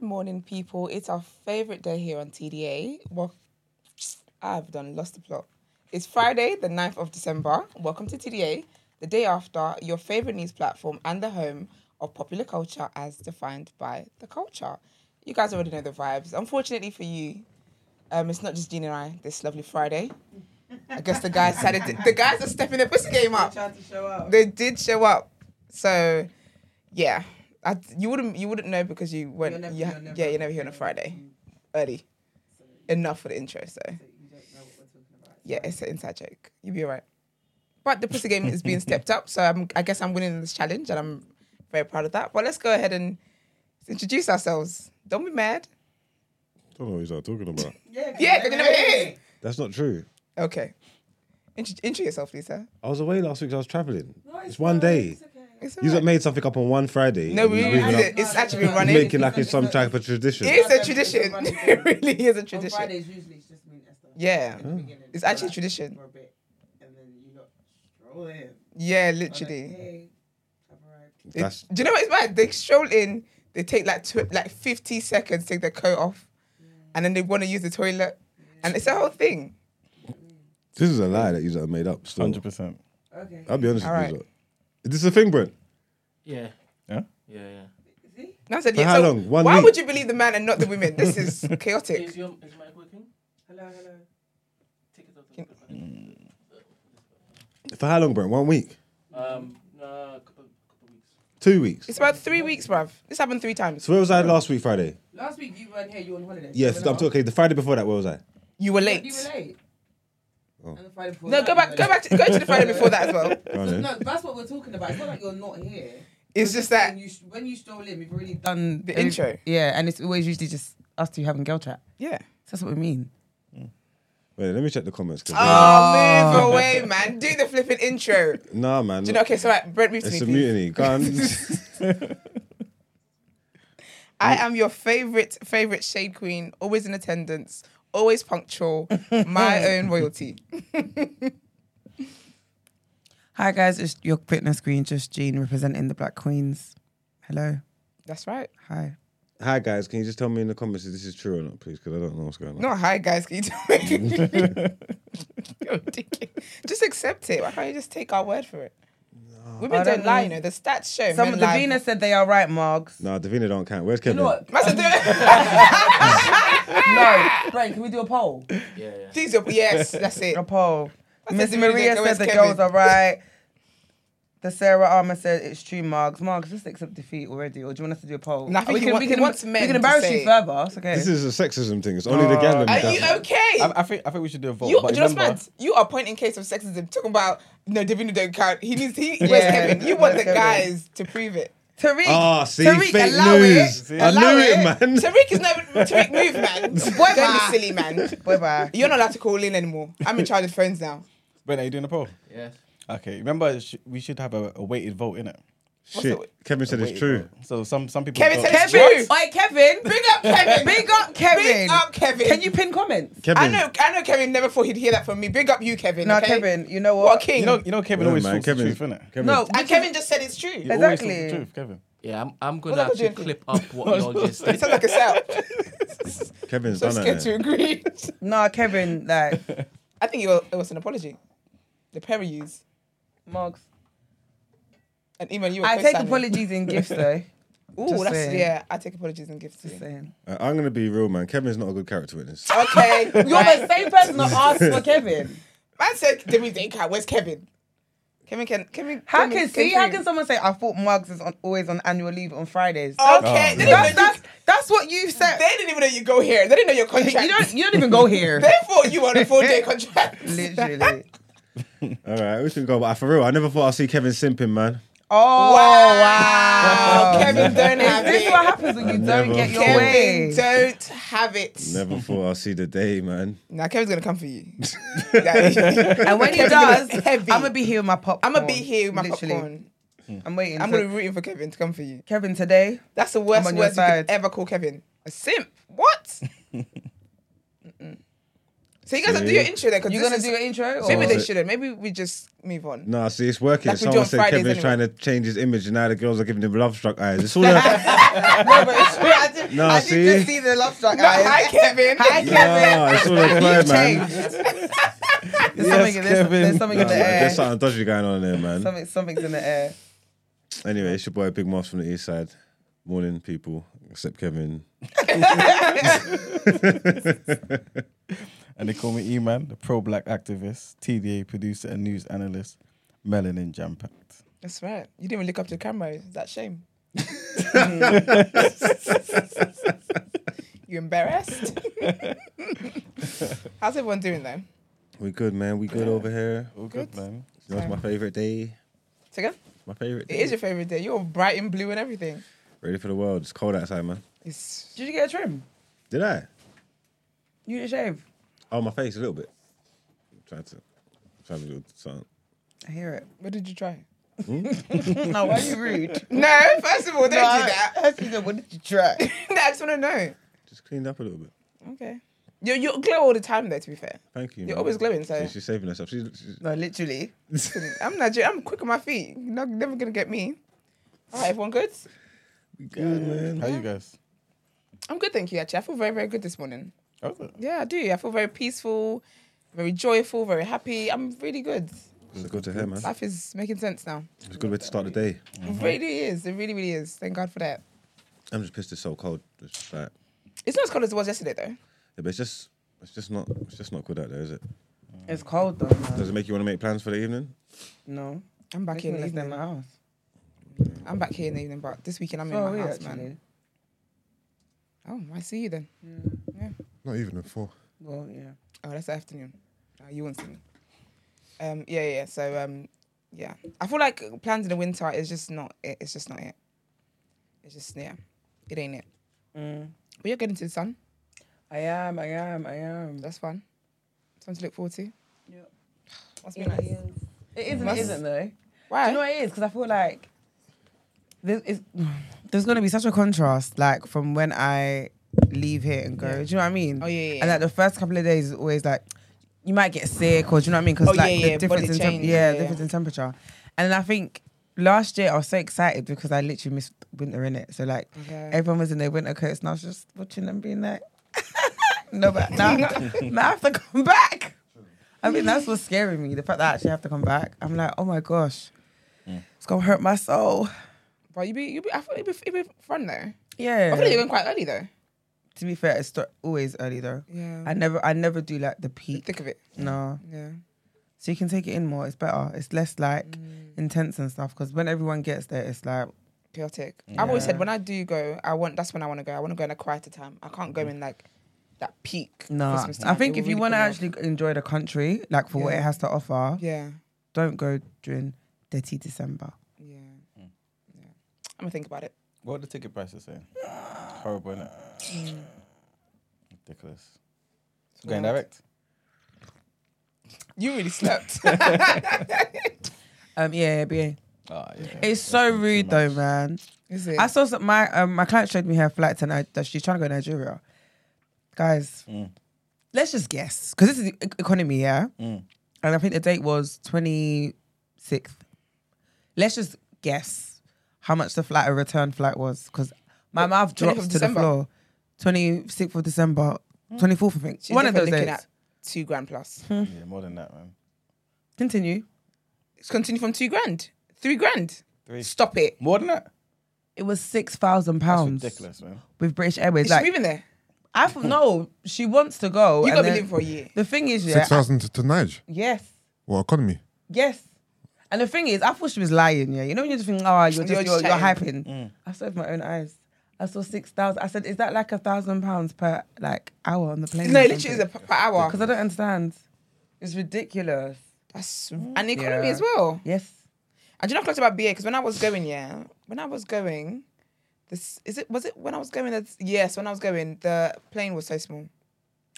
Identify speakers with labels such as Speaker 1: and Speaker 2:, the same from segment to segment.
Speaker 1: morning, people. It's our favorite day here on TDA. Well, I've done lost the plot. It's Friday, the 9th of December. Welcome to TDA, the day after your favorite news platform and the home of popular culture as defined by the culture. You guys already know the vibes. Unfortunately for you, um, it's not just Gene and I this lovely Friday. I guess the guys decided to- the guys are stepping their pussy game up
Speaker 2: Tried to show up.
Speaker 1: they did show up. So, yeah, I, you wouldn't you wouldn't know because you went.
Speaker 2: You're never-
Speaker 1: you-
Speaker 2: you're never- Mm.
Speaker 1: yeah, you're never here on a Friday, early. Enough for the intro. So
Speaker 2: So you don't know what we're talking about.
Speaker 1: yeah, it's an inside joke. You'll be alright. But the pussy game is being stepped up, so I'm, I guess I'm winning this challenge, and I'm very proud of that. But let's go ahead and introduce ourselves. Don't be mad.
Speaker 3: don't know what he's not talking about.
Speaker 2: Yeah,
Speaker 1: Yeah, they're never here.
Speaker 3: That's not true.
Speaker 1: Okay. Intro, intro yourself, Lisa.
Speaker 3: I was away last week. I was traveling.
Speaker 2: No,
Speaker 3: it's one
Speaker 2: fine,
Speaker 3: day.
Speaker 2: it's okay.
Speaker 1: It's
Speaker 3: You
Speaker 1: alright.
Speaker 3: made something up on one Friday.
Speaker 1: No,
Speaker 3: and
Speaker 1: we
Speaker 3: you're
Speaker 1: really
Speaker 3: leaving
Speaker 1: did.
Speaker 3: up-
Speaker 1: It's actually been
Speaker 2: It's
Speaker 1: running.
Speaker 3: making like it's some type of tradition.
Speaker 1: It is a
Speaker 2: It's
Speaker 1: tradition.
Speaker 2: running.
Speaker 1: It really is a
Speaker 2: On
Speaker 1: tradition.
Speaker 2: Fridays usually it's just me and Esther.
Speaker 1: Yeah.
Speaker 2: In the beginning.
Speaker 1: It's
Speaker 2: For
Speaker 1: actually
Speaker 2: like-
Speaker 1: tradition.
Speaker 2: For a bit, and then you got stroll in. I'm
Speaker 1: Yeah,
Speaker 2: like,
Speaker 1: literally.
Speaker 2: hey, I've arrived.
Speaker 1: They-
Speaker 3: That's
Speaker 1: do you know what it's bad? They stroll in, they take like tw- like fifty seconds, to take their coat off, and then they want to use the toilet, and it's a whole thing.
Speaker 3: this is a lie that you lot made up. Still,
Speaker 4: Hundred percent.
Speaker 2: Okay.
Speaker 3: I'll be honest
Speaker 1: All
Speaker 3: with
Speaker 1: right.
Speaker 3: you. Is this a thing, Brent?
Speaker 5: Yeah.
Speaker 4: Yeah?
Speaker 5: Yeah, yeah.
Speaker 2: See?
Speaker 1: And I said,
Speaker 3: For
Speaker 1: yeah.
Speaker 3: how
Speaker 1: so
Speaker 3: long? One
Speaker 1: why
Speaker 3: week?
Speaker 1: would you believe the man and not the women? This is
Speaker 5: Is
Speaker 1: chaotic.
Speaker 5: your is Mike working?
Speaker 2: Hello, hello.
Speaker 5: Take it off the
Speaker 3: For how long, Brent? One week?
Speaker 5: Um, uh, couple couple weeks.
Speaker 3: Two weeks?
Speaker 1: It's about three weeks, bruv. This happened three times.
Speaker 3: So where was I last week, Friday?
Speaker 2: Last week you weren't here. You were on holiday.
Speaker 3: Yes,
Speaker 2: You went
Speaker 3: I'm
Speaker 2: out.
Speaker 3: talking. Okay, the Friday before that, where was I?
Speaker 1: You were
Speaker 2: You
Speaker 1: late.
Speaker 2: were late.
Speaker 3: Oh.
Speaker 2: And the Friday before
Speaker 1: No,
Speaker 2: that,
Speaker 1: go
Speaker 2: you
Speaker 1: back,
Speaker 2: were
Speaker 1: go
Speaker 2: late.
Speaker 1: back, to, go to the Friday before that as well.
Speaker 3: Go on then.
Speaker 2: No, that's what we're talking about. It's not like you're not here.
Speaker 1: It's
Speaker 2: We're
Speaker 1: just
Speaker 2: saying
Speaker 1: that
Speaker 2: you, sh- when you stroll in, we've already done
Speaker 1: The intro.
Speaker 2: Yeah, and it's always usually just us two having girl chat.
Speaker 1: yeah.
Speaker 2: So that's what we mean.
Speaker 3: Wait, let me check the comments. 'cause-
Speaker 1: Oh,
Speaker 3: Ah.
Speaker 1: move away, man. Do the flipping intro. Do
Speaker 3: Nah, man.
Speaker 1: you know? Okay, so right, Brent, move to me.
Speaker 3: it's a
Speaker 1: please.
Speaker 3: mutiny. Go on.
Speaker 1: I am your favorite, favorite shade queen, always in attendance, always punctual, my own royalty.
Speaker 2: Hi guys, it's your fitness queen, just Jean, representing the Black Queens. Hello,
Speaker 1: That's right.
Speaker 2: hi.
Speaker 3: Hi guys, can you just tell me in the comments if this is true or not, please? Because I don't know what's going on.
Speaker 1: No, hi guys, can you tell me? You're ridiculous. just accept it. Why can't you just take our word for it? Women
Speaker 2: I
Speaker 1: don't,
Speaker 2: don't
Speaker 1: lie,
Speaker 2: know.
Speaker 1: you know. The stats show.
Speaker 2: Some
Speaker 1: men
Speaker 2: the
Speaker 1: lie.
Speaker 2: Venus said they are right, Margs.
Speaker 3: Nah, Davina don't count. Where's
Speaker 2: You
Speaker 3: Kevin?
Speaker 2: know what?
Speaker 1: Master, do-
Speaker 2: no,
Speaker 1: Ah!
Speaker 2: Brent, can we do a poll?
Speaker 5: Yeah, yeah.
Speaker 1: Please, your- yes, that's it.
Speaker 2: A poll.
Speaker 1: I said
Speaker 2: Miss
Speaker 1: to Venus,
Speaker 2: Maria
Speaker 1: where's
Speaker 2: said the
Speaker 1: Kevin?
Speaker 2: girls are right. The Sarah Armour said it's true, Margs. Margs, just accept defeat already, or do you want us to do a poll?
Speaker 1: No, I think
Speaker 2: we
Speaker 1: he
Speaker 2: can,
Speaker 1: wa-
Speaker 2: we
Speaker 1: he
Speaker 2: can,
Speaker 1: wants men
Speaker 2: we can
Speaker 1: to
Speaker 2: embarrass
Speaker 1: say-
Speaker 2: you further. It's okay.
Speaker 3: This is a sexism thing. It's only the gallery.
Speaker 1: Are you okay?
Speaker 4: I, I think I think we should do a vote.
Speaker 1: you, do
Speaker 4: but
Speaker 1: you know what's
Speaker 4: remember-
Speaker 1: mad? You are pointing case of sexism. Talking about no, Davina don't count. He needs. He, where's
Speaker 2: Yeah.
Speaker 1: Kevin? You want the
Speaker 2: Where's Kevin?
Speaker 1: guys to prove it.
Speaker 2: Tariq.
Speaker 3: Ah, see,
Speaker 2: Tariq,
Speaker 3: fake
Speaker 2: allow
Speaker 3: news.
Speaker 2: it.
Speaker 3: I
Speaker 2: Allow
Speaker 3: knew it, man.
Speaker 1: Tariq is no Tariq move man. Boy, don't be silly man.
Speaker 2: Bye bye.
Speaker 1: You're not allowed to call in anymore. I'm in charge of phones now.
Speaker 4: Brent, are you doing a poll?
Speaker 5: Yes.
Speaker 4: Okay. Remember, sh- we should have a, a weighted vote in it.
Speaker 3: Shit.
Speaker 1: What's
Speaker 3: Kevin said it's true.
Speaker 4: So some some people.
Speaker 1: Kevin
Speaker 4: vote-
Speaker 1: said it's
Speaker 2: Kevin.
Speaker 1: true.
Speaker 2: Oi, Kevin.
Speaker 1: Big up Kevin.
Speaker 2: Big up Kevin.
Speaker 1: Big up Kevin.
Speaker 2: Can you pin comments?
Speaker 3: Kevin.
Speaker 1: I know. I know. Kevin never thought he'd hear that from me. Big up you, Kevin.
Speaker 2: No,
Speaker 1: okay?
Speaker 2: Kevin, you know
Speaker 1: What a
Speaker 2: what?
Speaker 1: king.
Speaker 4: You know, you know, Kevin
Speaker 3: Yeah,
Speaker 4: always
Speaker 3: man,
Speaker 4: talks the
Speaker 3: Kevin's-
Speaker 4: truth, innit?
Speaker 3: Kevin.
Speaker 2: No,
Speaker 1: and Kevin just said it's true.
Speaker 4: You always
Speaker 2: Exactly.
Speaker 4: talk the truth, Kevin.
Speaker 5: Yeah, I'm I'm
Speaker 1: What
Speaker 5: gonna
Speaker 1: are you
Speaker 5: actually
Speaker 1: doing?
Speaker 5: clip up what y'all just
Speaker 1: It
Speaker 5: did.
Speaker 1: sounds like a sell.
Speaker 3: Kevin's
Speaker 1: so
Speaker 3: done
Speaker 1: scared
Speaker 3: it.
Speaker 1: to agree.
Speaker 2: no, Kevin, like,
Speaker 1: I think it was, it was an apology. The pair of yous.
Speaker 2: Marks.
Speaker 1: An email you were
Speaker 2: I take
Speaker 1: co-signing.
Speaker 2: apologies in gifts, though.
Speaker 1: Ooh,
Speaker 2: Just
Speaker 1: that's
Speaker 2: saying.
Speaker 1: yeah. I take apologies and gifts.
Speaker 2: Just
Speaker 1: Too.
Speaker 2: saying.
Speaker 3: Uh, I'm gonna be real, man. Kevin's not a good character witness.
Speaker 1: Okay.
Speaker 2: You're the same person that asked for Kevin.
Speaker 1: Man said, "Demi Dinka, where's Kevin? Kevin can Kevin.
Speaker 2: How
Speaker 1: Kevin
Speaker 2: can see? How
Speaker 1: prove.
Speaker 2: can someone say I thought Mugs is on, always on annual leave on Fridays?
Speaker 1: Okay, they,
Speaker 2: Oh, That's,
Speaker 1: didn't know
Speaker 2: that's, that's what you
Speaker 1: you,
Speaker 2: said.
Speaker 1: they didn't even know you go here. They didn't know your contract.
Speaker 2: You don't you don't even go here.
Speaker 1: they thought you were on a four day contract.
Speaker 2: Literally.
Speaker 3: All right, we should go. But I- for real, I never thought I'd see Kevin simping, man.
Speaker 2: Oh wow.
Speaker 1: Wow. Kevin don't have
Speaker 2: This
Speaker 1: it.
Speaker 2: is what happens when you don't
Speaker 3: never-
Speaker 2: get your
Speaker 1: Kevin
Speaker 2: way.
Speaker 1: don't have it.
Speaker 3: Never thought I'd see the day, man.
Speaker 1: Now Kevin's gonna come for you.
Speaker 2: And when he
Speaker 1: Kevin's gonna
Speaker 2: does,
Speaker 1: be heavy.
Speaker 2: I'm gonna be here with my popcorn.
Speaker 1: I'm gonna be here with my
Speaker 2: Literally.
Speaker 1: popcorn.
Speaker 2: I'm waiting.
Speaker 1: I'm
Speaker 2: for
Speaker 1: gonna be rooting for Kevin to come for you.
Speaker 2: Kevin today.
Speaker 1: That's the worst
Speaker 2: I'm on your
Speaker 1: words you could
Speaker 2: side.
Speaker 1: ever call Kevin. A simp. What? Mm-mm. So you guys don't do
Speaker 3: See?
Speaker 1: your intro then, because
Speaker 2: You're
Speaker 1: gonna
Speaker 2: gonna
Speaker 1: is,
Speaker 2: do an intro?
Speaker 1: Maybe
Speaker 2: or-
Speaker 1: they shouldn't. Maybe we just move on.
Speaker 3: Nah, see, it's working.
Speaker 1: Like we do
Speaker 3: Someone
Speaker 1: on
Speaker 3: said
Speaker 1: Fridays
Speaker 3: Kevin's
Speaker 1: anyway.
Speaker 3: trying to change his image, and now the girls are giving him love struck eyes. It's all a,
Speaker 2: No, but it's true. I did,
Speaker 3: No,
Speaker 2: I
Speaker 3: see?
Speaker 2: did just see the love struck eyes.
Speaker 1: Hi, Kevin.
Speaker 2: Hi, Kevin.
Speaker 3: nah, it's all a play, man.
Speaker 2: Changed. There's, something, in- there's,
Speaker 4: Kevin.
Speaker 2: there's something
Speaker 3: Nah,
Speaker 2: in the
Speaker 3: man,
Speaker 2: air.
Speaker 3: there's something dodgy going on there, man.
Speaker 2: Something, something's in the air.
Speaker 3: Anyway, it's your boy Big Moss from the East Side. Morning, people, except Kevin.
Speaker 4: And they call me E Man, the pro black activist, TDA producer, and news analyst, melanin jam packed.
Speaker 1: That's right. You didn't even look up to the camera. Is that shame? you embarrassed? How's everyone doing though?
Speaker 3: We good, man. We good over here.
Speaker 4: All good,
Speaker 1: Good.
Speaker 4: man.
Speaker 3: You know, it's my favorite day.
Speaker 1: Say again?
Speaker 3: It's my favorite day.
Speaker 1: It is your favorite day. You're all bright and blue and everything.
Speaker 3: Ready for the world. It's cold outside, man.
Speaker 1: It's
Speaker 2: Did you get a trim?
Speaker 3: Did I?
Speaker 2: You didn't shave?
Speaker 3: Oh, my face a little bit. I'm trying to, I'm trying to do something.
Speaker 2: I hear it.
Speaker 1: what did you try?
Speaker 2: No, why are you rude?
Speaker 1: No, first of all, don't do that.
Speaker 2: what did you try?
Speaker 1: no, I just want to know.
Speaker 3: Just cleaned up a little bit.
Speaker 1: Okay. You you glow all the time though. To be fair,
Speaker 3: Thank you.
Speaker 1: You're
Speaker 3: man.
Speaker 1: always glowing, so-
Speaker 3: See, she's saving herself. She's, she's,
Speaker 2: No, literally.
Speaker 1: I'm not. I'm quick on my feet. You're not, never gonna get me. All right, everyone good?
Speaker 3: we good, man.
Speaker 4: How you guys?
Speaker 1: I'm good, thank you. Actually, I feel very very good this morning.
Speaker 4: How's it?
Speaker 1: Yeah, I do. I feel very peaceful, very joyful, very happy. I'm really good.
Speaker 3: It's good to hear, man.
Speaker 1: Life is making sense now.
Speaker 3: It's a good way to start the day.
Speaker 2: Mm-hmm.
Speaker 1: It really is. It really really is. Thank God for that.
Speaker 3: I'm just pissed it's so cold. It's just like,
Speaker 1: It's not as cold as it was yesterday though.
Speaker 3: yeah, but it's just, it's just not, it's just not good out there, is it?
Speaker 2: It's cold though. Man.
Speaker 3: Does it make you want to make plans for the evening?
Speaker 2: No.
Speaker 1: I'm back here in the
Speaker 2: Making less than
Speaker 1: evening.
Speaker 2: my house.
Speaker 1: I'm back here in the evening, but this weekend I'm in
Speaker 2: Oh,
Speaker 1: my
Speaker 2: yeah,
Speaker 1: house, man.
Speaker 2: actually.
Speaker 1: Oh, I see you then.
Speaker 3: Not even at four.
Speaker 2: Well, yeah.
Speaker 1: Oh, that's the afternoon. Oh, you won't see me. Um, yeah, yeah. So, um, yeah. I feel like plans in the winter is just not it. It's just not it. It's just yeah, it ain't it.
Speaker 2: Mm.
Speaker 1: But you're getting to the sun.
Speaker 2: I am, I am, I am.
Speaker 1: That's fun. Something to look forward to.
Speaker 2: Yeah.
Speaker 1: Must be
Speaker 2: It
Speaker 1: nice.
Speaker 2: is. It isn't, it
Speaker 1: Must-
Speaker 2: isn't though.
Speaker 1: Why?
Speaker 2: Do you know what it is? Because I feel like there's, it's, there's going to be such a contrast, like from when I leave here and go. Do you know what I mean?
Speaker 1: Oh, yeah, yeah,
Speaker 2: And like the first couple of days is always like you might get sick, or do you know what I mean? Because
Speaker 1: Oh,
Speaker 2: like
Speaker 1: yeah, yeah,
Speaker 2: the difference
Speaker 1: body
Speaker 2: in temp-
Speaker 1: change,
Speaker 2: yeah,
Speaker 1: yeah,
Speaker 2: difference
Speaker 1: yeah.
Speaker 2: in temperature. And I think last year I was so excited because I literally missed winter in it. So like
Speaker 1: Okay.
Speaker 2: everyone was in their winter coats, and I was just watching them being like, no, but now, now I have to come back. I mean, that's what's scaring me. The fact that I actually have to come back. I'm like, oh my gosh, it's gonna hurt my soul.
Speaker 1: but you be you be. I thought it'd be, it'd be fun though.
Speaker 2: Yeah.
Speaker 1: I feel like you're going quite early though.
Speaker 2: to be fair, it's st- always early though.
Speaker 1: Yeah.
Speaker 2: I never, I never do like the peak.
Speaker 1: Thick of it.
Speaker 2: no,
Speaker 1: Yeah.
Speaker 2: so you can take it in more. It's better. It's less like
Speaker 1: Mm.
Speaker 2: intense and stuff. Because when everyone gets there, it's like
Speaker 1: chaotic. I've always said when I do go, I want that's when I want to go. I want to go in a quieter time. I can't go in like that peak.
Speaker 2: no.
Speaker 1: Christmas
Speaker 2: I
Speaker 1: time.
Speaker 2: think
Speaker 1: It
Speaker 2: if
Speaker 1: will
Speaker 2: you
Speaker 1: really
Speaker 2: want to
Speaker 1: put me off.
Speaker 2: actually enjoy the country, like for what
Speaker 1: Yeah.
Speaker 2: it has to offer,
Speaker 1: yeah,
Speaker 2: don't go during dirty December.
Speaker 1: yeah, yeah.
Speaker 4: Mm.
Speaker 1: I'm gonna think about it.
Speaker 4: What are the ticket prices saying? Horrible, innit?
Speaker 1: Mm.
Speaker 4: Ridiculous. Going
Speaker 1: wild.
Speaker 4: direct?
Speaker 1: You really slept.
Speaker 2: Um, yeah, yeah, BA.
Speaker 4: Ah, yeah.
Speaker 2: It's so rude though, man.
Speaker 1: Is it?
Speaker 2: I saw some, my um, my client showed me her flight tonight that she's trying to go to Nigeria. Guys,
Speaker 4: Mm.
Speaker 2: let's just guess because this is the e- economy, yeah.
Speaker 4: Mm.
Speaker 2: And I think the date was twenty sixth. Let's just guess how much the flight a return flight was because my mouth
Speaker 1: 25th
Speaker 2: drops to
Speaker 1: December? Mm.
Speaker 2: the floor. Twenty sixth of December, twenty fourth, I think.
Speaker 1: She's
Speaker 2: One of those
Speaker 1: definitely
Speaker 2: days.
Speaker 1: looking at two grand plus.
Speaker 4: Yeah, more than that, man.
Speaker 2: Continue.
Speaker 1: It's continue from two grand, three grand.
Speaker 4: Three.
Speaker 1: Stop it.
Speaker 4: More than that?
Speaker 2: It was six thousand
Speaker 4: That's
Speaker 2: pounds
Speaker 4: ridiculous, man.
Speaker 2: with British Airways.
Speaker 1: Is
Speaker 2: like,
Speaker 1: she moving there?
Speaker 2: I thought no, she wants to go.
Speaker 1: You
Speaker 2: and
Speaker 1: gotta be
Speaker 2: then-
Speaker 1: living for a year.
Speaker 2: The thing is, yeah,
Speaker 6: Six thousand to, to Nige.
Speaker 2: yes,
Speaker 6: What economy?
Speaker 2: yes. And the thing is, I thought she was lying. Yeah, you know when you just think, oh, you're just
Speaker 1: You're
Speaker 2: you're,
Speaker 1: just
Speaker 2: you're,
Speaker 1: chatting. Mm.
Speaker 2: hyping. I saw with my own eyes. I saw six thousand. I said, is that like a thousand pounds per like hour on the plane?
Speaker 1: No, it literally is a p- per hour.
Speaker 2: because I don't understand. It's ridiculous.
Speaker 1: That's and the economy
Speaker 2: Yeah.
Speaker 1: as well.
Speaker 2: Yes.
Speaker 1: And do you know what I about BA? Because when I was going, yeah, when I was going, this is it. Was it when I was going? That's, yes, when I was going, the plane was so small.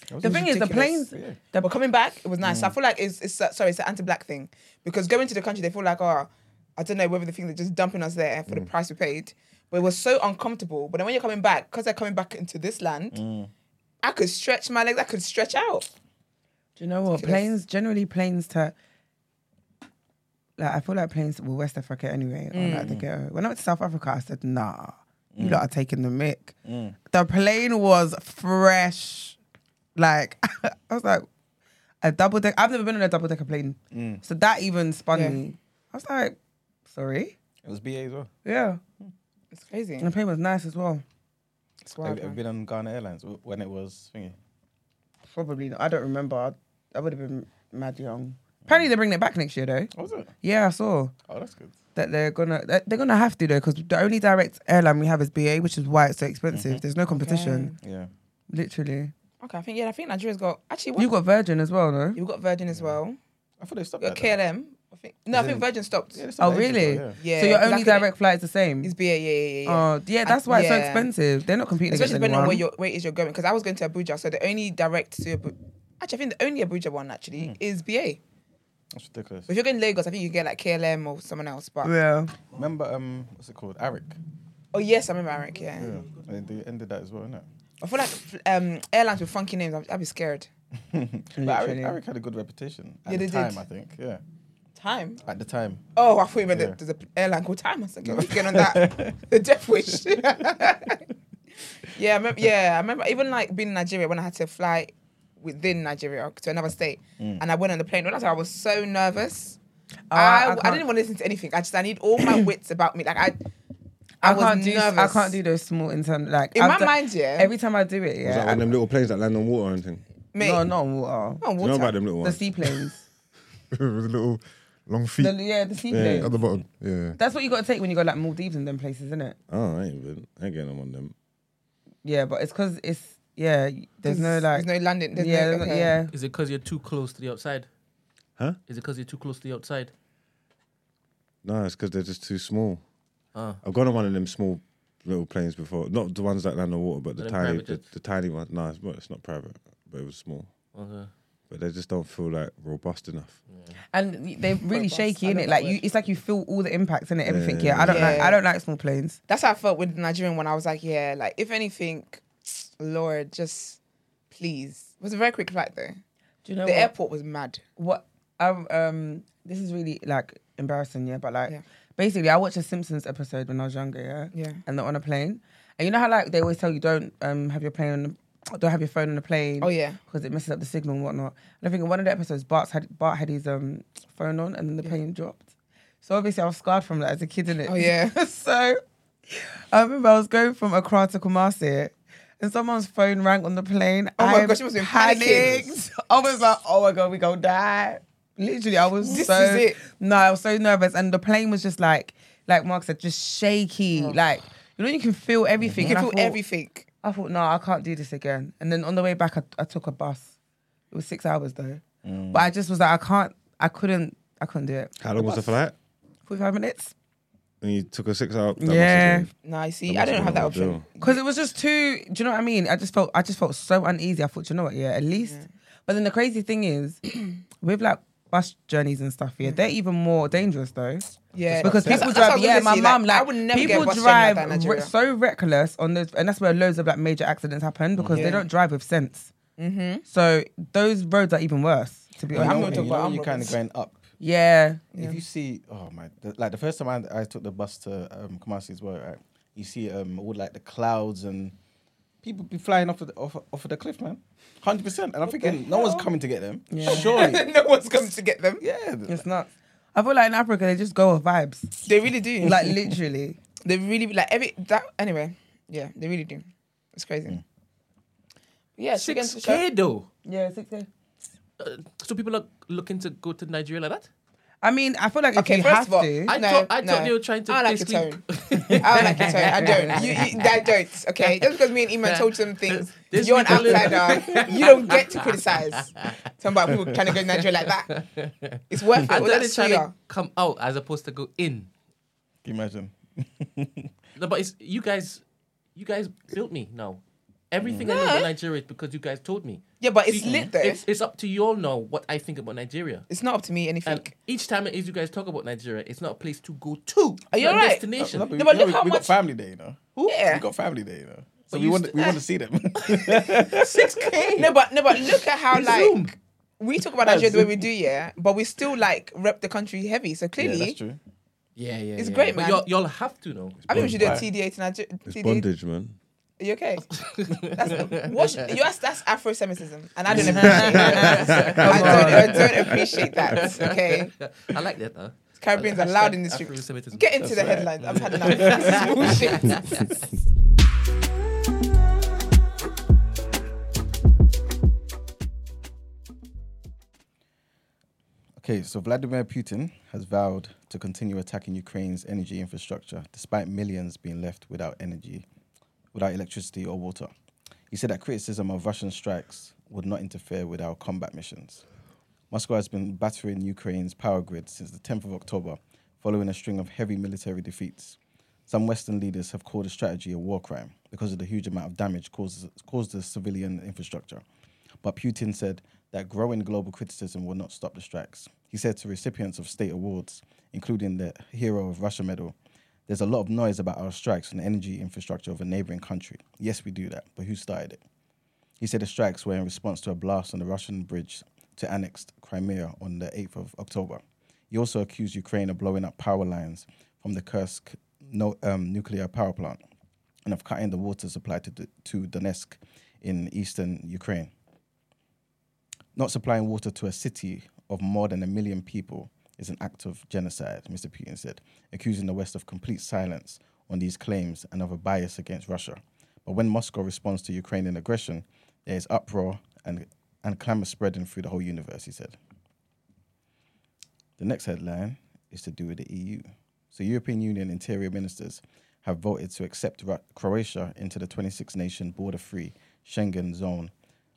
Speaker 2: The thing is, the
Speaker 1: ridiculous.
Speaker 2: planes.
Speaker 1: They were coming back. It was nice.
Speaker 4: Mm.
Speaker 1: I feel like it's, it's uh, sorry, it's an anti-black thing because going to the country, they feel like oh, I don't know whether the thing they're just dumping us there
Speaker 4: Mm.
Speaker 1: for the price we paid, but it was so uncomfortable. But then when you're coming
Speaker 4: Mm.
Speaker 1: back, because they're coming back into this land, I could stretch my legs. I could stretch out.
Speaker 2: Do you know what?
Speaker 1: Ridiculous.
Speaker 2: Planes, generally planes to, like, I feel like planes, well, West Africa anyway, or
Speaker 1: Mm.
Speaker 2: like the ghetto. When I went to South Africa, I said, nah, you lot are taking the mic.
Speaker 1: Mm.
Speaker 2: The plane was fresh. Like, I was like, a double deck. I've never been on a double decker plane. So that even spun
Speaker 1: Mm. Yeah.
Speaker 2: me. I was like, sorry?
Speaker 4: It was BA as well.
Speaker 2: Yeah.
Speaker 1: It's crazy.
Speaker 2: And the plane was nice as well.
Speaker 1: It's
Speaker 4: Mm. Have
Speaker 1: wild.
Speaker 4: you ever
Speaker 1: man.
Speaker 4: been on Ghana Airlines w- when it was thingy?
Speaker 2: Probably not. I don't remember. I, I would have been mad young. Apparently they're bringing it back next year though.
Speaker 4: Oh, was it?
Speaker 2: Yeah, I saw.
Speaker 4: Oh, that's good.
Speaker 2: that they're gonna that they're gonna have to though because the only direct airline we have is BA, which is why it's so
Speaker 1: Mm-hmm.
Speaker 2: expensive. There's no competition,
Speaker 4: Yeah.
Speaker 2: literally.
Speaker 1: Okay, I think yeah, I think Nigeria's got actually what
Speaker 2: You got Virgin as well, no?
Speaker 1: you've got Virgin as well.
Speaker 4: I thought they stopped
Speaker 1: You
Speaker 4: that.
Speaker 1: got
Speaker 4: though.
Speaker 1: KLM. I think no, I
Speaker 4: Is
Speaker 1: think
Speaker 4: it-
Speaker 1: Virgin stopped. Yeah,
Speaker 4: Yeah, they
Speaker 2: Oh
Speaker 4: stopped that ages
Speaker 2: really?
Speaker 4: ago, yeah.
Speaker 2: So your
Speaker 1: 'cause I
Speaker 2: only
Speaker 1: couldn't-
Speaker 2: direct flight is the same.
Speaker 1: is BA. Yeah, yeah, yeah. yeah.
Speaker 2: Oh yeah, that's
Speaker 1: I-
Speaker 2: why it's
Speaker 1: yeah.
Speaker 2: so expensive. They're not competing
Speaker 1: Especially
Speaker 2: against
Speaker 1: depending on
Speaker 2: anyone.
Speaker 1: where you're where it is you're going. Because I was going to Abuja, so the only direct to Abu- actually I think the only Abuja one actually
Speaker 2: Hmm.
Speaker 1: is BA.
Speaker 4: That's ridiculous.
Speaker 1: If you're going to Lagos, I think you can get like KLM or someone else. But
Speaker 2: yeah,
Speaker 4: Remember, um, what's it called? Arik.
Speaker 1: oh yes, I'm in Eric. Yeah.
Speaker 4: Yeah. They, they ended that as well, innit?
Speaker 1: I feel like um, airlines with funky names, I'd, I'd be scared.
Speaker 4: But Arik,
Speaker 2: Literally.
Speaker 4: Arik had a good reputation at
Speaker 1: Yeah,
Speaker 4: the
Speaker 1: they
Speaker 4: time,
Speaker 1: did.
Speaker 4: I think. Yeah.
Speaker 1: Time.
Speaker 4: At the time.
Speaker 1: Oh, I thought you meant
Speaker 4: Yeah.
Speaker 1: that there's an airline called Time. I was like, we can get on that. the Death Wish. yeah, I remember, yeah, I remember even like being in Nigeria when I had to fly within Nigeria to another state,
Speaker 3: Mm.
Speaker 1: and I went on the plane. When I was, I was so nervous.
Speaker 2: Ah, I- I
Speaker 1: I, I,
Speaker 2: can't-
Speaker 1: didn't want to listen to anything. I just I need all my wits about me. Like I, I,
Speaker 2: I,
Speaker 1: was
Speaker 2: can't do
Speaker 1: nervous.
Speaker 2: I can't do those small intern like
Speaker 1: In
Speaker 2: I've
Speaker 1: my
Speaker 2: done-
Speaker 1: mind, yeah.
Speaker 2: Every time I do it,
Speaker 3: Was that
Speaker 2: yeah.
Speaker 3: one of them little planes that land on water or anything?
Speaker 1: Mate,
Speaker 2: no, not on water.
Speaker 1: I'm on
Speaker 3: You know
Speaker 1: water.
Speaker 3: about them little
Speaker 2: The
Speaker 3: ones?
Speaker 2: seaplanes.
Speaker 6: With a little long feet
Speaker 2: the, yeah, the seaplanes.
Speaker 6: at the bottom. Yeah.
Speaker 2: That's what you got to take when you go like Maldives and them places, isn't it?
Speaker 3: Oh, I ain't been. I ain't getting on one of them.
Speaker 2: Yeah, but it's because it's yeah. There's no like
Speaker 1: there's no landing. There's
Speaker 2: yeah
Speaker 1: no, okay.
Speaker 2: yeah.
Speaker 5: Is it because you're too close to the outside?
Speaker 3: Huh?
Speaker 5: Is it because you're too close to the outside?
Speaker 3: No, it's because they're just too small.
Speaker 5: Ah.
Speaker 3: I've gone on one of them small little planes before. Not the ones that land on water, but the
Speaker 5: Them
Speaker 3: tiny,
Speaker 5: private
Speaker 3: the,
Speaker 5: jets?
Speaker 3: the tiny ones. No, it's, well, it's not private, but it was small.
Speaker 5: Okay.
Speaker 3: But they just don't feel like robust enough.
Speaker 5: Mm.
Speaker 2: and they're really
Speaker 1: Robust.
Speaker 2: shaky
Speaker 1: I
Speaker 2: in
Speaker 1: love
Speaker 2: it.
Speaker 1: that
Speaker 2: Like you,
Speaker 1: word.
Speaker 2: it's like you feel all the impacts in it, everything. Yeah, I don't
Speaker 1: Yeah.
Speaker 2: like I don't like small planes.
Speaker 1: That's how I felt with the Nigerian one. I was like, yeah, like if anything, Lord, just please. It was a very quick flight though.
Speaker 2: Do you know
Speaker 1: the airport was mad.
Speaker 2: what? Um, um, this is really like embarrassing, yeah. But like,
Speaker 1: Yeah.
Speaker 2: basically, I watched a Simpsons episode when I was younger, yeah.
Speaker 1: Yeah.
Speaker 2: And they're on a plane, and you know how like they always tell you don't um have your plane on the, don't have your phone on the plane.
Speaker 1: Oh, yeah.
Speaker 2: because it messes up the signal and whatnot. And I think in one of the episodes, Bart's had Bart had his um phone on, and then the plane dropped. So obviously, I was scarred from that as a kid, in it.
Speaker 1: Oh, yeah.
Speaker 2: so I remember I was going from Accra to Kumasi. And someone's phone rang on the plane.
Speaker 1: Oh my
Speaker 2: I
Speaker 1: gosh, you must have been panicking.
Speaker 2: panicked. I was like, oh my god, we gonna die. Literally, I was
Speaker 1: This
Speaker 2: so
Speaker 1: is it.
Speaker 2: no, I was so nervous, and the plane was just like, like Mark said, just shaky. Like you know, you can feel everything.
Speaker 1: Oh. You can
Speaker 2: and
Speaker 1: feel
Speaker 2: I thought,
Speaker 1: everything.
Speaker 2: I thought, no, I can't do this again. And then on the way back, I, I took a bus. It was six hours though,
Speaker 1: Mm.
Speaker 2: but I just was like, I can't, I couldn't, I couldn't do it.
Speaker 3: How long was the flight?
Speaker 2: Forty-five minutes.
Speaker 3: And you took a six hour.
Speaker 2: Yeah.
Speaker 1: Nah, you see,
Speaker 3: That
Speaker 1: I
Speaker 3: must
Speaker 1: didn't
Speaker 3: be
Speaker 1: have that
Speaker 3: what they
Speaker 1: option.
Speaker 2: Because it was just too. Do you know what I mean? I just felt. I just felt so uneasy. I thought, you know what? Yeah, at least. But then the crazy thing is, with like bus journeys and stuff, yeah, they're even more dangerous though.
Speaker 1: Yeah,
Speaker 2: Because
Speaker 1: That's-
Speaker 2: people
Speaker 1: that's what I
Speaker 2: drive.
Speaker 1: was
Speaker 2: Yeah,
Speaker 1: gonna
Speaker 2: my
Speaker 1: say,
Speaker 2: mum like
Speaker 1: I would never
Speaker 2: people
Speaker 1: get a bus journey like
Speaker 2: drive
Speaker 1: that in
Speaker 2: re-
Speaker 1: Nigeria.
Speaker 2: so reckless on those, and that's where loads of like major accidents happen because
Speaker 1: Yeah. Mm-hmm.
Speaker 2: they don't drive with sense. So those roads are even worse. To be
Speaker 4: You know,
Speaker 2: honest,
Speaker 1: not
Speaker 4: when-
Speaker 1: talking
Speaker 4: you know
Speaker 1: about
Speaker 4: when you're kind
Speaker 1: Ambrose.
Speaker 4: of going up.
Speaker 2: yeah,
Speaker 4: If you see, oh my, the, like the first time I, I took the bus to um, Kumasi as well, right? You see um, all like the clouds and people be flying off of the, off, off of the cliff, man. Hundred percent. And I'm thinking, no one's coming to get them. Surely,
Speaker 1: no one's coming to get them.
Speaker 4: yeah. th-
Speaker 2: it's not. I feel like in Africa they just go with vibes,
Speaker 1: They really do.
Speaker 2: like literally.
Speaker 1: they really like every that anyway. Yeah, they really do. It's crazy. Yeah, chicken
Speaker 5: Six K though.
Speaker 2: Yeah, six days.
Speaker 5: Uh, so people are looking to go to Nigeria like that?
Speaker 2: I mean, I feel like if
Speaker 1: Okay,
Speaker 2: you
Speaker 1: first
Speaker 2: have
Speaker 1: of all,
Speaker 2: to,
Speaker 5: I
Speaker 1: No,
Speaker 5: thought I
Speaker 1: no.
Speaker 5: thought they were trying to
Speaker 1: I like your
Speaker 5: basically.
Speaker 1: tone. I don't like it. Sorry, I don't. You, you, I don't. Okay, just because me and Iman told some things,
Speaker 5: This
Speaker 1: you're an
Speaker 5: week alone.
Speaker 1: outsider. you don't get to criticize. Talking about people trying to go to Nigeria like that. It's worth it.
Speaker 5: I
Speaker 1: All
Speaker 5: thought
Speaker 1: that
Speaker 5: they trying to
Speaker 1: suya.
Speaker 5: come out as opposed to go in.
Speaker 4: Can you imagine?
Speaker 5: No, but it's you guys. You guys built me now. Everything I know about Nigeria is because you guys told me.
Speaker 1: Mm. Yeah, but it's
Speaker 5: See,
Speaker 1: lit though.
Speaker 5: It's,
Speaker 1: It's,
Speaker 5: it's up to you all now what I think about Nigeria.
Speaker 1: not up to me anything.
Speaker 5: And each time it is you guys talk about Nigeria, it's not a place to go to.
Speaker 1: Are you
Speaker 5: It's not a
Speaker 1: alright?
Speaker 5: Destination.
Speaker 4: No, but
Speaker 1: No, but
Speaker 4: we,
Speaker 1: look
Speaker 4: we-
Speaker 1: how
Speaker 4: we
Speaker 1: much-
Speaker 4: got family day, you know.
Speaker 1: Yeah.
Speaker 4: We got family day, you know. So
Speaker 5: But
Speaker 4: we
Speaker 5: you
Speaker 4: want
Speaker 5: st-
Speaker 4: we want to see them.
Speaker 1: No, but no, but look at how like
Speaker 5: Zoom.
Speaker 1: we talk about Nigeria the way we do, yeah, but we still like rep the country heavy. So
Speaker 4: Yeah,
Speaker 1: clearly,
Speaker 4: that's true.
Speaker 5: Yeah, yeah.
Speaker 1: It's
Speaker 5: yeah.
Speaker 1: great,
Speaker 5: but
Speaker 1: man.
Speaker 5: Y'all, y'all have to know.
Speaker 1: I think we should do a
Speaker 4: Right.
Speaker 1: TDA to Nigeria.
Speaker 3: It's
Speaker 1: TDA.
Speaker 3: bondage, man.
Speaker 1: Are you okay? That's, what sh- you ask, that's Afro-Semitism, and I don't appreciate that. I don't, I don't appreciate that. Okay,
Speaker 5: I like that though.
Speaker 1: Caribbeans are loud in the streets.
Speaker 5: Afro-Semitism.
Speaker 1: Get into the headlines. I've had enough. This is bullshit.
Speaker 4: Okay, so Vladimir Putin has vowed to continue attacking Ukraine's energy infrastructure despite millions being left without energy, without electricity or water. He said that criticism of Russian strikes would not interfere with our combat missions. Moscow has been battering Ukraine's power grid since the 10th of October, following a string of heavy military defeats. Some Western leaders have called the strategy a war crime because of the huge amount of damage caused, caused to civilian infrastructure. But Putin said that growing global criticism will not stop the strikes. He said to recipients of state awards, including the Hero of Russia medal, there's a lot of noise about our strikes and energy infrastructure of a neighboring country. Yes, we do that, but who started it? He said the strikes were in response to a blast on the Russian bridge to annex Crimea on the 8th of October. He also accused Ukraine of blowing up power lines from the Kursk no, um, nuclear power plant and of cutting the water supply to, D- to Donetsk in eastern Ukraine. Not supplying water to a city of more than a million people is an act of genocide, Mr. Putin said, accusing the West of complete silence on these claims and of a bias against Russia. But when Moscow responds to Ukrainian aggression, there is uproar and, and clamor spreading through the whole universe, he said. The next headline is to do with the EU. So, European Union interior ministers have voted to accept Ru- Croatia into the 26 nation border free Schengen zone,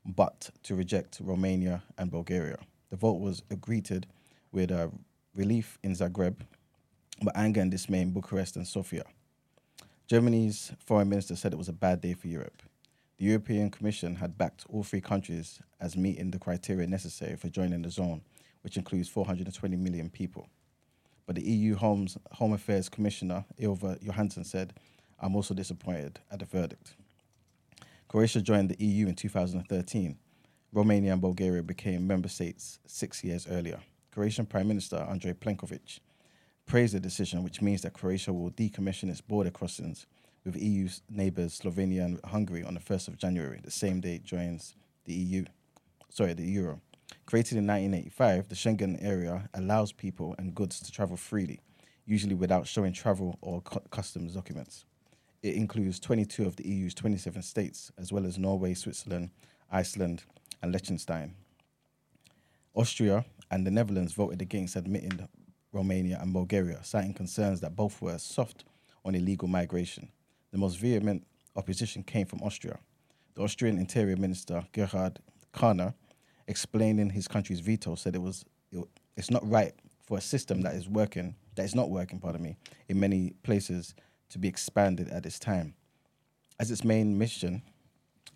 Speaker 4: but to reject Romania and Bulgaria. The vote was greeted with uh, relief in Zagreb, but anger and dismay in Bucharest and Sofia. Germany's foreign minister said it was a bad day for Europe. The European Commission had backed all three countries as meeting the criteria necessary for joining the zone, which includes 420 million people. But the EU Homes, Home Affairs Commissioner, Ilva Johansson, said, I'm also disappointed at the verdict. Croatia joined the EU in 2013. Romania and Bulgaria became member states six years earlier. Croatian Prime Minister Andrei Plenkovic praised the decision, which means that Croatia will decommission its border crossings with EU neighbours Slovenia and Hungary on the 1st of January, the same day it joins the EU, sorry, the Euro. Created in 1985, the Schengen area allows people and goods to travel freely, usually without showing travel or cu- customs documents. It includes 22 of the EU's 27 states, as well as Norway, Switzerland, Iceland, and Liechtenstein. Austria and the Netherlands voted against admitting Romania and Bulgaria, citing concerns that both were soft on illegal migration. The most vehement opposition came from Austria. The Austrian Interior Minister Gerhard Karner, explaining his country's veto, said it was it- it's not right for a system that is working that is not working, pardon me, in many places to be expanded at this time. As its main mission,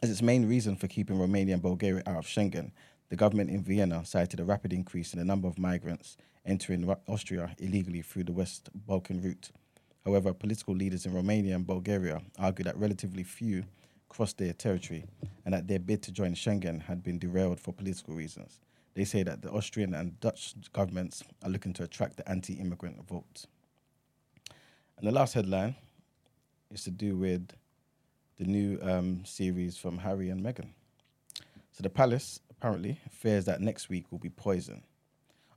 Speaker 4: as its main reason for keeping Romania and Bulgaria out of Schengen, the government in Vienna cited a rapid increase in the number of migrants entering Ru- Austria illegally through the West Balkan route. However, political leaders in Romania and Bulgaria argued that relatively few crossed their territory and that their bid to join Schengen had been derailed for political reasons. They say that the Austrian and Dutch governments are looking to attract the anti immigrant vote. And the last headline is to do with the new um, series from Harry and Meghan. So the palace apparently fears that next week will be poison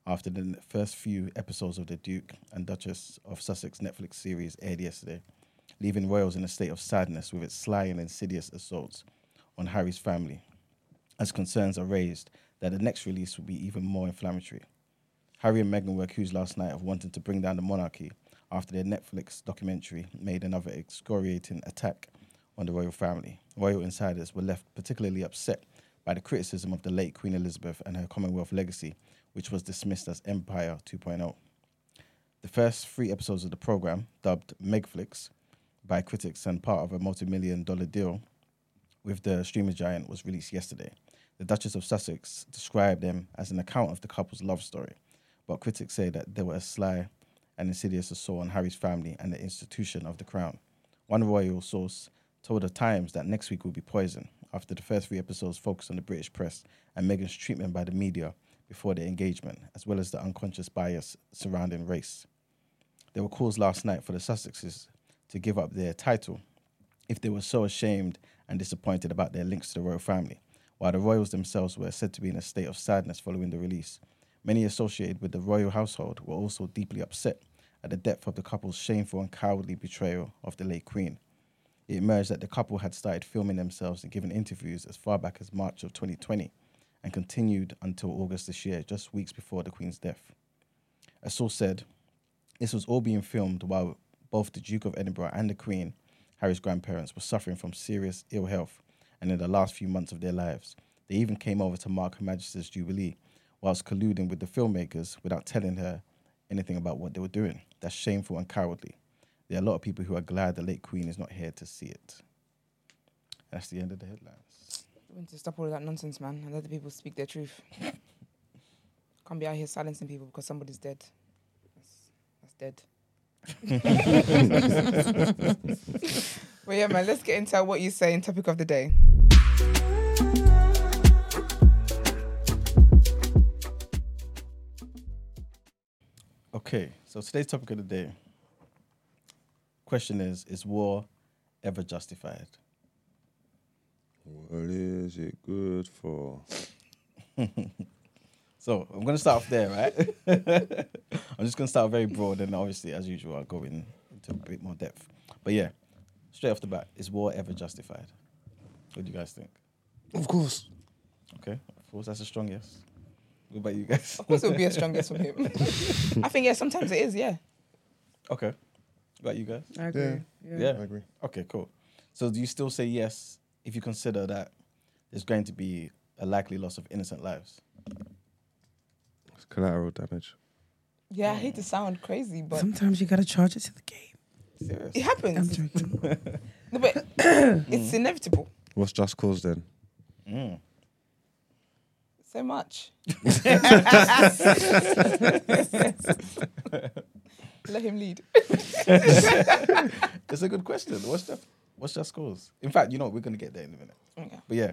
Speaker 4: after the n- first few episodes of the Duke and Duchess of Sussex Netflix series aired yesterday, leaving royals in a state of sadness with its sly and insidious assaults on Harry's family, as concerns are raised that the next release will be even more inflammatory. Harry and Meghan were accused last night of wanting to bring down the monarchy after their Netflix documentary made another excoriating attack on the royal family. Royal insiders were left particularly upset by the criticism of the late Queen Elizabeth and her Commonwealth legacy, which was dismissed as Empire 2.0. The first three episodes of the program, dubbed Megflix by critics and part of a multi million dollar deal with the streamer giant, was released yesterday. The Duchess of Sussex described them as an account of the couple's love story, but critics say that they were a sly and insidious assault on Harry's family and the institution of the crown. One royal source told the Times that next week will be poison after the first three episodes focus on the British press and Meghan's treatment by the media before their engagement, as well as the unconscious bias surrounding race. There were calls last night for the Sussexes to give up their title if they were so ashamed and disappointed about their links to the royal family, while the royals themselves were said to be in a state of sadness following the release. Many associated with the royal household were also deeply upset at the depth of the couple's shameful and cowardly betrayal of the late Queen. It emerged that the couple had started filming themselves and giving interviews as far back as March of 2020 and continued until August this year, just weeks before the Queen's death. A source said, this was all being filmed while both the Duke of Edinburgh and the Queen, Harry's grandparents, were suffering from serious ill health and in the last few months of their lives. They even came over to mark Her Majesty's Jubilee whilst colluding with the filmmakers without telling her anything about what they were doing. That's shameful and cowardly. There are a lot of people who are glad the late Queen is not here to see it. That's the end of the headlines.
Speaker 1: We need to stop all that nonsense, man, and let the people speak their truth. Can't be out here silencing people because somebody's dead. That's, that's dead. well, yeah, man, let's get into what you say in topic of the day.
Speaker 4: Okay, so today's topic of the day. Question is: Is war ever justified?
Speaker 3: What is it good for?
Speaker 4: So I'm gonna start off there, right? I'm just gonna start very broad, and obviously, as usual, I'll go in into a bit more depth. But yeah, straight off the bat, is war ever justified? What do you guys think?
Speaker 6: Of course.
Speaker 4: Okay, of course, that's a strong yes. What about you guys?
Speaker 1: Of course, it would be a strong yes from him. I think, yeah, sometimes it is, yeah.
Speaker 4: Okay, what about you guys?
Speaker 2: I agree.
Speaker 6: Yeah.
Speaker 2: Yeah.
Speaker 4: Yeah.
Speaker 6: I agree.
Speaker 4: Okay, cool. So do you still say yes if you consider that there's going to be a likely loss of innocent lives?
Speaker 3: It's collateral damage.
Speaker 1: Yeah, I hate to sound crazy, but
Speaker 2: Sometimes you gotta charge it to the game.
Speaker 1: it
Speaker 4: Serious.
Speaker 2: I'm
Speaker 1: happens.
Speaker 2: joking.
Speaker 1: No, but it's inevitable.
Speaker 3: What's just cause then?
Speaker 4: Mm.
Speaker 1: So much. Let him lead.
Speaker 4: It's a good question. What's that? What's that scores? In fact, you know we're gonna get there in a minute.
Speaker 1: Okay.
Speaker 4: But yeah,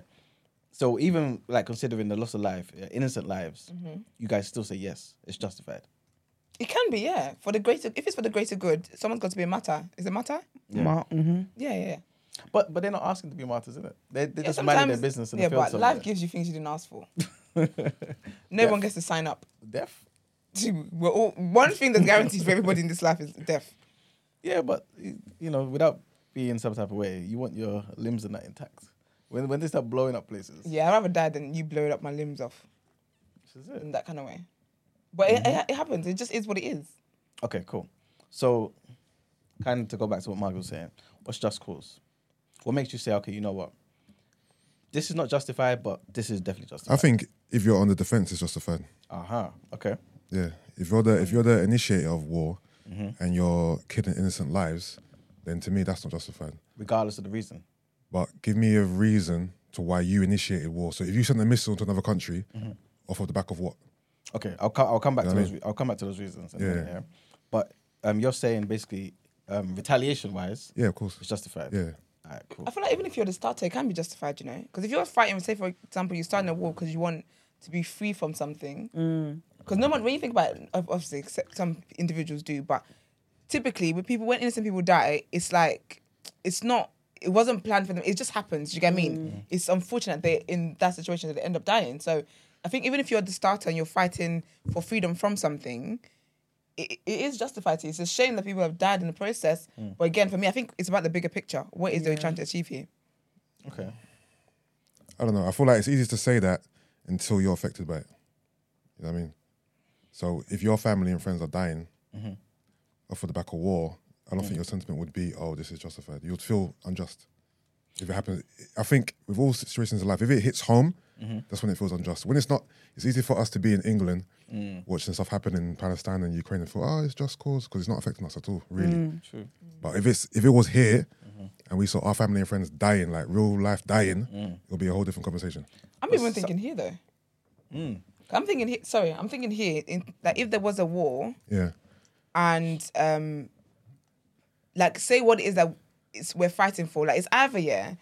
Speaker 4: so even like considering the loss of life, uh, innocent lives,
Speaker 1: Mm-hmm.
Speaker 4: you guys still say yes, it's justified.
Speaker 1: It can be, yeah. For the greater, if it's for the greater good, someone's got to be a matter. Is it matter?
Speaker 2: Ma- mhm.
Speaker 1: Yeah, yeah. yeah.
Speaker 4: But but they're not asking to be martyrs, is it? They they
Speaker 1: Yeah,
Speaker 4: just minding their
Speaker 1: sometimes-
Speaker 4: business in
Speaker 1: yeah,
Speaker 4: the field
Speaker 1: but
Speaker 4: somewhere.
Speaker 1: life gives you things you didn't ask for. no one gets to sign up.
Speaker 4: death.
Speaker 1: We're all, one thing that's guaranteed for everybody in this life is death.
Speaker 4: Yeah, but y- you know, without being some type of way, you want your limbs and that intact. When when they start blowing up places,
Speaker 1: Yeah, I'd rather die than you blowing up my limbs off
Speaker 4: this is it.
Speaker 1: in that kind of way. But it, it, it happens. It just is what it is.
Speaker 4: Okay, cool. So, kind of to go back to what Margaret was saying, what's just cause? What makes you say, okay, you know what? This is not justified, but this is definitely
Speaker 6: I
Speaker 4: justified.
Speaker 6: think if you're on the defense, it's justified.
Speaker 4: Uh huh. Okay.
Speaker 6: Yeah. If you're the if you're the initiator of war and you're killing innocent lives, then to me that's not justified.
Speaker 4: Regardless of the reason.
Speaker 6: But give me a reason to why you initiated war. So if you sent a missile to another country, off of the back of what?
Speaker 4: Okay. I'll come. I'll come back
Speaker 6: You know
Speaker 4: to
Speaker 6: what I
Speaker 4: those. Re- I'll come back to those reasons. in a
Speaker 6: Yeah.
Speaker 4: minute, yeah. But um, you're saying basically, um, retaliation wise,
Speaker 6: Yeah, of course.
Speaker 4: it's justified.
Speaker 6: Yeah.
Speaker 4: All right. Cool.
Speaker 1: I feel like even if you're the starter, it can be justified, you know? Because if you're fighting, say, for example, you're starting a war because you want to be free from something. Because no one, when you think about it, ob- obviously, except some individuals do, but typically, when people, when innocent people die, it's like, it's not, it wasn't planned for them. It just happens. Do you get what I mean? It's unfortunate they in that situation that they end up dying. So I think even if you're the starter and you're fighting for freedom from something, it, it is justified. It's a shame that people have died in the process. But again, for me, I think it's about the bigger picture. What is they trying to achieve here?
Speaker 4: Okay.
Speaker 6: I don't know. I feel like it's easy to say that until you're affected by it. You know what I mean? So if your family and friends are dying off of the back of war, I don't think your sentiment would be, oh, this is justified. You'd feel unjust if it happens. I think with all situations in life, if it hits home, that's when it feels unjust. When it's not, it's easy for us to be in England watching stuff happen in Palestine and Ukraine and feel, oh, it's just cause, because it's not affecting us at all, really.
Speaker 4: True.
Speaker 6: But if it's if it was here and we saw our family and friends dying, like real life dying, it'll be a whole different conversation.
Speaker 1: I'm even thinking here though. I'm thinking here. Sorry, I'm thinking here. In, like if there was a war
Speaker 6: Yeah.
Speaker 1: and um, like say what it is that it's we're fighting for. Like it's either yeah,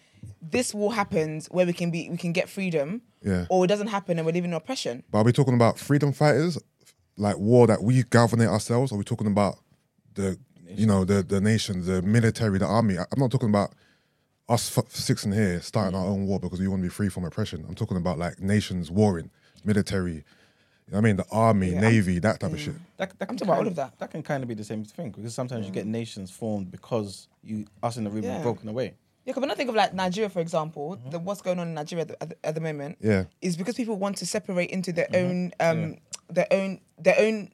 Speaker 1: this war happens where we can be we can get freedom,
Speaker 6: Yeah.
Speaker 1: or it doesn't happen and we're living in oppression.
Speaker 6: But are we talking about freedom fighters, like war that we governate ourselves? Are we talking about the, you know, the the nation, the military, the army? I- I'm not talking about us f- six in here starting our own war because we want to be free from oppression. I'm talking about like nations warring, military. You know what I mean, the army, navy, that type of shit.
Speaker 4: That, that
Speaker 1: I'm
Speaker 4: can
Speaker 1: talking about all
Speaker 4: kind-
Speaker 1: of that. Mm.
Speaker 4: That can kind of be the same thing because sometimes you get nations formed because you us in the room
Speaker 1: Yeah.
Speaker 4: have broken away.
Speaker 1: Yeah, because when I think of like Nigeria, for example, the, what's going on in Nigeria at the, at the, at the moment
Speaker 6: Mm-hmm. Yeah. Mm-hmm.
Speaker 1: is because people want to separate into their own um their own their own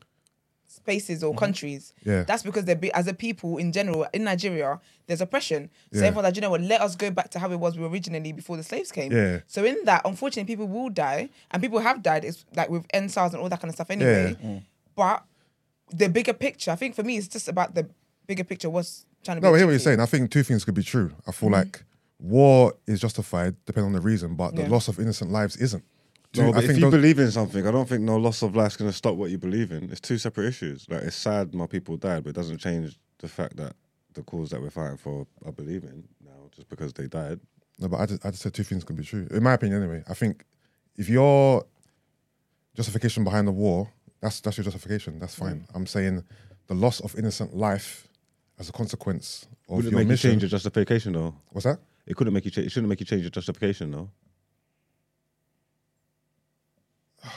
Speaker 1: spaces or countries.
Speaker 6: Mm-hmm. Yeah.
Speaker 1: That's because they're be, as a people in general in Nigeria, there's oppression. So
Speaker 6: Yeah.
Speaker 1: everyone's like, you know what, let us go back to how it was we were originally before the slaves came.
Speaker 6: Yeah.
Speaker 1: So in that, unfortunately, people will die and people have died. It's like with NSARS and all that kind of stuff anyway.
Speaker 6: Mm.
Speaker 1: But the bigger picture, I think for me, it's just about the bigger picture. What's trying to be
Speaker 6: No, I hear what you're
Speaker 1: achieved.
Speaker 6: saying. I think two things could be true. I feel like war is justified depending on the reason, but the
Speaker 1: Yeah.
Speaker 6: loss of innocent lives isn't.
Speaker 3: No,
Speaker 6: Two-
Speaker 3: but if you
Speaker 6: those-
Speaker 3: believe in something, I don't think no loss of life's going to stop what you believe in. It's two separate issues. Like it's sad my people died, but it doesn't change the fact that the cause that we're fighting for, I believe in now, just because they died.
Speaker 6: No, but I just, I just said two things can be true. In my opinion, anyway. I think if your justification behind the war, that's that's your justification. That's fine.
Speaker 3: Mm.
Speaker 6: I'm saying the loss of innocent life as a consequence of
Speaker 3: Would it
Speaker 6: your
Speaker 3: make you
Speaker 6: mission.
Speaker 3: change your justification though?
Speaker 6: What's that?
Speaker 3: It couldn't make you change. It shouldn't make you change your justification though.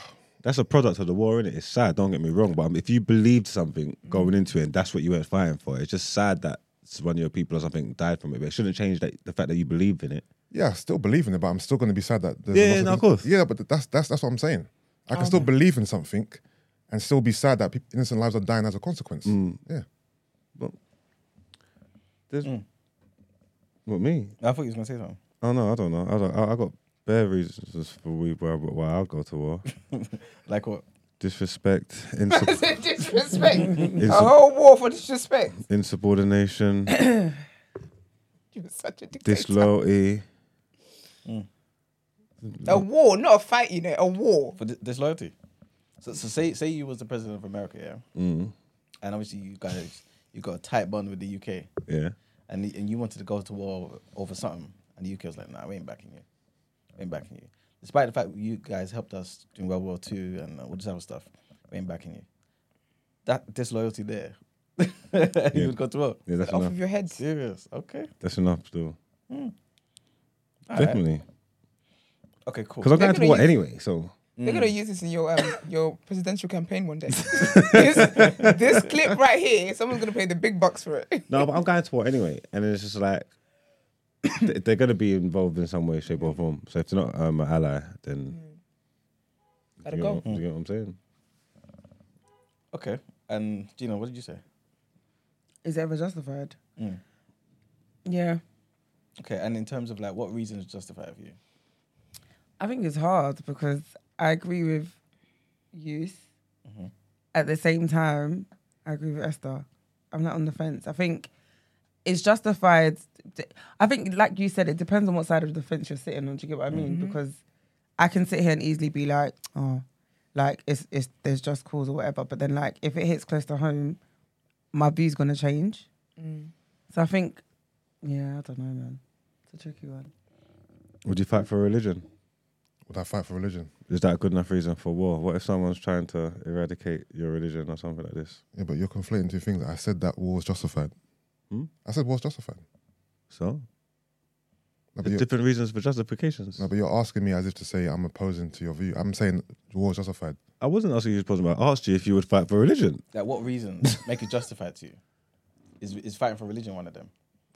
Speaker 3: That's a product of the war, innit? It's sad. Don't get me wrong, but um, if you believed something going into it, and that's what you were fighting for. It's just sad that one of your people or something died from it, but it shouldn't change that, the fact that you believe in it.
Speaker 6: Yeah, I still believe in it, but I'm still going to be sad that. There's
Speaker 3: Yeah,
Speaker 6: a
Speaker 3: yeah,
Speaker 6: loss
Speaker 3: no, of
Speaker 6: innocent-
Speaker 3: course. Oh,
Speaker 6: Yeah, but th- that's that's that's what I'm saying. I can still believe in something, and still be sad that peop innocent lives are dying as a consequence.
Speaker 3: Mm.
Speaker 6: Yeah.
Speaker 3: But there's what me?
Speaker 4: I thought you was gonna say something.
Speaker 3: Oh no, I don't know. I don't. I, I got bare reasons for we- why why I'll go to war.
Speaker 4: Like what?
Speaker 3: Disrespect, insub-
Speaker 1: disrespect. A
Speaker 3: insub-
Speaker 1: whole war for disrespect.
Speaker 3: insubordination,
Speaker 1: You're such a dictator.
Speaker 3: disloyalty.
Speaker 1: A war, not a fight, you know, a war.
Speaker 4: for dis- disloyalty. So, so say say you was the president of America, yeah,
Speaker 3: Mm-hmm.
Speaker 4: mm. and obviously you guys you got a tight bond with the UK,
Speaker 3: Yeah.
Speaker 4: and y- and you wanted to go to war over something, and the UK was like, nah, we ain't backing you, we ain't backing you, despite the fact you guys helped us during World War Two and all this other stuff, we ain't backing you. That disloyalty there, you would go to war.
Speaker 3: Yeah, that's
Speaker 1: Off
Speaker 3: enough.
Speaker 1: of your head.
Speaker 4: Serious, okay,
Speaker 3: That's enough, though.
Speaker 4: Alright.
Speaker 3: Definitely,
Speaker 4: okay, cool.
Speaker 3: because I'm going to
Speaker 1: Definitely.
Speaker 3: war anyway. So
Speaker 1: They're
Speaker 2: Mm.
Speaker 1: gonna use this in your um, your presidential campaign one day. this, this clip right here, someone's gonna pay the big bucks for it.
Speaker 3: no, but I'm going to war anyway, and it's just like th- they're going to be involved in some way, shape, or form. So if they're not um, an ally, then
Speaker 1: Gotta
Speaker 3: you,
Speaker 1: go.
Speaker 3: know, you know what I'm saying.
Speaker 4: Okay, and Gina, what did you say?
Speaker 2: Is it ever justified? Yeah.
Speaker 4: Okay, and in terms of like what reasons justify it for you?
Speaker 2: I think it's hard because I agree with youth.
Speaker 4: Mm-hmm.
Speaker 2: At the same time, I agree with Esther. I'm not on the fence. I think it's justified. I think, like you said, it depends on what side of the fence you're sitting on. Do you get what I mean? Because I can sit here and easily be like, oh, like it's it's there's just cause or whatever. But then, like, if it hits close to home, my view's gonna change. Mm. So I think, yeah, I don't know, man. It's a tricky one.
Speaker 3: Would you fight for religion?
Speaker 6: Would I fight for religion?
Speaker 3: Is that a good enough reason for war? What if someone's trying to eradicate your religion or something like this?
Speaker 6: Yeah, but you're conflating two things. I said that war was justified.
Speaker 3: Hmm?
Speaker 6: I said war was justified.
Speaker 3: So
Speaker 6: No, but
Speaker 3: there's
Speaker 6: you're-
Speaker 3: different reasons for justifications.
Speaker 6: No, but you're asking me as if to say I'm opposing to your view. I'm saying the war is justified.
Speaker 3: I wasn't asking you to pause. I asked you if you would fight for religion.
Speaker 4: Like, what reasons make it justified to you? Is is fighting for religion one of them?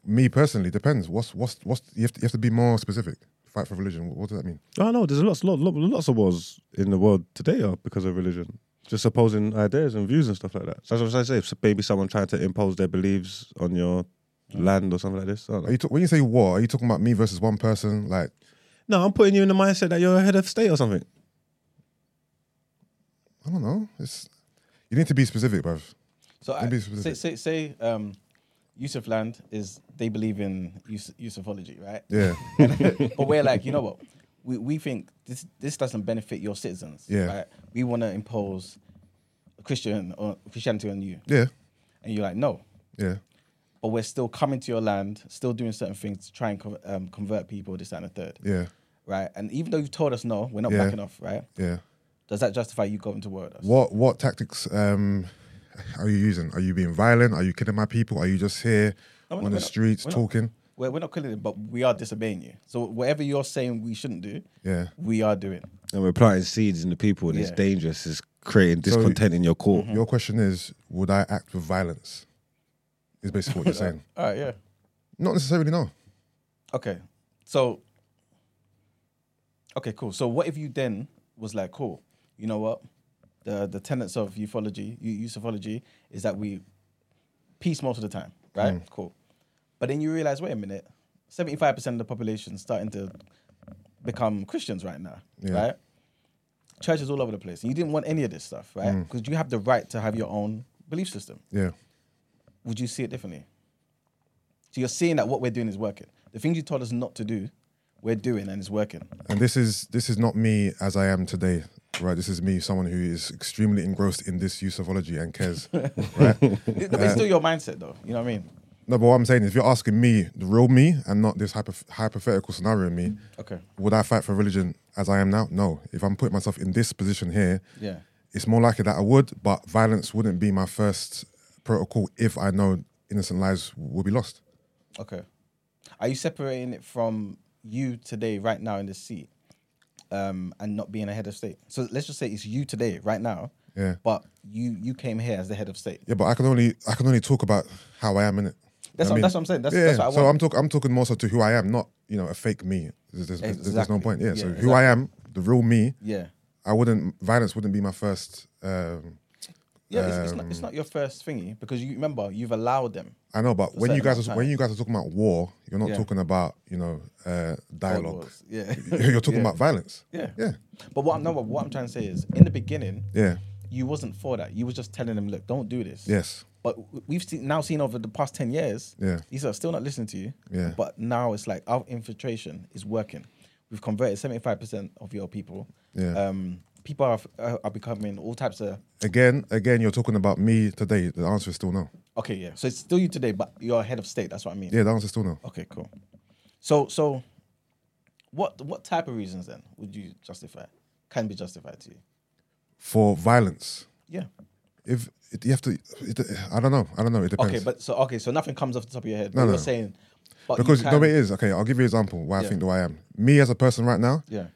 Speaker 6: Me personally, depends. What's what's what's you have to, you have to be more specific. Fight for religion. What, what does that mean?
Speaker 3: Oh no, there's lots, lot, lot, lots of wars in the world today are because of religion. Just opposing ideas and views and stuff like that. So that's what I say. So maybe someone trying to impose their beliefs on your land or something like this. I don't
Speaker 6: Are
Speaker 3: know.
Speaker 6: you ta- when you say war? Are you talking about me versus one person? Like
Speaker 3: No, I'm putting you in the mindset that you're a head of state or something.
Speaker 6: I don't know. It's you need to be specific, bruv.
Speaker 4: So I,
Speaker 6: Maybe it's
Speaker 4: say
Speaker 6: specific.
Speaker 4: say say um, Yusuf Land is they believe in Yus- Yusufology, right?
Speaker 6: Yeah,
Speaker 4: but we're like, you know what? We we think this this doesn't benefit your citizens.
Speaker 6: Yeah.
Speaker 4: Right? We want to impose Christian or Christianity on you,
Speaker 6: yeah,
Speaker 4: and you're like, no,
Speaker 6: yeah.
Speaker 4: but we're still coming to your land, still doing certain things to try and con- um, convert people, this, that, and the third,
Speaker 6: Yeah,
Speaker 4: right? And even though you've told us no, we're not
Speaker 6: Yeah.
Speaker 4: backing off, right?
Speaker 6: yeah.
Speaker 4: Does that justify you going to war with us?
Speaker 6: What what tactics um, are you using? Are you being violent? Are you killing my people? Are you just here
Speaker 4: No, we're
Speaker 6: on
Speaker 4: not-
Speaker 6: the streets
Speaker 4: we're not-
Speaker 6: talking?
Speaker 4: We're, we're not killing them, but we are disobeying you. So whatever you're saying we shouldn't do,
Speaker 6: Yeah.
Speaker 4: we are doing.
Speaker 3: And we're planting seeds in the people, and it's
Speaker 4: Yeah.
Speaker 3: dangerous. It's creating
Speaker 6: So-
Speaker 3: discontent in your court.
Speaker 4: Mm-hmm.
Speaker 6: Your question is, would I act with violence? Is basically what you're saying.
Speaker 4: All right, yeah.
Speaker 6: Not necessarily. No.
Speaker 4: Okay. So Okay, cool. So what if you then was like, cool, you know what? The the tenets of ufology, eu- ufology is that we peace most of the time, right? Cool. But then you realize, wait a minute, 75% of the population starting to become Christians right now,
Speaker 6: Yeah.
Speaker 4: right? Churches all over the place. And you didn't want any of this stuff, right? Because you have the right to have your own belief system
Speaker 6: Yeah.
Speaker 4: would you see it differently? So you're seeing that what we're doing is working. The things you told us not to do, we're doing and it's working.
Speaker 6: and this is this is not me as I am today, right? This is me, someone who is extremely engrossed in this ufology and cares, right?
Speaker 4: It- but it's still your mindset though. You know what I mean?
Speaker 6: no, but what I'm saying is, if you're asking me, the real me, and not this hypo- hypothetical scenario me,
Speaker 4: Okay.
Speaker 6: would I fight for religion as I am now? No. If I'm putting myself in this position here,
Speaker 4: Yeah.
Speaker 6: it's more likely that I would, but violence wouldn't be my first protocol if I know innocent lives will be lost.
Speaker 4: Okay. Are you separating it from you today, right now in this seat, um, and not being a head of state? So let's just say it's you today, right now.
Speaker 6: Yeah.
Speaker 4: But you you came here as the head of state.
Speaker 6: Yeah, but I can only I can only talk about how I am in it.
Speaker 4: That's what- that's what I'm saying. That's- that's what I
Speaker 6: so
Speaker 4: want.
Speaker 6: I'm talking I'm talking more so to who I am, not you know a fake me. There's, there's, there's- there's no
Speaker 4: Exactly.
Speaker 6: point. Yeah. so
Speaker 4: Yeah,
Speaker 6: who I am, the real me.
Speaker 4: Yeah.
Speaker 6: I wouldn't violence wouldn't be my first. Um,
Speaker 4: Yeah, it's, it's, not, it's not your first thingy because you remember you've allowed them.
Speaker 6: I know, but when
Speaker 4: certain
Speaker 6: you guys
Speaker 4: amount
Speaker 6: are,
Speaker 4: of
Speaker 6: when
Speaker 4: time.
Speaker 6: you guys are talking about war, you're not
Speaker 4: Yeah.
Speaker 6: talking about you know uh, dialogue.
Speaker 4: wars, yeah.
Speaker 6: you're talking
Speaker 4: Yeah.
Speaker 6: about violence.
Speaker 4: Yeah.
Speaker 6: Yeah.
Speaker 4: But what I'm no, but what I'm trying to say is in the beginning,
Speaker 6: Yeah.
Speaker 4: you wasn't for that. You was just telling them, look, don't do this.
Speaker 6: Yes.
Speaker 4: But w- we've seen, now seen over the past 10 years,
Speaker 6: Yeah.
Speaker 4: these are still not listening to you.
Speaker 6: Yeah.
Speaker 4: But now it's like our infiltration is working. We've converted 75% of your people.
Speaker 6: Yeah.
Speaker 4: Um, people are, are, are becoming all types of.
Speaker 6: Again, again, you're talking about me today. The answer is still no.
Speaker 4: Okay, yeah. So it's still you today, but you're a head of state. That's what I mean.
Speaker 6: Yeah, the answer is still no.
Speaker 4: Okay, cool. So, so what what type of reasons then would you justify? Can be justified to you?
Speaker 6: For violence,
Speaker 4: Yeah.
Speaker 6: if it, you have to, it, I don't know. I don't know. It depends.
Speaker 4: Okay, but so okay, so nothing comes off the top of your head.
Speaker 6: No,
Speaker 4: but
Speaker 6: no.
Speaker 4: You're saying, but you
Speaker 6: Because
Speaker 4: can-
Speaker 6: no, it is okay. I'll give you an example why I
Speaker 4: Yeah.
Speaker 6: think the way I am. Me as a person right now,
Speaker 4: Yeah.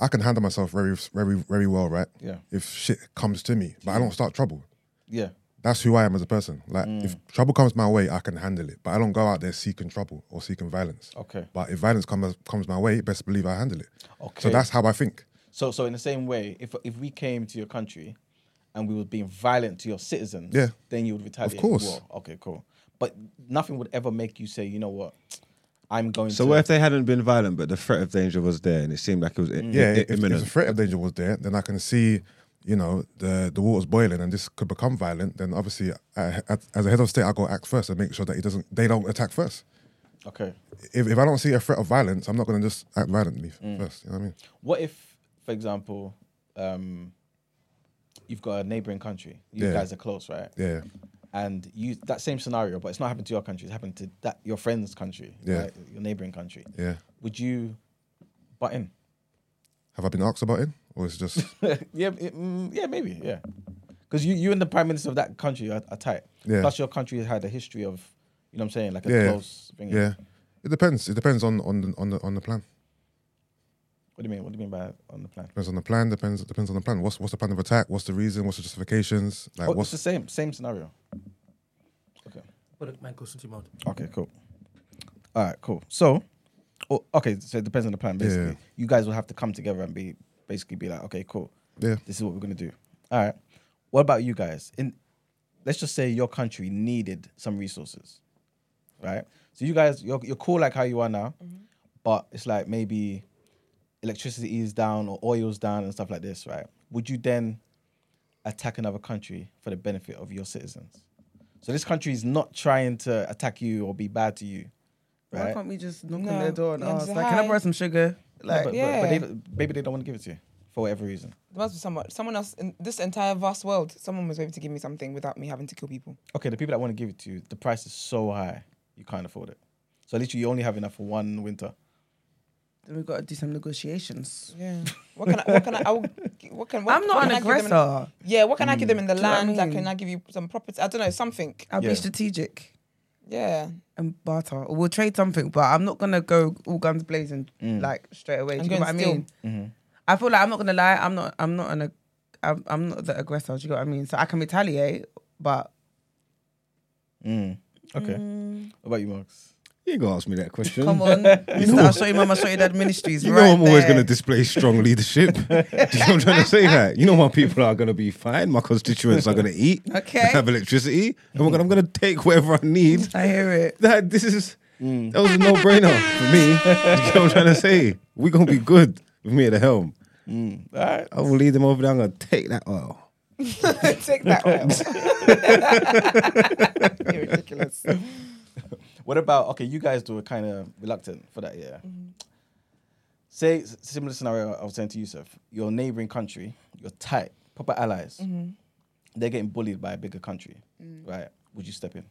Speaker 6: I can handle myself very, very, very well, right?
Speaker 4: Yeah.
Speaker 6: If shit comes to me, but I don't start trouble.
Speaker 4: Yeah.
Speaker 6: That's who I am as a person. Like if
Speaker 4: Mm.
Speaker 6: trouble comes my way, I can handle it, but I don't go out there seeking trouble or seeking violence.
Speaker 4: Okay.
Speaker 6: But if violence comes comes my way, best believe I handle it.
Speaker 4: Okay.
Speaker 6: So that's how I think.
Speaker 4: So, so in the same way, if if we came to your country and we were being violent to your citizens,
Speaker 6: Yeah.
Speaker 4: then you would retaliate. with
Speaker 6: course.
Speaker 4: war. Okay, cool. But nothing would ever make you say, you know what, I'm going
Speaker 3: So
Speaker 4: to.
Speaker 3: what if they hadn't been violent, but the threat of danger was there, and it seemed like it was i-
Speaker 6: Yeah.
Speaker 3: i-
Speaker 6: if, if the
Speaker 3: imminent?
Speaker 6: threat of danger was there, then I can see. You know the the water's boiling and this could become violent. Then obviously, I, as a head of state, I go act first and make sure that he doesn't. They don't attack first.
Speaker 4: okay.
Speaker 6: if, if I don't see a threat of violence, I'm not going to just act violently
Speaker 4: Mm.
Speaker 6: first. You know what I mean?
Speaker 4: What if, for example, um, you've got a neighboring country, you
Speaker 6: Yeah.
Speaker 4: guys are close, right?
Speaker 6: Yeah.
Speaker 4: and you that same scenario, but it's not happened to your country. It's happened to that your friend's country,
Speaker 6: Yeah.
Speaker 4: right? your neighboring country.
Speaker 6: Yeah.
Speaker 4: Would you butt in?
Speaker 6: Have I been asked about it? Or it's just,
Speaker 4: yeah, it- mm, yeah, maybe, yeah. Because you, you and the prime minister of that country are, are tight.
Speaker 6: Yeah.
Speaker 4: Plus, your country had a history of, you know, what I'm saying, like a
Speaker 6: Yeah.
Speaker 4: close thing.
Speaker 6: yeah. It depends. It depends on, on, the, on, the, on the plan.
Speaker 4: What do you mean? What do you mean by on the plan?
Speaker 6: Depends on the plan. Depends depends on the plan. What's what's the plan of attack? What's the reason? What's the justifications? Like
Speaker 4: Oh, it's
Speaker 6: what's
Speaker 4: the same same scenario. Okay.
Speaker 5: Put it- my goes into your mouth.
Speaker 4: Okay, cool. All right, cool. So, oh, okay, so it depends on the plan. Basically,
Speaker 6: Yeah.
Speaker 4: you guys will have to come together and be basically be like, okay, cool.
Speaker 6: Yeah.
Speaker 4: this is what we're gonna do. All right. What about you guys? In let's just say your country needed some resources, right? So you guys, you're you're cool like how you are now, but it's like maybe electricity is down or oil's down and stuff like this, right? Would you then attack another country for the benefit of your citizens? So this country is not trying to attack you or be bad to you,
Speaker 2: Why
Speaker 4: right?
Speaker 2: can't we just knock
Speaker 1: No,
Speaker 2: on their door and
Speaker 1: yeah,
Speaker 2: ask,
Speaker 1: just
Speaker 2: like, can I
Speaker 1: hi.
Speaker 2: borrow some sugar?
Speaker 4: But-
Speaker 2: Like,
Speaker 4: but,
Speaker 1: Yeah.
Speaker 4: but they, maybe they don't want to give it to you for whatever reason.
Speaker 1: There must be someone, someone else in this entire vast world. Someone was able to give me something without me having to kill people.
Speaker 4: Okay, the people that want to give it to you, the price is so high. You can't afford it. So literally, you only have enough for one winter.
Speaker 2: Then we've got to do some negotiations.
Speaker 1: Yeah. What can I? What can I? I will, what can? What,
Speaker 2: I'm not
Speaker 1: what
Speaker 2: an
Speaker 1: can I give them in-
Speaker 2: aggressor. Mm.
Speaker 1: yeah. What can I give them in the
Speaker 2: you know what I
Speaker 1: land? I
Speaker 2: mean?
Speaker 1: can I give you some property? I don't know something.
Speaker 2: I'll
Speaker 4: Yeah.
Speaker 2: be strategic
Speaker 1: Yeah.
Speaker 2: and barter. We'll trade something, but I'm not gonna go all guns blazing like straight away. Do
Speaker 1: I'm
Speaker 2: you know
Speaker 1: going
Speaker 2: what I
Speaker 1: still.
Speaker 2: mean? I feel like I'm not gonna lie. I'm not. I'm not an. ag- I'm, I'm not the aggressor. Do you know what I mean? So I can retaliate, but
Speaker 4: Okay. What about you, Marks?
Speaker 3: You ain't gonna ask me that question.
Speaker 2: come on, Mr. I'll show you, Mama, show you Dad Ministries.
Speaker 3: You know
Speaker 2: right
Speaker 3: I'm always
Speaker 2: there.
Speaker 3: going to display strong leadership. Do you know what I'm trying to say? That you know my people are going to be fine. My constituents are going to eat.
Speaker 2: Okay. Mm.
Speaker 3: Have electricity, and we're gonna, I'm going to take whatever I need.
Speaker 2: I hear it.
Speaker 3: That this is
Speaker 2: Mm.
Speaker 3: that was a no brainer for me. you know what I'm trying to say? We're going to be good with me at the helm.
Speaker 2: Mm.
Speaker 4: All right.
Speaker 3: I will lead them over there. I'm going to take that oil.
Speaker 1: Take that oil. You're ridiculous.
Speaker 4: What about okay? You guys were kind of reluctant for that, yeah. Say s- similar scenario I was saying to Yusuf. Your neighboring country, your tight proper allies, they're getting bullied by a bigger country, right? Would you step in?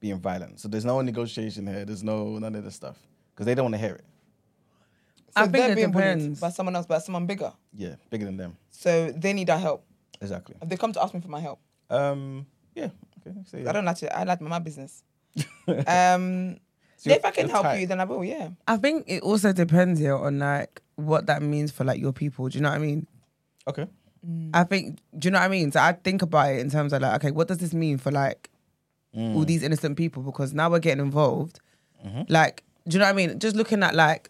Speaker 4: Being violent. So there's no negotiation here. There's no none of this stuff because they don't want to hear it.
Speaker 2: I
Speaker 1: So
Speaker 2: think
Speaker 1: they're
Speaker 2: it
Speaker 1: being bullied
Speaker 2: depends.
Speaker 1: by someone else, by someone bigger.
Speaker 4: Yeah, bigger than them.
Speaker 1: So they need our help.
Speaker 4: Exactly.
Speaker 1: If they come to ask me for my help,
Speaker 4: Um. Yeah. Okay. So yeah.
Speaker 1: I don't like to. I like my business. Um, if I can
Speaker 4: you're
Speaker 1: help
Speaker 4: tight.
Speaker 1: you, then I will. Yeah.
Speaker 2: I think it also depends here on like what that means for like your people. Do you know what I mean?
Speaker 4: Okay.
Speaker 2: I think, do you know what I mean? So I think about it in terms of like, okay, what does this mean for like all these innocent people? Because now we're getting involved. Like, do you know what I mean? Just looking at like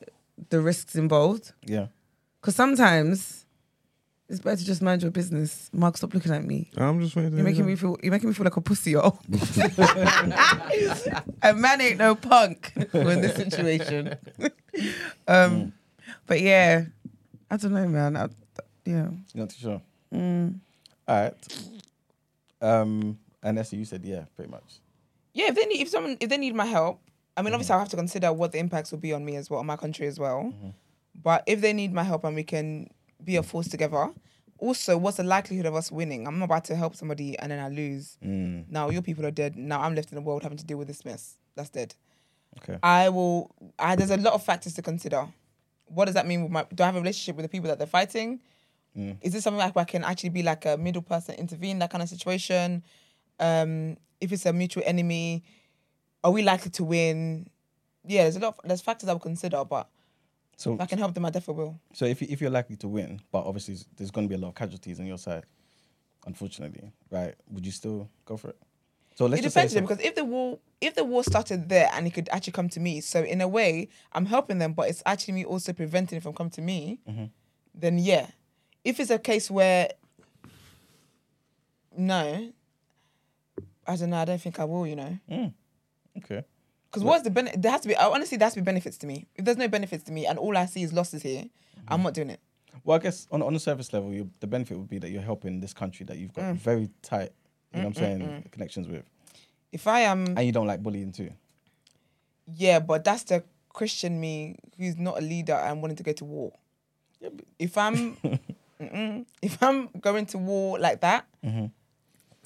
Speaker 2: the risks involved.
Speaker 4: Yeah.
Speaker 2: Because sometimes it's better to just mind your business. Mark, stop looking at me.
Speaker 3: I'm just waiting.
Speaker 2: You're making me feel. You're making me feel like a pussy. Oh, a man ain't no punk in this situation. um, but yeah, I don't know, man. I, yeah,
Speaker 4: You're not too sure. All right. Um. And that's you said yeah, pretty much.
Speaker 1: Yeah. If they need, if someone, if they need my help, I mean, obviously, I have to consider what the impacts will be on me as well, on my country as well. But if they need my help and we can be a force together, also, what's the likelihood of us winning? I'm not about to help somebody and then I lose. Now your people are dead. Now I'm left in the world having to deal with this mess. That's dead.
Speaker 4: Okay.
Speaker 1: I will. I, there's a lot of factors to consider. What does that mean with my? Do I have a relationship with the people that they're fighting? Is this something like where I can actually be like a middle person, intervene that kind of situation? Um, if it's a mutual enemy, are we likely to win? Yeah, there's a lot. Of, there's factors I would consider, but
Speaker 4: So
Speaker 1: if I can help them, I definitely will.
Speaker 4: So if you- if you're likely to win, but obviously s- there's going to be a lot of casualties on your side, unfortunately, right? Would you still go for it? So let's
Speaker 1: it
Speaker 4: just say
Speaker 1: depends though, because if the war if the war started there and it could actually come to me, so in a way I'm helping them, but it's actually me also preventing it from coming to me.
Speaker 4: Mm-hmm.
Speaker 1: Then yeah, if it's a case where no, I don't know. I don't think I will. You know,
Speaker 4: okay,
Speaker 1: because what's the benefit? There has to be I- honestly. There has to be benefits to me. If there's no benefits to me and all I see is losses here, I'm not doing it.
Speaker 4: well I guess on on the surface level, you, the benefit would be that you're helping this country that you've got
Speaker 1: Mm.
Speaker 4: very tight, you know, what I'm saying connections with,
Speaker 1: If I am
Speaker 4: and you don't like bullying too.
Speaker 1: Yeah, but that's the Christian me who's not a leader and wanting to go to war. if I'm mm-mm. if I'm going to war like that,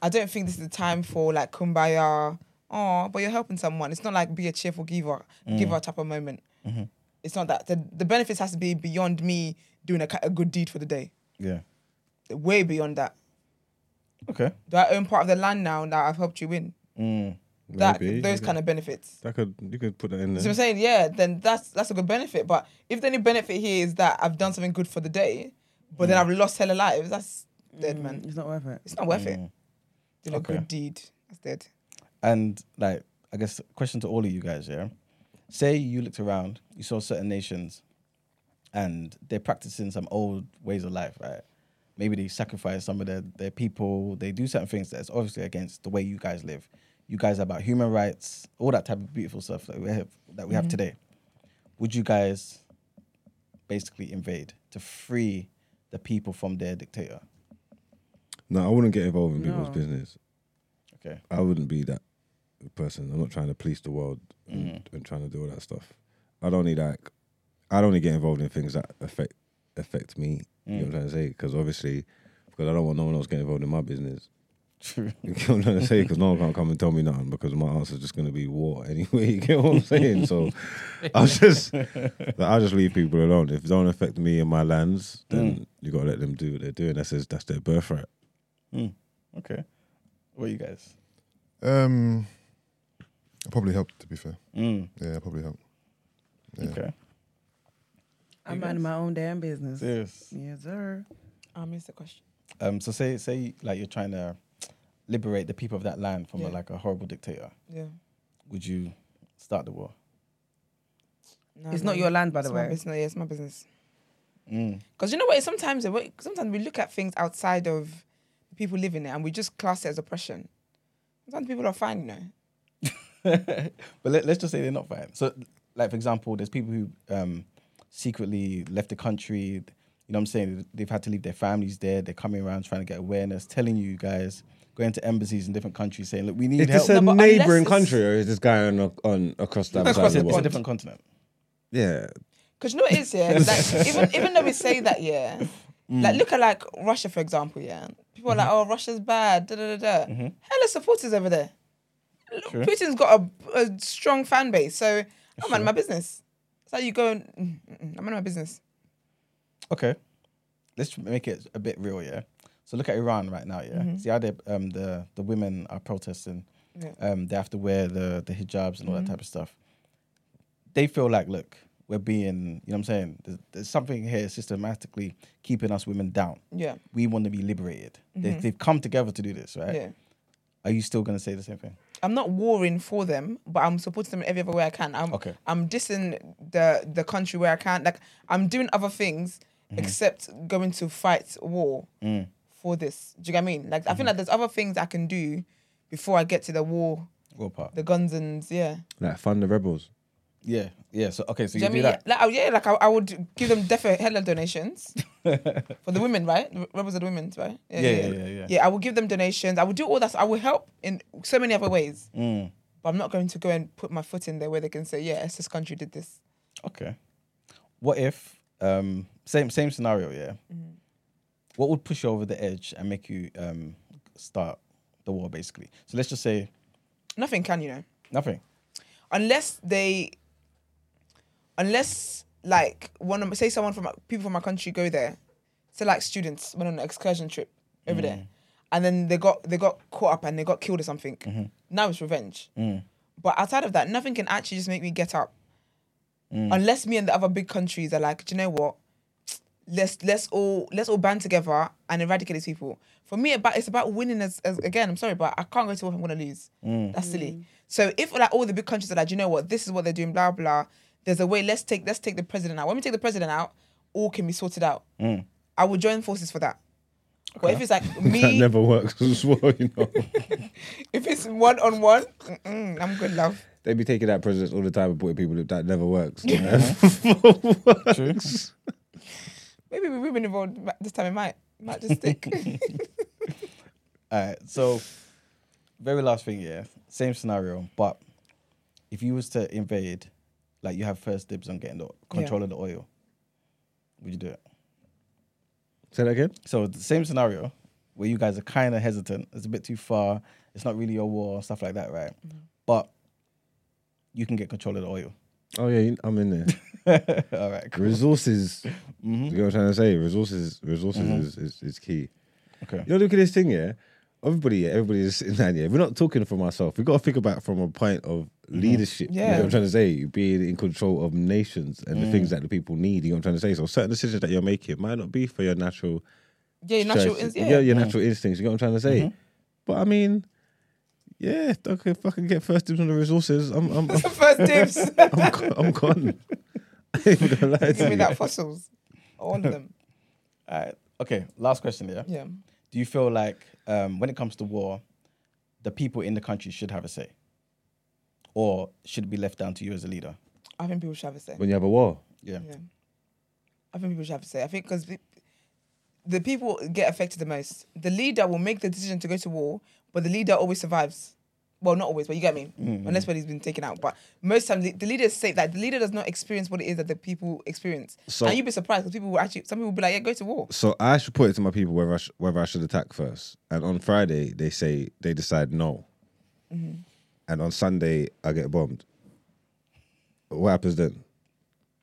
Speaker 1: I don't think this is the time for like kumbaya. Oh, but you're helping someone. It's not like be a cheerful giver, giver type of moment. It's not that. The, the benefits has to be beyond me doing a, ki- a good deed for the day.
Speaker 4: Yeah.
Speaker 1: Way beyond that.
Speaker 4: Okay. Mm.
Speaker 1: Do I own part of the land now that I've helped you win? That those kind of benefits.
Speaker 3: That could you could put that in there.
Speaker 1: So I'm saying, yeah, then that's that's a good benefit. But if the only benefit here is that I've done something good for the day, but then I've lost hella lives, that's dead, man.
Speaker 2: it's not worth it.
Speaker 1: It's not worth it. Did
Speaker 4: Okay.
Speaker 1: a good deed. That's dead.
Speaker 4: And like, I guess, question to all of you guys, yeah. Say you looked around, you saw certain nations, and they're practicing some old ways of life, right? Maybe they sacrifice some of their, their people. They do certain things that's obviously against the way you guys live. You guys are about human rights, all that type of beautiful stuff that we have that we have today. Would you guys basically invade to free the people from their dictator?
Speaker 3: no, I wouldn't get involved in people's business.
Speaker 4: Okay.
Speaker 3: I wouldn't be that person. I'm not trying to police the world and, and trying to do all that stuff. I don't need like I don't need to get involved in things that affect affect me. You know what I'm trying to say? Because obviously, because I don't want no one else getting involved in my business. You get what I'm trying to say? Because no one can't come and tell me nothing because my answer's just going to be war anyway. You get what I'm saying? So I'll just, like, I'll just leave people alone. If it don't affect me and my lands, then you got to let them do what they're doing. That's, just, that's their birthright.
Speaker 4: Hmm. Okay. What you guys?
Speaker 6: Um, I probably helped. To be fair,
Speaker 4: Mm.
Speaker 6: yeah, I probably helped. Yeah.
Speaker 4: Okay.
Speaker 2: I'm minding my own damn business.
Speaker 4: Serious.
Speaker 2: Yes, sir. Ah,
Speaker 1: I missed the question.
Speaker 4: Um. So say say like you're trying to liberate the people of that land from
Speaker 1: Yeah.
Speaker 4: a, like a horrible dictator.
Speaker 1: Yeah.
Speaker 4: Would you start the war?
Speaker 1: No,
Speaker 2: It's
Speaker 1: no.
Speaker 2: not your land, by the
Speaker 1: It's my
Speaker 2: way.
Speaker 1: business. Yeah, it's my business.
Speaker 4: Mm.
Speaker 1: Because you know what? Sometimes the way- sometimes we look at things outside of the people living it, and we just class it as oppression. Sometimes people are fine, you know.
Speaker 4: but let, let's just say they're not fine. So, like for example, there's people who um, secretly left the country. You know what I'm saying? They've had to leave their families there. They're coming around trying to get awareness, telling you guys, going to embassies in different countries, saying, "Look, we need
Speaker 3: Is
Speaker 4: help."
Speaker 3: this
Speaker 1: No,
Speaker 3: a
Speaker 1: but unless
Speaker 3: neighboring
Speaker 1: it's-
Speaker 3: country or is this guy on, on across that
Speaker 4: It's
Speaker 3: side of
Speaker 4: a-
Speaker 3: the
Speaker 4: it's a
Speaker 3: world?
Speaker 4: different continent.
Speaker 3: Yeah.
Speaker 1: Because you know what it is, yeah. Like even even though we say that, yeah.
Speaker 4: Mm.
Speaker 1: Like look at like Russia for example, yeah. People are like,
Speaker 4: Mm-hmm.
Speaker 1: oh, Russia's bad, da da da da. Hella supporters over there. Look,
Speaker 4: True.
Speaker 1: Putin's got a, a strong fan base, so I'm minding my business. So you go, and, mm, mm, mm, I'm minding my business.
Speaker 4: Okay, let's make it a bit real, yeah. So look at Iran right now, yeah. See how they um the the women are protesting.
Speaker 1: Mm-hmm. Yeah. Mm-hmm.
Speaker 4: Um, they have to wear the the hijabs and all that type of stuff. They feel like, look, we're being, you know, what I'm saying, there's, there's something here systematically keeping us women down.
Speaker 1: Yeah,
Speaker 4: We want to be liberated. They, they've come together to do this, right?
Speaker 1: Mm-hmm. yeah.
Speaker 4: Are you still gonna say the same thing?
Speaker 1: I'm not warring for them, but I'm supporting them in every other way I can. I'm
Speaker 4: Okay.
Speaker 1: I'm dissing the the country where I can. Like I'm doing other things
Speaker 4: Mm-hmm.
Speaker 1: except going to fight war
Speaker 4: Mm,
Speaker 1: for this. Do you get what I mean? Like I
Speaker 4: Mm-hmm.
Speaker 1: feel like there's other things I can do before I get to the war,
Speaker 4: Well, part.
Speaker 1: the guns and yeah.
Speaker 3: Like, fund the rebels.
Speaker 4: Yeah, yeah. So okay, so
Speaker 1: Do
Speaker 4: you
Speaker 1: you, know
Speaker 4: do that.
Speaker 1: what I mean? Like, oh, yeah, like I, I would give them definitely hella donations for the women, right? The rebels are the women, right?
Speaker 4: Yeah, yeah, yeah, yeah.
Speaker 1: I would give them donations. I would do all that. I would help in so many other ways.
Speaker 4: Mm.
Speaker 1: But I'm not going to go and put my foot in there where they can say, yeah, it's this country did this.
Speaker 4: Okay. What if um same same scenario, yeah? What would push you over the edge and make you um start the war basically? So let's just say
Speaker 1: Nothing can, you know,
Speaker 4: nothing.
Speaker 1: unless they, unless like one of say someone from people from my country go there, so like students went on an excursion trip over there, and then they got they got caught up and they got killed or something. Now it's revenge. But outside of that, nothing can actually just make me get up, unless me and the other big countries are like, do you know what? Let's let's all let's all band together and eradicate these people. For me, about it's about winning. As, as again, I'm sorry, but I can't go to war. if I'm gonna lose. That's silly. So if like all the big countries are like, you know what, this is what they're doing, blah blah. There's a way. Let's take let's take the president out. When we take the president out, all can be sorted out. I will join forces for that. But if it's like
Speaker 3: That
Speaker 1: me,
Speaker 3: never works as well, you know.
Speaker 1: if it's one on one, mm-mm, I'm good, love.
Speaker 3: they be taking out presidents all the time and putting people that never works. you know?
Speaker 4: True.
Speaker 1: Maybe we- we've been involved but this time. It might might just stick.
Speaker 4: All right. So very last thing, yeah. Same scenario, but if you was to invade, like you have first dibs on getting the control of the oil, would you do it?
Speaker 3: Say that again?
Speaker 4: So the same scenario where you guys are kind of hesitant. It's a bit too far. It's not really your war, stuff like that, right?
Speaker 1: Mm-hmm.
Speaker 4: But you can get control of the oil.
Speaker 3: Oh, yeah, you- I'm in there.
Speaker 4: All right. Cool.
Speaker 3: resources.
Speaker 1: Mm-hmm.
Speaker 3: You know what I'm trying to say? Resources, resources is, is, is key.
Speaker 4: Okay.
Speaker 3: You know, look at this thing, yeah. Everybody, yeah, everybody is sitting down here. We're not talking from ourselves. We got to think about from a point of leadership. You know
Speaker 1: Mm-hmm. Yeah. Mm.
Speaker 3: what I'm trying to say? Being in control of nations and the things that the people need. You know what I'm trying to say? So certain decisions that you're making might not be for your natural
Speaker 1: yeah, your natural. ins-
Speaker 3: choices-
Speaker 1: Yeah. Mm. Mm-hmm.
Speaker 3: your, your natural instincts. You know what I'm trying to say? But I mean, yeah, if I can fucking get first dibs on the resources, I'm I'm I'm,
Speaker 1: First dibs.
Speaker 3: I'm, go- I'm gone. I ain't even gonna lie
Speaker 1: Give
Speaker 3: to
Speaker 1: me
Speaker 3: you.
Speaker 1: that fossils. All of them.
Speaker 4: All right. Okay. Last question. Yeah.
Speaker 1: Yeah.
Speaker 4: Do you feel like um, when it comes to war, the people in the country should have a say, or should it be left down to you as a leader?
Speaker 1: I think people should have a say.
Speaker 3: When you have a war,
Speaker 4: Yeah.
Speaker 1: Yeah. I think people should have a say. I think because the people get affected the most. The leader will make the decision to go to war, but the leader always survives. Well, not always, but you get me. Unless when he's been taken out, but most times the, the leaders say that the leader does not experience what it is that the people experience,
Speaker 3: So-
Speaker 1: and you'd be surprised because people will actually some people will be like, "Yeah, go to war."
Speaker 3: So I should put it to my people whether I sh- whether I should attack first. And on Friday they say they decide no, and on Sunday I get bombed. What happens then?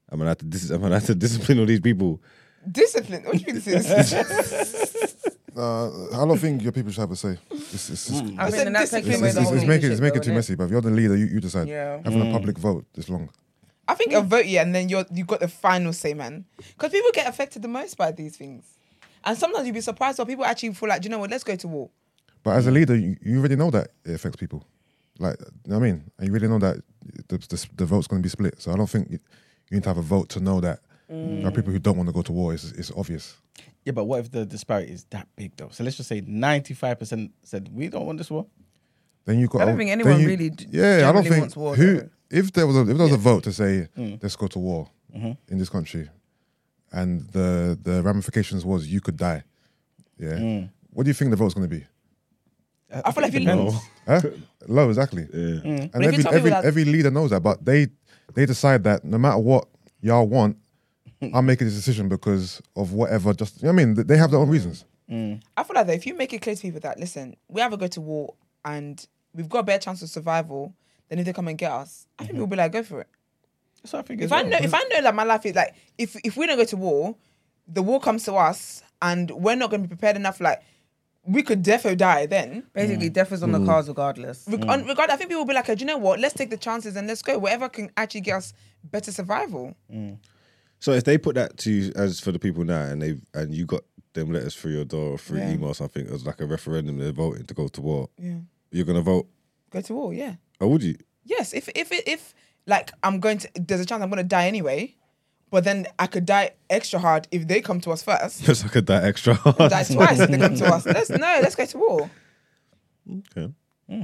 Speaker 3: I'm gonna have to dis- I'm gonna have to discipline all these people.
Speaker 1: Discipline. What do you think this is?
Speaker 6: Uh, I don't think your people should have a say. It's, it's, it's,
Speaker 2: Mm. I
Speaker 1: It's
Speaker 2: mean,
Speaker 1: a
Speaker 2: and
Speaker 1: discipline
Speaker 2: that's taking
Speaker 6: it's,
Speaker 2: away
Speaker 6: it's,
Speaker 2: the
Speaker 6: it's,
Speaker 2: whole
Speaker 6: it's making it's making
Speaker 2: leadership
Speaker 6: it too
Speaker 2: though,
Speaker 6: messy. But if you're the leader, you, you decide.
Speaker 2: Yeah.
Speaker 6: Having a public vote this long.
Speaker 1: I think a vote yeah, and then you're you got the final say, man. Because people get affected the most by these things, and sometimes you'd be surprised how people actually feel like, "Do you know what? Let's go to war.
Speaker 6: But
Speaker 2: Mm.
Speaker 6: as a leader, you, you already know that it affects people. Like, you know what I mean? And you really know that the, the, the vote's going to be split. So I don't think you, you need to have a vote to know that there are
Speaker 2: Mm.
Speaker 6: people who don't want to go to war. It's, it's obvious.
Speaker 4: Yeah, but what if the disparity is that big though? So let's just say ninety-five percent said we don't want this war.
Speaker 6: Then you got.
Speaker 2: I don't
Speaker 6: oh,
Speaker 2: think
Speaker 6: then
Speaker 2: anyone
Speaker 6: you-
Speaker 2: really d-
Speaker 6: Yeah, I don't
Speaker 2: generally
Speaker 6: think
Speaker 2: wants war,
Speaker 6: who.
Speaker 2: though. Mm.
Speaker 6: If there was a if there was a vote to say let's go to war
Speaker 2: Mm-hmm.
Speaker 6: in this country, and the the ramifications was you could die. Yeah.
Speaker 2: Mm.
Speaker 6: What do you think the vote's going to be?
Speaker 1: I feel like
Speaker 4: it
Speaker 1: if you
Speaker 4: depends.
Speaker 6: Huh? Low, exactly.
Speaker 3: Yeah.
Speaker 2: Mm.
Speaker 6: And
Speaker 1: you
Speaker 6: every
Speaker 1: tell people
Speaker 6: every,
Speaker 1: that-
Speaker 6: every leader knows that, but they they decide that no matter what y'all want, I'm making this decision because of whatever. Just you know what I mean, They- they have their own reasons.
Speaker 1: I feel like though, if you make it clear to people that listen, we have a go to war and we've got a better chance of survival than if they come and get us, I think we'll be like, go for it.
Speaker 4: So I think
Speaker 1: If I know,
Speaker 4: mm-hmm.
Speaker 1: if I know that my life is like, if if we don't go to war, the war comes to us and we're not going to be prepared enough. Like, we could defo die then.
Speaker 2: Basically, death is on
Speaker 6: Mm.
Speaker 2: the cards regardless.
Speaker 1: Reg- on, regard, I think people will be like, "Oh, do you know what? Let's take the chances and let's go. Whatever can actually get us better survival.
Speaker 3: So if they put that to you as for the people now, and they and you got them letters through your door or through email or something as like a referendum, they're voting to go to war.
Speaker 1: Yeah.
Speaker 3: You're gonna vote.
Speaker 1: Go to war, yeah.
Speaker 3: Or would you?
Speaker 1: Yes, if if if like I'm going to, there's a chance I'm going to die anyway, but then I could die extra hard if they come to us first.
Speaker 3: Just like a that extra. hard.
Speaker 1: Die twice if they come to us. Let's no, let's go to war.
Speaker 3: Okay.
Speaker 1: Because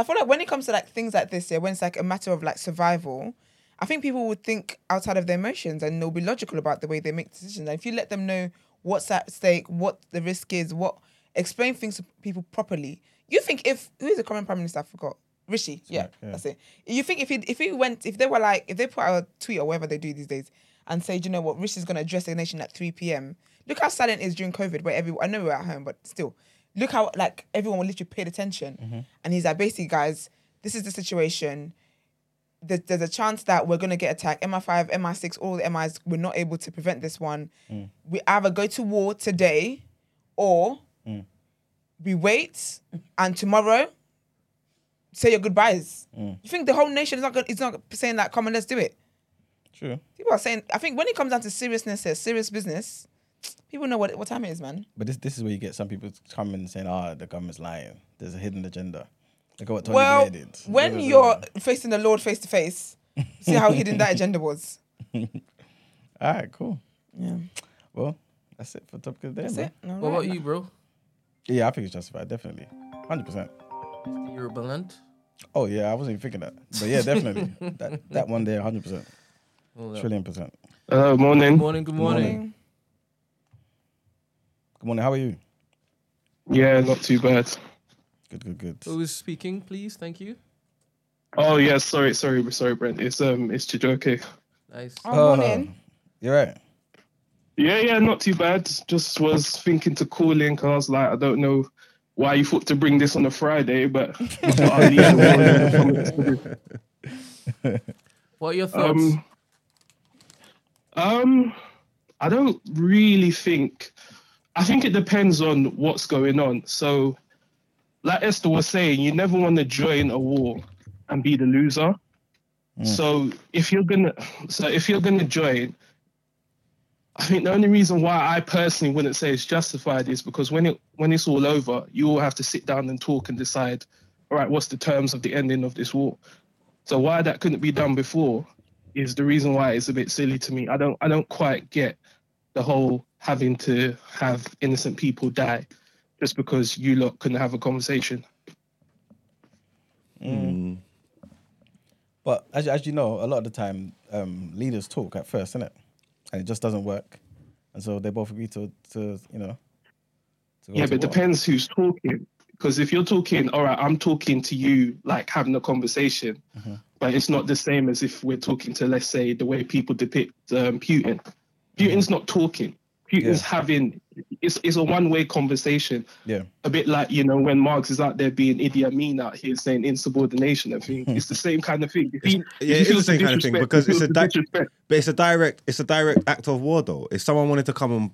Speaker 1: I feel like when it comes to like things like this, yeah, when it's like a matter of like survival, I think people would think outside of their emotions and they'll be logical about the way they make decisions. And if you let them know what's at stake, what the risk is, what explain things to people properly, you think if who is the current prime minister? I forgot. Rishi, yeah, that's it. You think if he if he went if they were like if they put out a tweet or whatever they do these days and say, do you know what, Rishi's gonna address the nation at three p.m. Look how silent it is during COVID, where everyone I know we're at home, but still, look how like everyone literally paid attention and he's like basically guys this is the situation There- there's a chance that we're going to get attacked mi5 mi6 all the mis we're not able to prevent this one we either go to war today or we wait and tomorrow say your goodbyes
Speaker 6: Mm.
Speaker 1: you think the whole nation is not going it's not saying that come on let's do it
Speaker 4: True.
Speaker 1: people are saying i think when it comes down to seriousness here, serious business people know what, what time it is man
Speaker 4: But this this is where you get some people coming and saying, "Ah, the government's lying. There's a hidden agenda." Look at what Tony
Speaker 1: well,
Speaker 4: Blair did.
Speaker 1: when you're facing the Lord face to face, see how hidden that agenda was.
Speaker 4: all right, cool.
Speaker 1: Yeah,
Speaker 4: Well, that's it for topic of the day.
Speaker 1: that's
Speaker 4: man.
Speaker 1: it. All
Speaker 5: What
Speaker 1: right.
Speaker 5: about you, bro?
Speaker 4: Yeah, I think it's justified, definitely, hundred percent.
Speaker 5: You're blunt.
Speaker 4: Oh yeah, I wasn't even thinking that, but yeah, definitely that that one there, hundred percent,
Speaker 5: Hold up.
Speaker 4: trillion percent.
Speaker 7: Uh, morning.
Speaker 5: Morning, good morning.
Speaker 4: Good morning. How are you?
Speaker 7: Yeah, not too bad.
Speaker 4: Good, good, good.
Speaker 5: Who is speaking, please? Thank you.
Speaker 7: Oh yeah, sorry, sorry, sorry, Brent. It's um, it's Chijoke.
Speaker 5: Nice.
Speaker 1: Oh,
Speaker 4: Uh,
Speaker 1: morning.
Speaker 4: You're right.
Speaker 7: Yeah, yeah, not too bad. Just was thinking to call in because I was like, I don't know why you thought to bring this on a Friday, but oh, yeah,
Speaker 5: What are your thoughts?
Speaker 7: um, um, I don't really think. I think it depends on what's going on. So, like Esther was saying, you never want to join a war and be the loser. So if you're gonna, so if you're gonna join, I think the only reason why I personally wouldn't say it's justified is because when it when it's all over, you all have to sit down and talk and decide, all right, what's the terms of the ending of this war. So why that couldn't be done before is the reason why it's a bit silly to me. I don't I don't quite get the whole having to have innocent people die just because you lot couldn't have a conversation.
Speaker 4: But as, as you know, a lot of the time, um, leaders talk at first, innit? And it just doesn't work. And so they both agree to, to you know, to go
Speaker 7: yeah,
Speaker 4: to
Speaker 7: but it
Speaker 4: war.
Speaker 7: depends who's talking. Because if you're talking, all right, I'm talking to you, like having a conversation, but it's not the same as if we're talking to, let's say, the way people depict um, Putin. Putin's not talking. Putin's having it's it's a one way conversation.
Speaker 4: Yeah.
Speaker 7: A bit like you know when Marx is out there being Idi Amin out here saying insubordination and things. It's the same kind of thing. If he- if
Speaker 3: Yeah, it
Speaker 7: he
Speaker 3: is the
Speaker 7: feels
Speaker 3: same kind of thing
Speaker 7: disrespect,
Speaker 3: because
Speaker 7: he
Speaker 3: it's a
Speaker 7: feels the
Speaker 3: di-
Speaker 7: disrespect.
Speaker 3: but it's a direct it's a direct act of war though. If someone wanted to come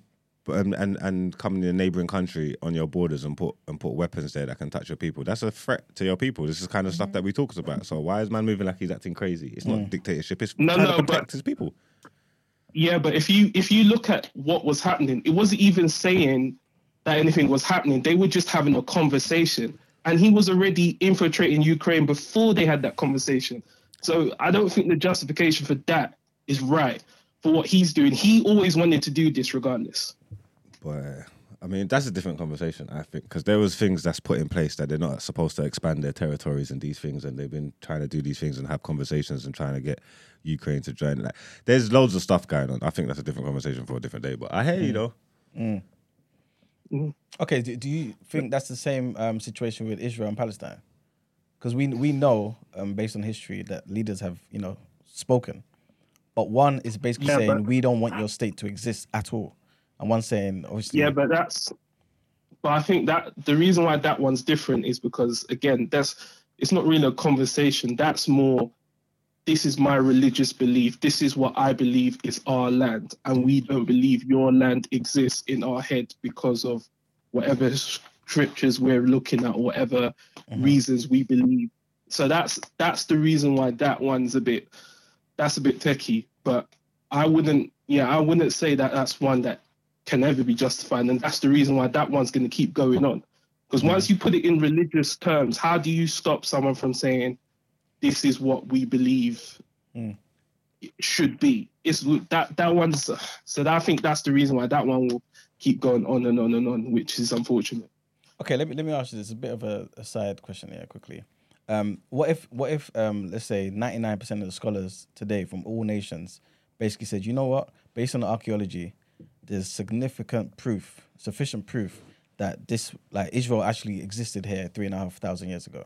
Speaker 3: and and and, and come in a neighboring country on your borders and put and put weapons there that can touch your people, that's a threat to your people. This is kind of stuff that we talked about. So why is man moving like he's acting crazy? It's not dictatorship. It's
Speaker 7: Mm. No,
Speaker 3: trying
Speaker 7: no,
Speaker 3: to protect
Speaker 7: but-
Speaker 3: his people.
Speaker 7: Yeah, but if you if you look at what was happening, it wasn't even saying that anything was happening. They were just having a conversation, and he was already infiltrating Ukraine before they had that conversation. So I don't think the justification for that is right for what he's doing. He always wanted to do this, regardless.
Speaker 3: But I mean, that's a different conversation, I think, because there was things that's put in place that they're not supposed to expand their territories and these things, and they've been trying to do these things and have conversations and trying to get Ukraine to join. Like, there's loads of stuff going on. I think that's a different conversation for a different day. But I hear
Speaker 7: Mm.
Speaker 2: Mm.
Speaker 3: you though.
Speaker 4: Okay, do, do you think that's the same um, situation with Israel and Palestine? Because we we know, um, based on history, that leaders have you know spoken, but one is basically
Speaker 7: Yeah,
Speaker 4: saying
Speaker 7: but-
Speaker 4: we don't want your state to exist at all, and one saying obviously
Speaker 7: Yeah, but that's. But I think that the reason why that one's different is because again, that's it's not really a conversation. That's more. This is my religious belief. This is what I believe is our land, and we don't believe your land exists in our head because of whatever scriptures we're looking at, whatever reasons we believe. So that's that's the reason why that one's a bit that's a bit techie. But I wouldn't, yeah, I wouldn't say that that's one that can ever be justified, and that's the reason why that one's going to keep going on. Because once you put it in religious terms, how do you stop someone from saying, "This is what we believe it should be"? It's that that one's. So I think that's the reason why that one will keep going on and on and on, which is unfortunate.
Speaker 4: Okay, let me let me ask you this. A bit of a, a side question here, quickly. Um, what if what if um, let's say ninety nine percent of the scholars today from all nations basically said, you know what? Based on the archaeology, there's significant proof, sufficient proof that this like Israel actually existed here three and a half thousand years ago.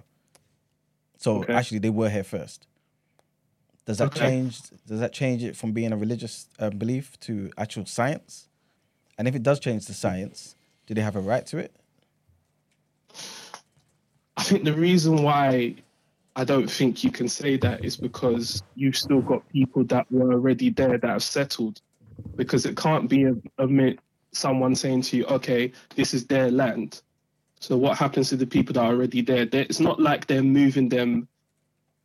Speaker 4: So
Speaker 7: Okay.
Speaker 4: actually, they were here first. Does that
Speaker 7: Okay.
Speaker 4: change? Does that change it from being a religious uh, belief to actual science? And if it does change to science, do they have a right to it?
Speaker 7: I think the reason why I don't think you can say that is because you've still got people that were already there that have settled. Because it can't be a, a mi- someone saying to you, okay, this is their land. So what happens to the people that are already there? they it's not like they're moving them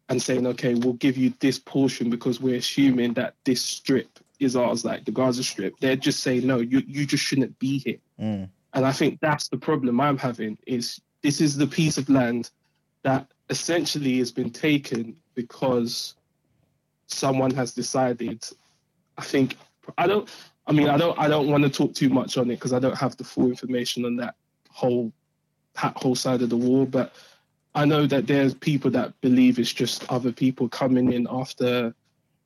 Speaker 7: and saying, okay, we'll give you this portion because we're assuming that this strip is ours, like the Gaza Strip. They're just saying, no, you, you just shouldn't be here. And I think that's the problem I'm having is this is the piece of land that essentially has been taken because someone has decided. I think I don't. I mean, I don't. I don't want to talk too much on it because I don't have the full information on that whole that whole side of the war. But I know that there's people that believe it's just other people coming in after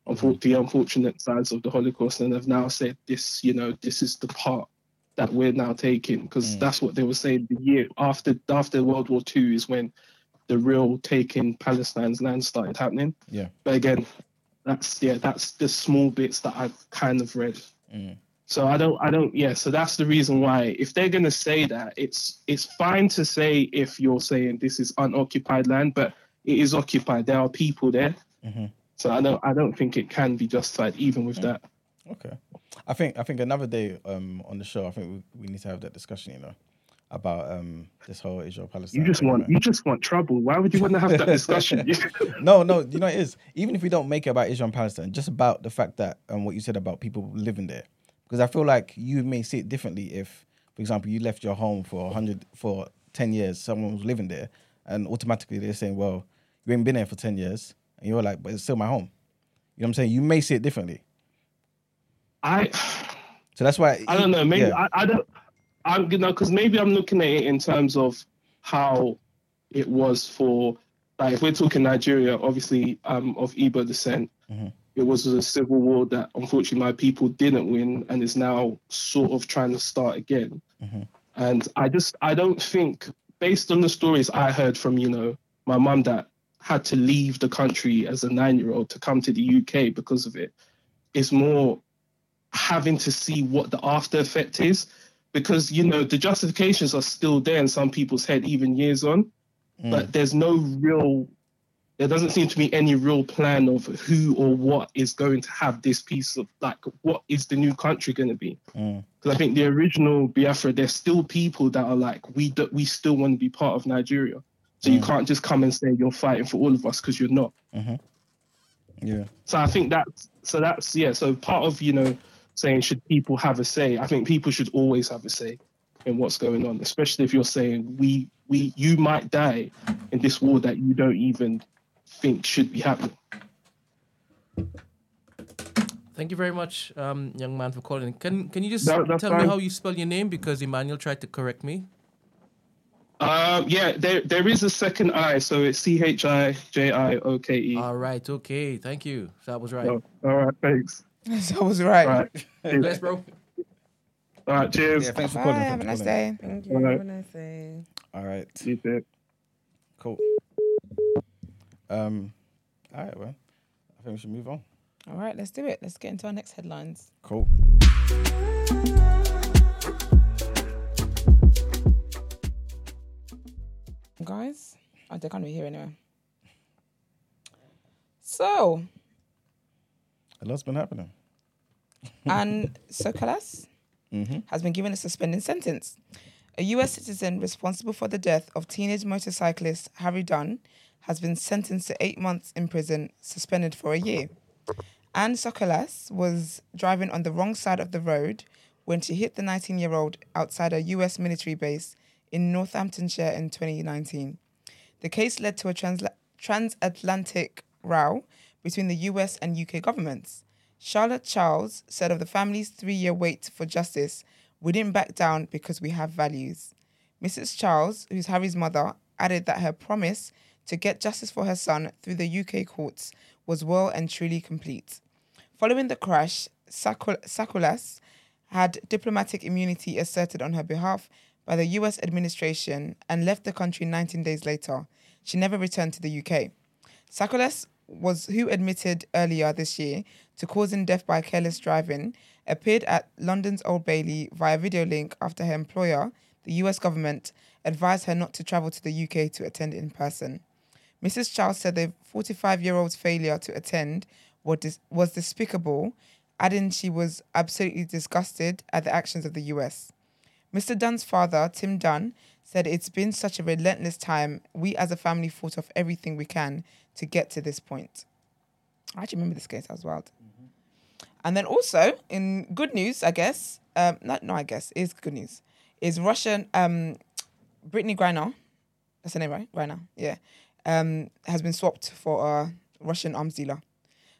Speaker 7: unfor- the unfortunate sides of the Holocaust and have now said this. You know, this is the part that we're now taking because that's what they were saying the year after after World War Two is when the real taking Palestine's land started happening.
Speaker 4: Yeah.
Speaker 7: But again, that's yeah, that's the small bits that I've kind of read. So I don't I don't yeah, so that's the reason why if they're gonna say that, it's it's fine to say if you're saying this is unoccupied land, but it is occupied. There are people there. So I don't I don't think it can be justified even with that.
Speaker 4: Okay, I think I think another day um, on the show, I think we, we need to have that discussion. You know, about um, this whole Israel Palestine.
Speaker 7: You just want you just want trouble. Why would you want to have that discussion?
Speaker 4: no, no. You know it is. Even if we don't make it about Israel and Palestine, just about the fact that um, what you said about people living there, because I feel like you may see it differently if, for example, you left your home for hundred for ten years, someone was living there, and automatically they're saying, well, you ain't been there for ten years, and you're like, but it's still my home. You know what I'm saying? You may see it differently.
Speaker 7: I
Speaker 4: So that's why
Speaker 7: I don't know. Maybe
Speaker 4: Yeah.
Speaker 7: I, I don't. I'm you know because maybe I'm looking at it in terms of how it was for like if we're talking Nigeria, obviously um, of Igbo descent. It was a civil war that unfortunately my people didn't win, and is now sort of trying to start again. And I just I don't think based on the stories I heard from, you know, my mum that had to leave the country as a nine year old to come to the UK because of it, it's more having to see what the after effect is because, you know, the justifications are still there in some people's head, even years on, but there's no real, there doesn't seem to be any real plan of who or what is going to have this piece of, like, what is the new country going to be? Because I think the original Biafra, there's still people that are like, we do, we still want to be part of Nigeria. So you can't just come and say you're fighting for all of us because you're not.
Speaker 4: Yeah.
Speaker 7: So I think that's so that's yeah. So part of you know saying should people have a say? I think people should always have a say in what's going on, especially if you're saying we we you might die in this war that you don't even think should be happening.
Speaker 5: Thank you very much, um, young man, for calling. Can can you just
Speaker 7: That- that's
Speaker 5: tell me
Speaker 7: fine.
Speaker 5: how you spell your name because Emmanuel tried to correct me.
Speaker 7: Um, yeah, there there is a second I, so it's C H I J I O K E.
Speaker 4: Uh,
Speaker 5: All right, okay, thank you. That was right.
Speaker 7: Oh, All right, thanks.
Speaker 2: So I was right.
Speaker 7: All right,
Speaker 5: Bless, bro.
Speaker 7: all right, cheers.
Speaker 4: Yeah, thanks for
Speaker 1: Bye,
Speaker 4: calling.
Speaker 1: have a nice
Speaker 4: Thanks for
Speaker 1: day.
Speaker 2: Thank
Speaker 7: All
Speaker 2: you.
Speaker 7: right.
Speaker 2: Have a nice day.
Speaker 4: calling. All right.
Speaker 7: You too.
Speaker 4: Cool. Um, all right, well, I think we should move on.
Speaker 1: All right, let's do it. Let's get into our next headlines.
Speaker 4: Cool.
Speaker 1: Guys, oh, they can't be here anyway. So,
Speaker 4: A lot's been happening.
Speaker 1: and Sokolas has been given a suspended sentence. A US citizen responsible for the death of teenage motorcyclist Harry Dunn has been sentenced to eight months in prison, suspended for a year. Anne Sokolas was driving on the wrong side of the road when she hit the 19 year old outside a US military base in Northamptonshire in 2019. The case led to a transla- transatlantic row between the US and UK governments. Charlotte Charles said of the family's three year wait for justice, we didn't back down because we have values. Mrs. Charles, who's Harry's mother, added that her promise to get justice for her son through the UK courts was well and truly complete. Following the crash, Sakul- Sakulas had diplomatic immunity asserted on her behalf by the US administration and left the country 19 days later. She never returned to the UK. Sakulas was who admitted earlier this year to causing death by careless driving, appeared at London's Old Bailey via video link after her employer, the US government, advised her not to travel to the UK to attend in person. Mrs. Charles said the 45 year old's failure to attend was, dis- was despicable, adding she was absolutely disgusted at the actions of the US. Mr. Dunn's father, Tim Dunn, said it's been such a relentless time. We as a family fought off everything we can to get to this point. I actually remember this case, that was wild. And then also, in good news, I guess, um, not, no, I guess, it is good news, is Russian, um, Brittany Griner, that's her name, right? Griner, yeah, um, has been swapped for a Russian arms dealer.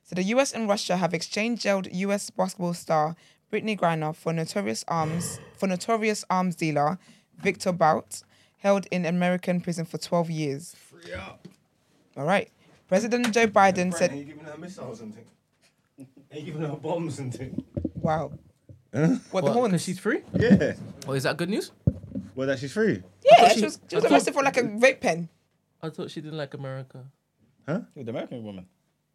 Speaker 1: So the US and Russia have exchanged jailed US basketball star Brittany Griner for notorious arms for notorious arms dealer Victor Bout, held in American prison for 12 years. All right. President Joe Biden said,
Speaker 8: you giving her missiles and things? Are you giving her bombs and things?
Speaker 1: "Wow, what the
Speaker 5: Well,
Speaker 1: horns?"
Speaker 5: because she's free.
Speaker 8: Yeah.
Speaker 5: Oh, is that good news?
Speaker 8: Well, that she's free.
Speaker 1: yeah,
Speaker 5: she-
Speaker 1: she was, she
Speaker 5: I
Speaker 1: was
Speaker 5: thought-
Speaker 1: arrested for like a vape pen.
Speaker 5: I thought she didn't like America.
Speaker 4: Dude, the American woman.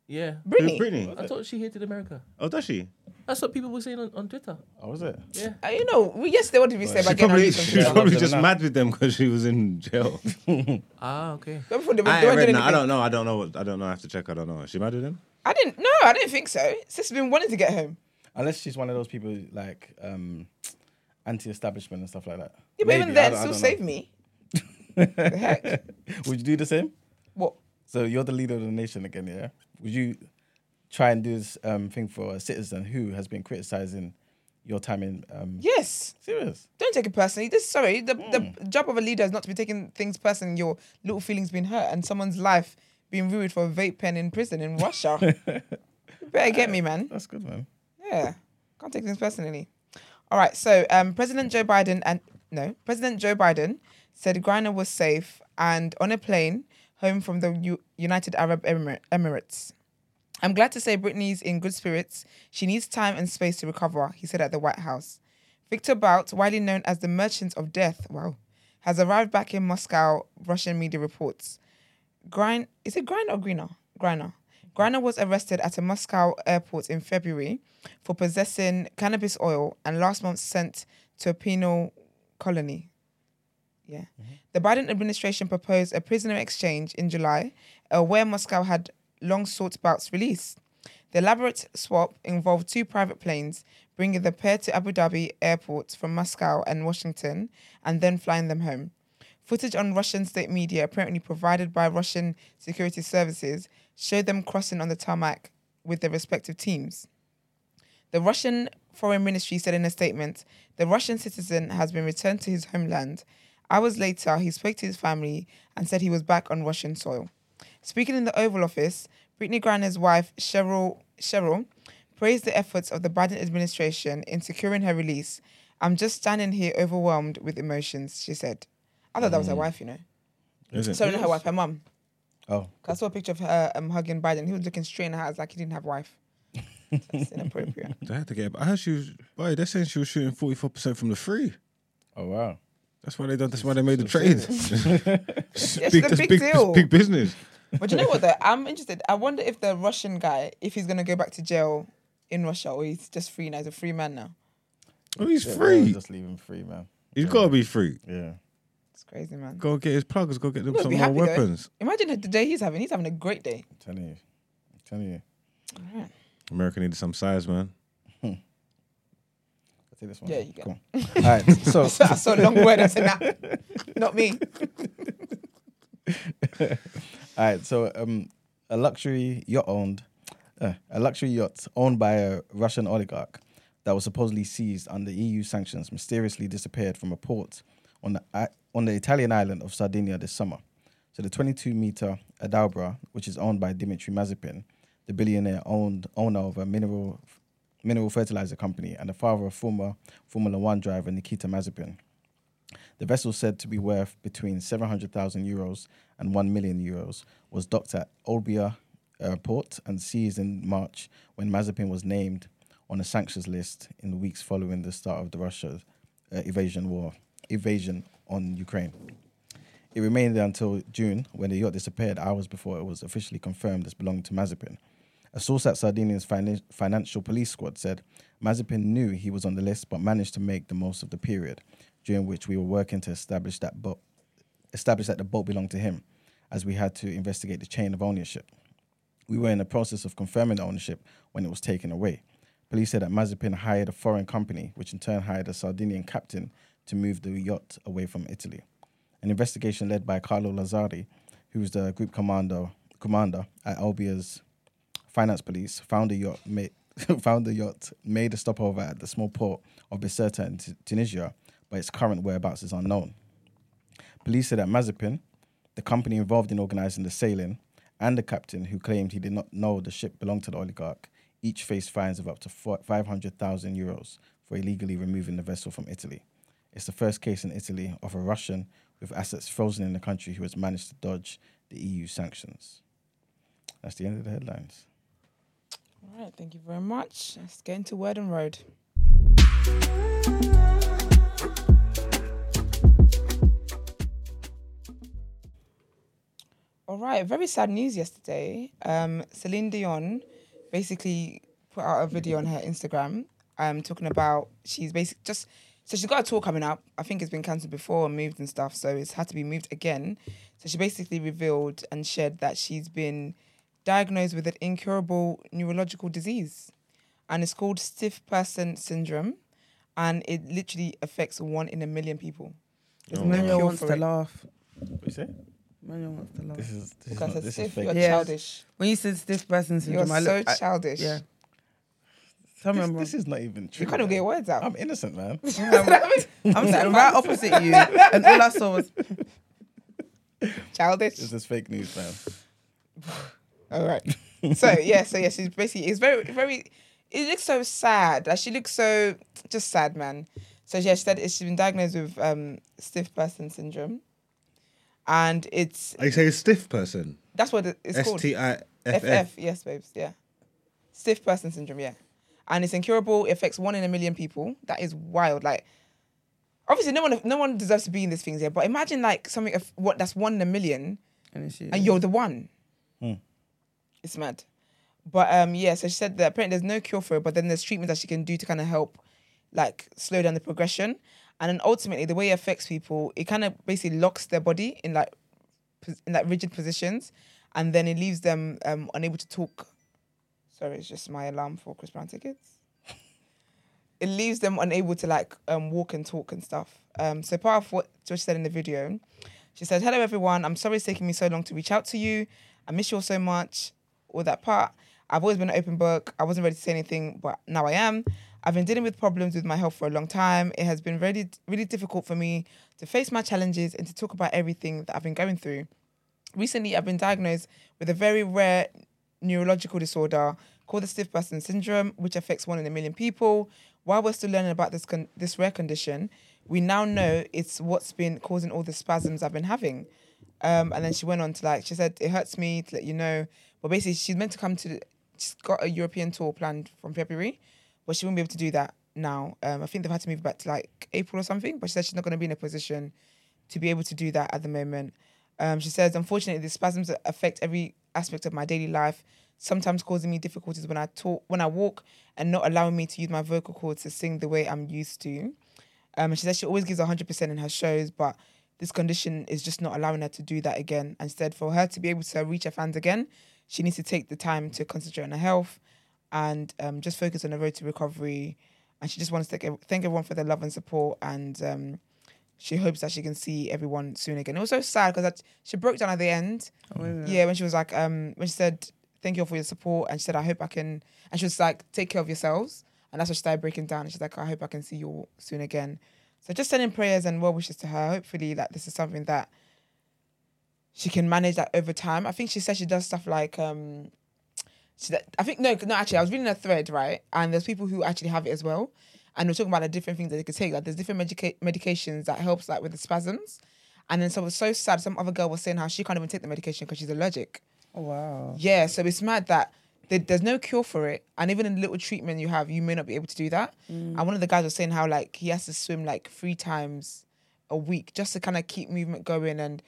Speaker 5: Yeah,
Speaker 8: Who,
Speaker 1: Brittany,
Speaker 8: Britney.
Speaker 5: I thought she hated America.
Speaker 8: Oh, does she?
Speaker 5: That's what people were saying on, on Twitter.
Speaker 4: Oh, was it?
Speaker 5: Yeah.
Speaker 1: Uh, you know, we yesterday what did we say
Speaker 3: She
Speaker 1: about getting
Speaker 3: probably,
Speaker 1: arrested?
Speaker 3: she was
Speaker 1: for jail?
Speaker 3: probably
Speaker 4: Yeah.
Speaker 3: just mad with them because she was in jail.
Speaker 5: Ah, okay.
Speaker 1: Don't before they were
Speaker 8: I, ain't
Speaker 1: doing
Speaker 8: read,
Speaker 1: anything.
Speaker 8: no, I don't know. I don't know. What, I don't know. I have to check. I don't know. Is she mad with him?
Speaker 1: I didn't. No, I didn't think so. Sis has been wanting to get home.
Speaker 4: Unless she's one of those people like um, anti-establishment and stuff like that.
Speaker 1: Yeah, but even
Speaker 4: Maybe, I
Speaker 1: then,
Speaker 4: don't-
Speaker 1: still
Speaker 4: I don't
Speaker 1: save me. the heck?
Speaker 4: know. Would you do the same?
Speaker 1: What?
Speaker 4: So you're the leader of the nation again, yeah? Would you try and do this um, thing for a citizen who has been criticizing your time in? Um,
Speaker 1: Yes.
Speaker 4: Serious?
Speaker 1: Don't take it personally. This sorry, the, the job of a leader is not to be taking things personally. Your little feelings being hurt and someone's life being ruined for a vape pen in prison in Russia. you better get me, man.
Speaker 4: That's good, man.
Speaker 1: Yeah, can't take things personally. All right, so um, President Joe Biden and no, President Joe Biden said Griner was safe and on a plane home from the U- United Arab Emir- Emirates. I'm glad to say Brittany's in good spirits. She needs time and space to recover, he said at the White House. Victor Bout, widely known as the Merchant of Death, wow, has arrived back in Moscow, Russian media reports. Grin is it Griner or Greener? Griner. Griner was arrested at a Moscow airport in February for possessing cannabis oil and last month sent to a penal colony. Yeah. The Biden administration proposed a prisoner exchange in July, uh, where Moscow had long sought Bout's release. The elaborate swap involved two private planes, bringing the pair to Abu Dhabi airports from Moscow and Washington, and then flying them home. Footage on Russian state media, apparently provided by Russian security services, showed them crossing on the tarmac with their respective teams. The Russian Foreign Ministry said in a statement the Russian citizen has been returned to his homeland. Hours later, he spoke to his family and said he was back on Russian soil. Speaking in the Oval Office, Brittany Griner's wife, Cheryl, Cheryl praised the efforts of the Biden administration in securing her release. I'm just standing here overwhelmed with emotions, she said. I thought that was her wife, you know.
Speaker 3: Is Mm. it?
Speaker 1: Sorry, not her wife, her mum.
Speaker 4: Oh,
Speaker 1: 'Cause I saw a picture of her um, hugging Biden. He was looking straight in her eyes like he didn't have a wife. That's inappropriate.
Speaker 3: They had to get. I heard she was. Boy, they're saying she was shooting forty four percent from the free.
Speaker 4: oh wow.
Speaker 3: That's why they done. That's why they made the trade.
Speaker 1: a
Speaker 3: It's
Speaker 1: big
Speaker 3: big,
Speaker 1: deal.
Speaker 3: big business.
Speaker 1: But you know what? Though I'm interested. I wonder if the Russian guy, if he's gonna go back to jail in Russia, or he's just free now. He's a free man now.
Speaker 3: Oh, he's
Speaker 4: Yeah,
Speaker 3: free.
Speaker 4: Just leave him free, man.
Speaker 3: He's gotta be free.
Speaker 4: Yeah.
Speaker 1: It's crazy, man.
Speaker 3: Go get his pluggers. Go get them
Speaker 1: Must
Speaker 3: some
Speaker 1: be
Speaker 3: more
Speaker 1: happy, though.
Speaker 3: weapons.
Speaker 1: Imagine the day he's having. He's having a great day.
Speaker 4: I'm telling you. I'm telling you.
Speaker 3: America needed some size, man.
Speaker 4: I'll take this one.
Speaker 1: Yeah, you go.
Speaker 4: Come on. All right. So,
Speaker 1: So I saw a long word. I said, nah, not me.
Speaker 4: all right. So, um, a luxury yacht owned, uh, a luxury yacht owned by a Russian oligarch that was supposedly seized under EU sanctions mysteriously disappeared from a port on the I- on the Italian island of Sardinia this summer. So, the 22 meter Adalbra, which is owned by Dimitri Mazepin, the billionaire owned owner of a mineral mineral fertilizer company and the father of former Formula One driver Nikita Mazepin. The vessel said to be worth between 700,000 euros and 1 million euros was docked at Olbia uh, port and seized in March when Mazepin was named on a sanctions list in the weeks following the start of the Russia uh, invasion war invasion on Ukraine. It remained there until June when the yacht disappeared hours before it was officially confirmed as belonging to Mazepin. A source at Sardinia's finan- financial police squad said Mazepin knew he was on the list but managed to make the most of the period during which we were working to establish that boat establish that the boat belonged to him as we had to investigate the chain of ownership. We were in the process of confirming the ownership when it was taken away. Police said that Mazepin hired a foreign company, which in turn hired a Sardinian captain to move the yacht away from Italy. An investigation led by Carlo Lazzari, who was the group commander commander at Albia's finance police, found the yacht made found the yacht, made a stopover at the small port of Biserta in Tu- Tunisia, but its current whereabouts is unknown. Police said that Mazepin, the company involved in organizing the sailing, and the captain, who claimed he did not know the ship belonged to the oligarch, each faced fines of up to fi- 500,000 euros for illegally removing the vessel from Italy. It's the first case in Italy of a Russian with assets frozen in the country who has managed to dodge the EU sanctions. That's the end of the headlines.
Speaker 1: All right, thank you very much. Let's get into Word and Road. All right, very sad news yesterday. Um, Celine Dion basically put out a video on her Instagram um, talking about she's basically just so she's got a tour coming up. I think it's been cancelled before and moved and stuff, so it's had to be moved again. So she basically revealed and shared that she's been diagnosed with an incurable neurological disease, and it's called stiff person syndrome, and it literally affects one in a million people.
Speaker 6: Oh,
Speaker 4: Oh,
Speaker 1: There's no
Speaker 2: Manuel
Speaker 1: cure
Speaker 2: wants
Speaker 1: for
Speaker 2: to
Speaker 1: it.
Speaker 2: laugh.
Speaker 4: What you say?
Speaker 2: Manuel wants to laugh.
Speaker 4: This is this is,
Speaker 1: Because
Speaker 4: not,
Speaker 1: it's
Speaker 4: this is
Speaker 1: stiff, you're
Speaker 4: fake.
Speaker 2: Yeah.
Speaker 1: childish.
Speaker 2: When you said stiff person
Speaker 1: You're
Speaker 2: syndrome, I
Speaker 1: so
Speaker 2: look, I-
Speaker 1: childish.
Speaker 2: yeah. Tell me
Speaker 4: This,
Speaker 2: I'm wrong.
Speaker 4: this is not even true.
Speaker 1: You can't even
Speaker 4: man.
Speaker 1: get your words out.
Speaker 4: I'm innocent, man.
Speaker 2: I'm sitting right opposite you, and all I saw was
Speaker 1: childish.
Speaker 4: this is fake news, man.
Speaker 1: All right. so yeah, so yeah, she's basically it's very very. It looks so sad. Like she looks so just sad, man. So yeah, she said she's been diagnosed with um, stiff person syndrome, and it's
Speaker 3: I say stiff person.
Speaker 1: that's what it- it's
Speaker 3: S
Speaker 1: called.
Speaker 3: T I F
Speaker 1: FF,
Speaker 3: F.
Speaker 1: yes, babes, yeah. Stiff person syndrome, yeah. And it's incurable, it affects one in a million people. That is wild. Like, obviously no one no one deserves to be in these things here, but imagine like something of what that's one in a million
Speaker 2: And it's you.
Speaker 1: and you're the one. It's mad. But um, yeah, so she said that apparently there's no cure for it, but then there's treatment that she can do to kind of help, like slow down the progression, and then ultimately the way it affects people, it kind of basically locks their body in like pos- in like rigid positions, and then it leaves them um, unable to talk. Sorry, it's just my alarm for Chris Brown tickets it leaves them unable to like um, walk and talk and stuff. Um, so part of what Josh said in the video, she said, "Hello everyone. I'm sorry it's taking me so long to reach out to you. I miss you all so much. All that part. I've always been an open book. I wasn't ready to say anything, but now I am. I've been dealing with problems with my health for a long time. It has been really, really difficult for me to face my challenges and to talk about everything that I've been going through." recently I've been diagnosed with a very rare neurological disorder called the stiff person syndrome, which affects one in a million people. While we're still learning about this con- this rare condition, we now know it's what's been causing all the spasms I've been having. Um, and then she went on to like she said it hurts me to let you know, but basically she's meant to come to she's got a European tour planned from February, but she won't be able to do that now. Um, I think they've had to move back to like April or something, but she said she's not going to be in a position to be able to do that at the moment. Um, she says, unfortunately, the spasms affect every aspect of my daily life, sometimes causing me difficulties when I talk, when I walk, and not allowing me to use my vocal cords to sing the way I'm used to. Um, and she says she always gives 100% in her shows, but this condition is just not allowing her to do that again. Instead, for her to be able to reach her fans again, she needs to take the time to concentrate on her health and um, just focus on the road to recovery. And she just wants to thank thank everyone for their love and support. And um, she hopes that she can see everyone soon again. It was so sad because she broke down at the end. yeah, when she was like, um, when she said, "Thank you all for your support," and she said, "I hope I can," and she was like, "Take care of yourselves." And that's when she started breaking down. And she's like, "I hope I can see you all soon again." So just sending prayers and well wishes to her. Hopefully, like this is something that she can manage that over time. I think she said she does stuff like um, so that- I think no, no. Actually, I was reading a thread right, and there's people who actually have it as well, and they're talking about the different things that they could take. Like there's different medica- medications that helps like with the spasms, and then so it's so sad. Some other girl was saying how she can't even take the medication because she's allergic.
Speaker 2: Oh, wow.
Speaker 1: Yeah, so it's mad that there- there's no cure for it, and even in the little treatment you have, you may not be able to do that. And one of the guys was saying how like he has to swim like three times a week just to kind of keep movement going, and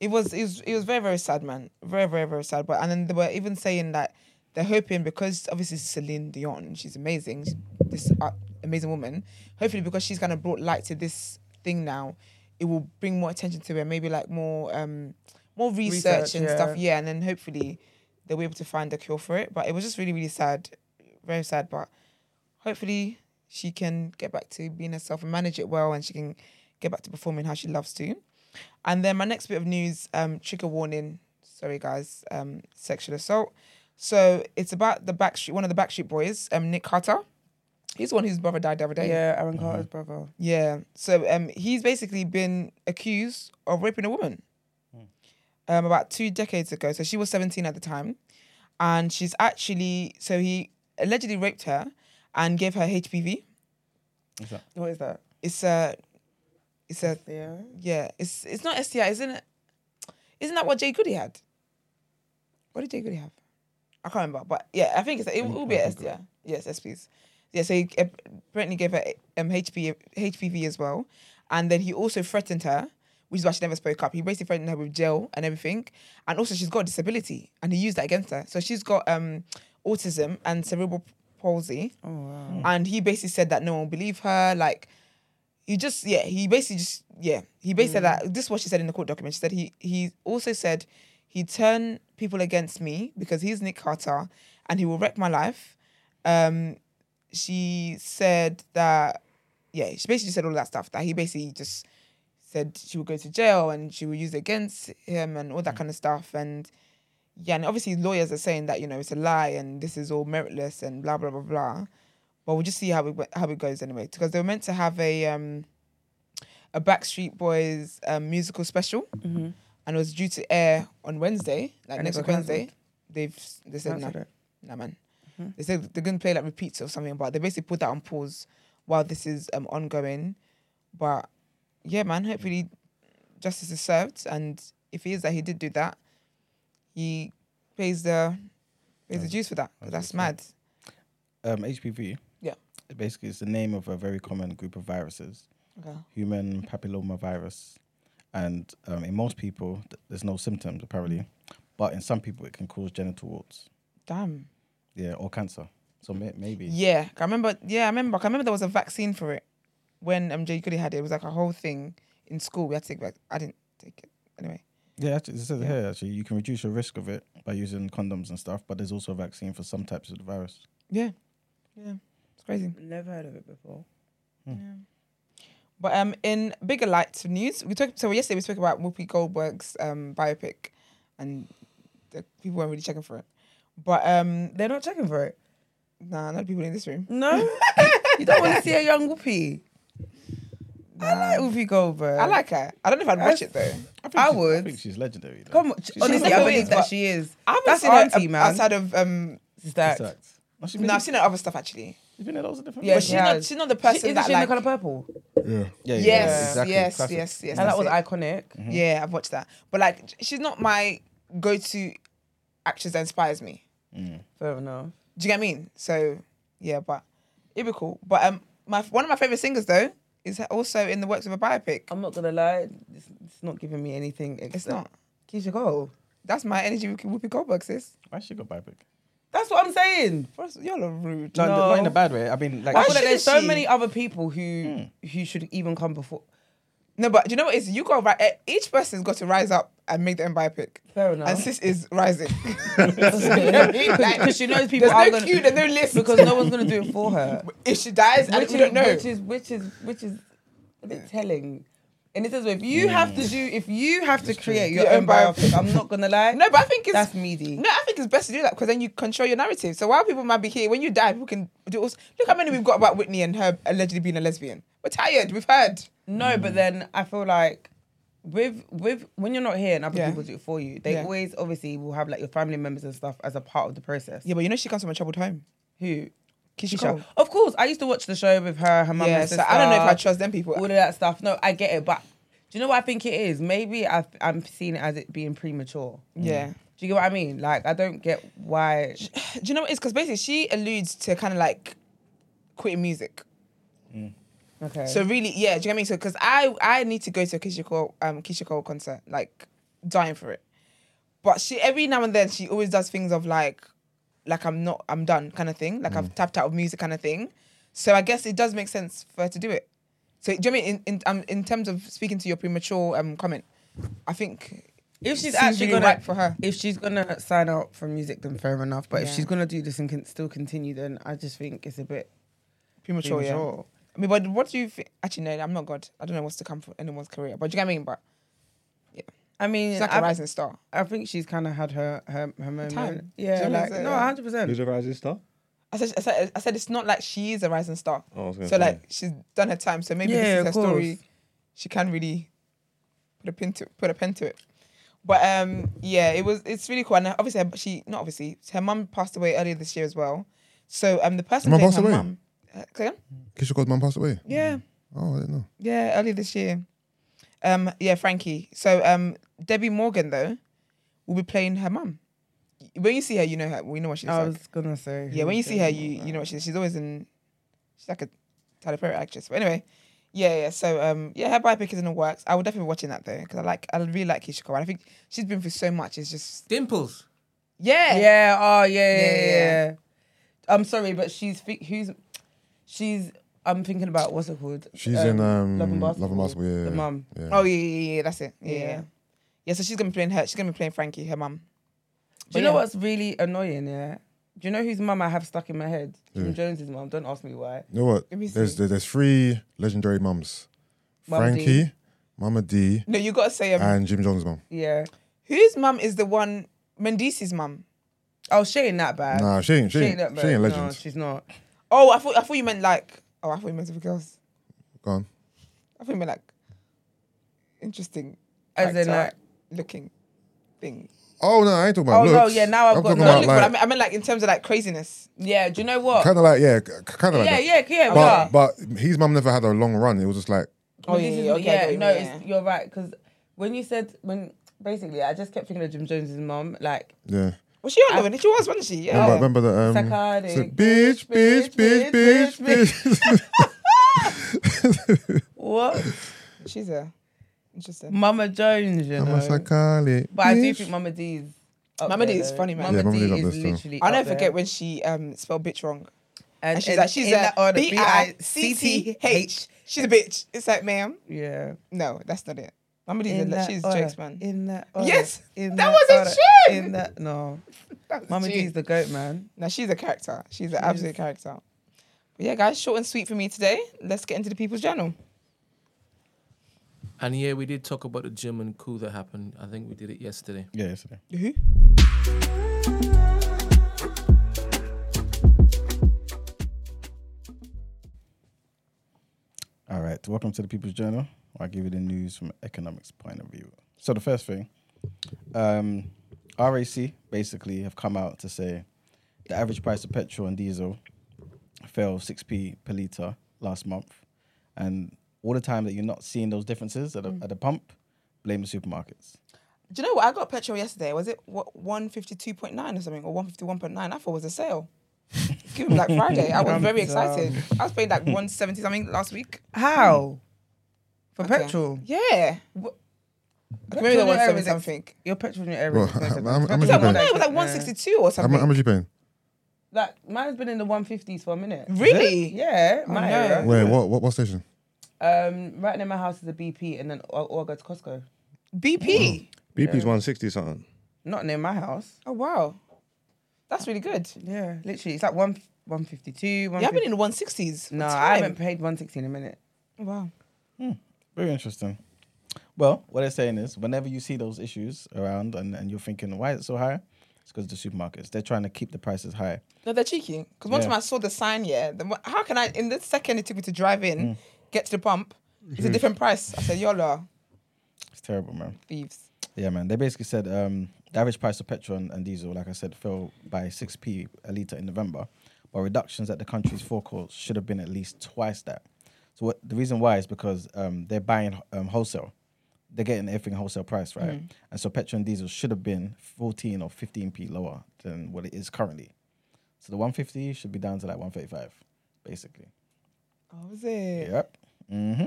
Speaker 1: it was it was it was very very sad, man, very very very sad. But and then they were even saying that they're hoping because obviously Celine Dion, she's amazing, this uh, amazing woman. Hopefully, because she's kind of brought light to this thing now, it will bring more attention to it, maybe like more um more research,
Speaker 2: Research,
Speaker 1: and
Speaker 2: yeah.
Speaker 1: stuff. Yeah, and then hopefully they'll be able to find a cure for it. But it was just really really sad, very sad. But hopefully she can get back to being herself and manage it well, and she can get back to performing how she loves to. And then my next bit of news, um, trigger warning. Sorry, guys. Um, sexual assault. So it's about the Backstreet, one of the Backstreet Boys, um, Nick Carter. He's the one whose brother died the other day.
Speaker 2: Yeah, Aaron Carter's brother.
Speaker 1: Yeah. So um, he's basically been accused of raping a woman um, about two decades ago. So she was 17 at the time. And she's actually, so he allegedly raped her and gave her HPV.
Speaker 2: What is that?
Speaker 1: It's a, it's a,
Speaker 2: Yeah.
Speaker 1: yeah, it's it's not STI, isn't it? Isn't that what Jay Goody had? What did Jay Goody have? I can't remember, but yeah, I think it's, it will be an STI. Yes, yes, please. Yeah, so he ap- apparently gave her um, HP, HPV as well, and then he also threatened her, which is why she never spoke up. He basically threatened her with jail and everything, and also she's got a disability, and he used that against her. So she's got um, autism and cerebral palsy,
Speaker 2: Oh, wow.
Speaker 1: and he basically said that no one will believe her, like he just yeah he basically just yeah he basically said that this is what she said in the court document she said he he also said he turn people against me because he's nick carter and he will wreck my life um she said that yeah she basically said all that stuff that he basically just said she would go to jail and she would use it against him and all
Speaker 2: Mm.
Speaker 1: that kind of stuff and yeah and obviously lawyers are saying that you know it's a lie and this is all meritless and blah blah blah blah but we'll just see how it how it goes anyway. Because they were meant to have a um, a Backstreet Boys um, musical special, and it was due to air on Wednesday, like
Speaker 2: Mm-hmm. And it
Speaker 1: next
Speaker 2: got
Speaker 1: week Wednesday. They've they said no,
Speaker 2: Cancelled it.
Speaker 1: no man. They said they're gonna play like repeats or something, but they basically put that on pause while this is um, ongoing. But yeah, man, hopefully justice is served, and if it is that he did do that, he pays the pays the dues for that. But that's mad.
Speaker 4: Um, HPV.
Speaker 1: Yeah.
Speaker 4: Basically, it's the name of a very common group of viruses
Speaker 1: Okay.
Speaker 4: human papillomavirus, and um, in most people, th- there's no symptoms apparently, but in some people, it can cause genital warts,
Speaker 1: Damn.
Speaker 4: yeah, or cancer. So may- maybe
Speaker 1: Yeah, I remember. Yeah, I remember. I remember there was a vaccine for it when um, Jay Goody had it. It was like a whole thing in school. We had to take. Vac- I didn't take it anyway.
Speaker 4: Yeah, actually, it says here actually you can reduce your risk of it by using condoms and stuff, but there's also a vaccine for some types of the virus.
Speaker 1: Yeah, yeah, it's crazy.
Speaker 2: Never heard of it before.
Speaker 4: Hmm.
Speaker 1: But um, in bigger light news, we talked. So yesterday we spoke about Whoopi Goldberg's um biopic, and the people weren't really checking for it. But um,
Speaker 2: They're not checking for it.
Speaker 1: nah, not the people in this room.
Speaker 2: No, you don't want to see a young Whoopi. I like Whoopi Goldberg.
Speaker 1: I like her. I don't know if I'd watch it though.
Speaker 2: I
Speaker 4: She's-
Speaker 2: would.
Speaker 4: I think she's legendary. Though.
Speaker 2: Come on, honestly, I
Speaker 1: definitely
Speaker 2: believe
Speaker 1: is,
Speaker 2: that
Speaker 1: but-
Speaker 2: she is.
Speaker 1: I haven't
Speaker 2: That's
Speaker 1: seen
Speaker 2: her
Speaker 1: her
Speaker 2: auntie,
Speaker 1: um,
Speaker 2: man.
Speaker 1: outside of um.
Speaker 2: Is that?
Speaker 4: She's act. No, she's been,
Speaker 1: No, I've seen her other stuff actually.
Speaker 4: she's been in loads of different.
Speaker 1: Yeah,
Speaker 2: But
Speaker 4: films.
Speaker 1: she's
Speaker 2: she
Speaker 1: not.
Speaker 2: has-
Speaker 1: She's not the
Speaker 2: She,
Speaker 1: person
Speaker 2: isn't
Speaker 1: that
Speaker 2: she in
Speaker 1: like.
Speaker 2: the color purple?
Speaker 6: Yeah.
Speaker 4: Yeah, yeah,
Speaker 1: yes,
Speaker 4: yeah, exactly.
Speaker 1: yes,
Speaker 4: Classic.
Speaker 1: yes, yes,
Speaker 2: and that
Speaker 1: that's
Speaker 2: was
Speaker 1: it.
Speaker 2: iconic.
Speaker 1: Yeah, I've watched that. But like, she's not my go-to actress that inspires me.
Speaker 2: Fair enough.
Speaker 1: Do you get what I mean? So yeah, but it'd be cool. But um, my one of my favorite singers though is also in the works of a biopic.
Speaker 2: I'm not gonna lie, it's, it's not giving me anything. Except
Speaker 1: It's not.
Speaker 2: Keisha Cole.
Speaker 1: That's my energy. with Whoopi Goldberg sis.
Speaker 4: Why she got biopic?
Speaker 2: That's what I'm saying.
Speaker 1: First, y'all are rude.
Speaker 4: No, not in
Speaker 2: No.
Speaker 4: a bad way. I mean, like
Speaker 2: I
Speaker 1: Why
Speaker 2: feel like
Speaker 1: shouldn't
Speaker 2: there's so
Speaker 1: she?
Speaker 2: many other people who who should even come before.
Speaker 1: No, but do you know what it is? You got right. eh, Each person's got to rise up and make their own biopic.
Speaker 2: Fair enough.
Speaker 1: And sis is rising.
Speaker 2: Because she knows people
Speaker 1: There's
Speaker 2: are
Speaker 1: no
Speaker 2: gonna
Speaker 1: queue, there's no list.
Speaker 2: because no one's gonna do it for her.
Speaker 1: if she dies, and
Speaker 2: which
Speaker 1: we
Speaker 2: is,
Speaker 1: don't know.
Speaker 2: Which is which is which is a bit telling. And it says if you have to do if you have to create your,
Speaker 1: Your
Speaker 2: own
Speaker 1: own bio-
Speaker 2: biopic, I'm not gonna lie.
Speaker 1: no, but I think it's
Speaker 2: that's meaty.
Speaker 1: No, I think it's best to do that because then you control your narrative. So while people might be here, when you die, people can do also. Look how many we've got about Whitney and her allegedly being a lesbian. We're tired. We've heard.
Speaker 2: No, but then I feel like with with when you're not here and other
Speaker 1: Yeah.
Speaker 2: people do it for you, they
Speaker 1: Yeah.
Speaker 2: always obviously will have like your family members and stuff as a part of the process.
Speaker 1: Yeah, but you know she comes from a troubled home.
Speaker 2: Who?
Speaker 1: Keisha.
Speaker 2: Keisha.
Speaker 1: Cole.
Speaker 2: Of course, I used to watch the show with her, her mum
Speaker 1: Yeah,
Speaker 2: and
Speaker 1: so
Speaker 2: sister.
Speaker 1: I don't know if I trust them people.
Speaker 2: all of that stuff. No, I get it, but do you know what I think it is? Maybe I've, I'm seeing it as it being premature.
Speaker 1: Yeah.
Speaker 2: Do you get what I mean? Like, I don't get why.
Speaker 1: Do you know what it is? Because basically she alludes to kind of like quitting music.
Speaker 2: Okay.
Speaker 1: So really, yeah, do you know what I mean? So because I I need to go to a Keisha Cole um Keisha Cole concert, like dying for it. But she every now and then she always does things of like like I'm not I'm done kind of thing, like I've tapped out of music kind of thing. So I guess it does make sense for her to do it. So do you know what I mean? In in, um, in terms of speaking to your premature um comment, I think
Speaker 2: if she's
Speaker 1: seems
Speaker 2: actually
Speaker 1: really
Speaker 2: gonna
Speaker 1: right for her.
Speaker 2: if she's gonna sign out for music, then fair enough. But if
Speaker 1: Yeah.
Speaker 2: she's gonna do this and can still continue, then I just think it's a bit
Speaker 1: premature, yeah.
Speaker 2: premature.
Speaker 1: I mean, but what do you think? Actually, no, I'm not God. I don't know what's to come for anyone's career. But do you get what I mean? But
Speaker 2: I mean,
Speaker 1: she's like a
Speaker 2: I-
Speaker 1: rising star.
Speaker 2: I think she's kind of had her her, her moment.
Speaker 1: Time. Do you
Speaker 2: Yeah,
Speaker 1: know what
Speaker 2: like
Speaker 1: I'm saying?
Speaker 2: no,
Speaker 1: Yeah.
Speaker 2: hundred percent.
Speaker 3: Who's a rising star?
Speaker 1: I said, I said, I said, it's not like she is a rising star.
Speaker 3: Oh, I was
Speaker 1: so
Speaker 3: gonna say.
Speaker 1: like she's done her time. So maybe this
Speaker 2: Yeah,
Speaker 1: is
Speaker 2: of
Speaker 1: her
Speaker 2: course.
Speaker 1: story. She can really put a pin to put a pen to it. But um, yeah, it was it's really cool. And uh, obviously, her- she not obviously her mum passed away earlier this year as well. So um, the person
Speaker 6: Her
Speaker 1: playing
Speaker 6: mum
Speaker 1: her
Speaker 6: passed away?
Speaker 1: mum, uh, say again?
Speaker 6: Keisha Cole's mum passed away.
Speaker 1: yeah,
Speaker 6: Oh, I didn't know.
Speaker 1: yeah, earlier this year. Um, yeah, Frankie. So um, Debbie Morgan though will be playing her mum. When you see her, you know her. We know what she's
Speaker 2: I
Speaker 1: like.
Speaker 2: was gonna say.
Speaker 1: Yeah, when you see her, you you know what she's she's always in. She's like a Tyler Perry actress. But anyway, yeah, yeah. So um, yeah, her biopic is in the works. I would definitely be watching that though because I like I really like Keisha Cole. And I think she's been through so much. It's just
Speaker 5: Dimples.
Speaker 1: yeah,
Speaker 2: Yeah. Oh yeah. Yeah.
Speaker 1: Yeah,
Speaker 2: yeah,
Speaker 1: yeah,
Speaker 2: yeah. I'm sorry, but she's fi- who's she's. I'm thinking about what's it called.
Speaker 6: She's in um, Love and Basketball. yeah,
Speaker 2: The mum.
Speaker 6: Yeah.
Speaker 1: Oh yeah, yeah, yeah. That's it. Yeah, yeah.
Speaker 2: Yeah.
Speaker 1: yeah. so she's gonna be playing her. She's gonna be playing Frankie, her mum.
Speaker 2: Do
Speaker 1: But
Speaker 2: you know
Speaker 1: yeah.
Speaker 2: what's really annoying? Yeah. Do you know whose mum I have stuck in my head? Jim Jones's mum. Don't ask me why.
Speaker 6: You know what?
Speaker 1: Let me
Speaker 6: There's
Speaker 1: see.
Speaker 6: there's three legendary mums:
Speaker 2: Mama D. Mm.
Speaker 6: Frankie, Mama D,
Speaker 1: No, you gotta say um,
Speaker 6: and Jim Jones' mum.
Speaker 2: Yeah.
Speaker 1: whose mum is the one Mendice's mum.
Speaker 2: Oh, she ain't that bad.
Speaker 6: Nah, she ain't she,
Speaker 2: she
Speaker 6: ain't,
Speaker 2: ain't that bad.
Speaker 6: she ain't
Speaker 2: No,
Speaker 6: legend.
Speaker 2: she's not.
Speaker 1: Oh, I thought I thought you meant like oh I thought you meant something else.
Speaker 6: Gone.
Speaker 1: I thought you meant like interesting
Speaker 2: As in,
Speaker 1: actor
Speaker 2: like-
Speaker 1: looking thing.
Speaker 6: Oh no, I ain't talking about
Speaker 2: Oh,
Speaker 6: looks.
Speaker 2: no, yeah, now I've
Speaker 6: I'm
Speaker 2: got-
Speaker 6: talking
Speaker 2: no,
Speaker 6: about
Speaker 1: Look, but I, mean,
Speaker 6: like
Speaker 1: I mean, like in terms of like craziness.
Speaker 2: Yeah. Do you know what?
Speaker 6: kind of like yeah, kind of like
Speaker 2: yeah,
Speaker 6: that.
Speaker 2: yeah, yeah. we are.
Speaker 6: But but his mum never had a long run. It was just like
Speaker 1: Oh,
Speaker 2: But
Speaker 1: yeah,
Speaker 2: this
Speaker 1: yeah,
Speaker 2: is-
Speaker 1: okay, I
Speaker 2: yeah,
Speaker 1: get you,
Speaker 2: no,
Speaker 1: yeah.
Speaker 2: It's, you're right. Because when you said when basically, I just kept thinking of Jim Jones's mum, like
Speaker 6: yeah.
Speaker 1: Was she on the one? She was, wasn't she? Yeah.
Speaker 6: Remember, remember the um,
Speaker 2: Oh, Psychotic.
Speaker 6: it's a bitch, bitch, bitch, bitch, bitch.
Speaker 2: What?
Speaker 1: She's a interesting.
Speaker 2: Mama Jones, you know.
Speaker 6: Mama Sakali.
Speaker 2: But I do think Mama D's. up
Speaker 1: Mama
Speaker 2: there,
Speaker 1: D is
Speaker 2: though.
Speaker 1: funny, man.
Speaker 2: Mama
Speaker 6: Yeah, Mama
Speaker 2: D
Speaker 6: D's up there
Speaker 2: is
Speaker 6: still.
Speaker 2: literally.
Speaker 1: I'll
Speaker 2: up
Speaker 1: never
Speaker 2: there.
Speaker 1: forget when she um spelled bitch wrong.
Speaker 2: And,
Speaker 1: And she's
Speaker 2: and
Speaker 1: like, she's
Speaker 2: in
Speaker 1: a
Speaker 2: that order,
Speaker 1: B I C T H. She's a bitch. It's like, ma'am,
Speaker 2: Yeah.
Speaker 1: no, that's not it. Mama D's
Speaker 2: In
Speaker 1: a,
Speaker 2: that
Speaker 1: she's
Speaker 2: order,
Speaker 1: Jake's man.
Speaker 2: In that order,
Speaker 1: Yes,
Speaker 2: in
Speaker 1: that was a
Speaker 2: order,
Speaker 1: tune.
Speaker 2: In that no,
Speaker 1: That was
Speaker 2: Mama
Speaker 1: June.
Speaker 2: D's the goat man.
Speaker 1: No, she's a character. She's an absolute character. But yeah, guys, short and sweet for me today. Let's get into the people's journal.
Speaker 5: And yeah, we did talk about the German coup that happened. I think we did it yesterday.
Speaker 4: Yeah, yesterday. All right, welcome to the People's Journal. I'll give you the news from an economics point of view. So the first thing, um, RAC basically have come out to say the average price of petrol and diesel fell 6p per litre last month. And all the time that you're not seeing those differences at the, at the pump, blame the supermarkets.
Speaker 1: Do you know what? I got petrol yesterday. Was it what one fifty two point nine or something, or one fifty one point nine? I thought it was a sale. Give me Black Friday. I was very excited. I was paying like one seventy something last week.
Speaker 2: How? Mm. For
Speaker 1: Okay.
Speaker 2: petrol.
Speaker 1: Yeah. Maybe
Speaker 2: Petrol
Speaker 1: they
Speaker 2: in your
Speaker 1: want
Speaker 2: area
Speaker 1: seventy
Speaker 2: is ex-
Speaker 1: something.
Speaker 2: Your petrol in your area.
Speaker 6: Well,
Speaker 2: is expensive.
Speaker 6: how- how much
Speaker 2: Petrol
Speaker 6: is
Speaker 1: So
Speaker 6: it
Speaker 2: in
Speaker 1: no,
Speaker 6: then?
Speaker 2: my
Speaker 1: it was
Speaker 2: area-
Speaker 1: like one sixty two or
Speaker 6: How, mu- how
Speaker 1: something.
Speaker 6: much are you paying?
Speaker 2: Like mine's been in the one fifties for a minute.
Speaker 1: Really?
Speaker 2: Yeah, my
Speaker 1: no.
Speaker 2: area.
Speaker 6: Where? What? What? What station?
Speaker 2: Um, right near my house is a BP, and then or, or I go to Costco.
Speaker 1: BP.
Speaker 3: BP's 160 something.
Speaker 2: Not near my house.
Speaker 1: Oh wow, that's really good.
Speaker 2: Yeah, literally, it's like one one fifty two.
Speaker 1: You haven't in the one sixties.
Speaker 2: No, I haven't paid one sixty in a minute.
Speaker 1: Wow.
Speaker 4: Very interesting. Well, what they're saying is, whenever you see those issues around and, and you're thinking, why is it so high? It's because the supermarkets. They're trying to keep the prices high.
Speaker 1: No, they're cheeky. Because one
Speaker 4: Yeah.
Speaker 1: time I saw the sign, yeah. The, mo- how can I, in the second it took me to drive in, get to the pump, it's a different price. I said, y'all are
Speaker 4: It's terrible, man.
Speaker 1: thieves.
Speaker 4: Yeah, man. They basically said um, the average price of petrol and, and diesel, like I said, fell by 6p a litre in November, but reductions at the country's forecourt should have been at least twice that. So what, the reason why is because um, they're buying um, wholesale. They're getting everything wholesale price, right? And so petrol and diesel should have been 14 or 15p lower than what it is currently. So the 150 should be down to like 135, basically.
Speaker 1: Oh, is it?
Speaker 4: Yep. hmm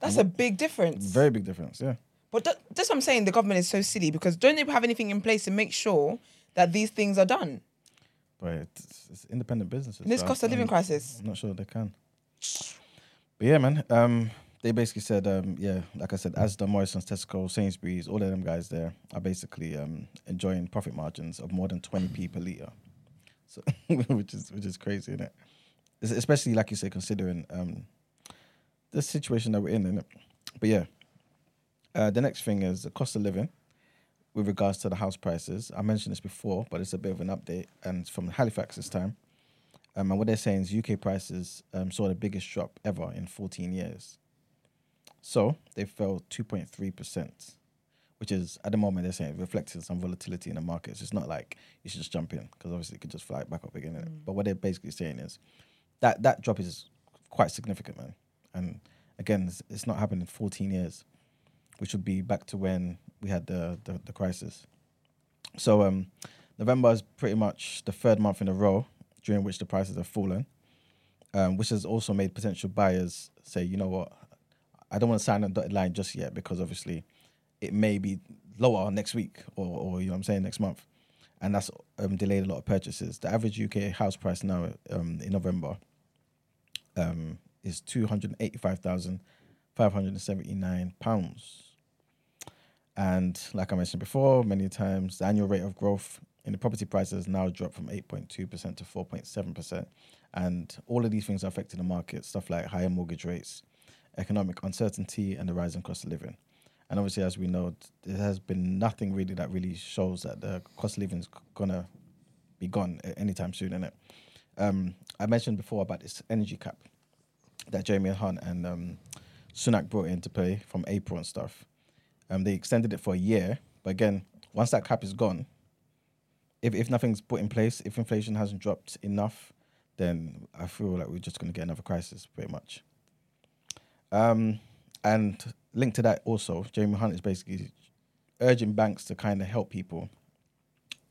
Speaker 1: That's a big difference.
Speaker 4: Very big difference, yeah.
Speaker 1: but that, that's what I'm saying. The government is so silly because don't they have anything in place to make sure that these things are done?
Speaker 4: But it's, it's independent businesses.
Speaker 1: In this
Speaker 4: so
Speaker 1: cost of living
Speaker 4: I'm-
Speaker 1: crisis.
Speaker 4: I'm not sure they can. But yeah, man. Um, they basically said, um, yeah, like I said, Asda, Morrison's, Tesco, Sainsbury's, all of them guys there are basically um, enjoying profit margins of more than twenty p per liter, so which is which is crazy, isn't it? Especially like you say, considering um, the situation that we're in, innit? But yeah, uh, the next thing is the cost of living with regards to the house prices. I mentioned this before, but it's a bit of an update, and it's from Halifax this time. Um, and what they're saying is UK prices um, saw the biggest drop ever in 14 years. So they fell 2.3%, which is, at the moment, they're saying it reflected some volatility in the markets. It's not like you should just jump in because obviously it could just fly back up again. innit? But what they're basically saying is that that drop is quite significant, man. And again, it's, it's not happened in 14 years, which would be back to when we had the, the, the crisis. So um, November is pretty much the third month in a row during which the prices have fallen, um, which has also made potential buyers say, you know what, I don't want to sign a dotted line just yet because obviously it may be lower next week or, or you know what I'm saying, next month. And that's um, delayed a lot of purchases. The average UK house price now um, in November um, is £285,579 and like I mentioned before, many times, the annual rate of growth in the property prices has now dropped from 8.2% to 4.7%. And all of these things are affecting the market, stuff like higher mortgage rates, economic uncertainty, and the rising cost of living. And obviously, as we know, t- there has been nothing really that really shows that the cost of living is going to be gone a- anytime soon, innit? Um, I mentioned before about this energy cap that Jeremy Hunt and um, Sunak brought into play from April and stuff. Um, they extended it for a year, but again, once that cap is gone, if if nothing's put in place, if inflation hasn't dropped enough, then I feel like we're just going to get another crisis, pretty much. Um, and linked to that also, Jeremy Hunt is basically urging banks to kind of help people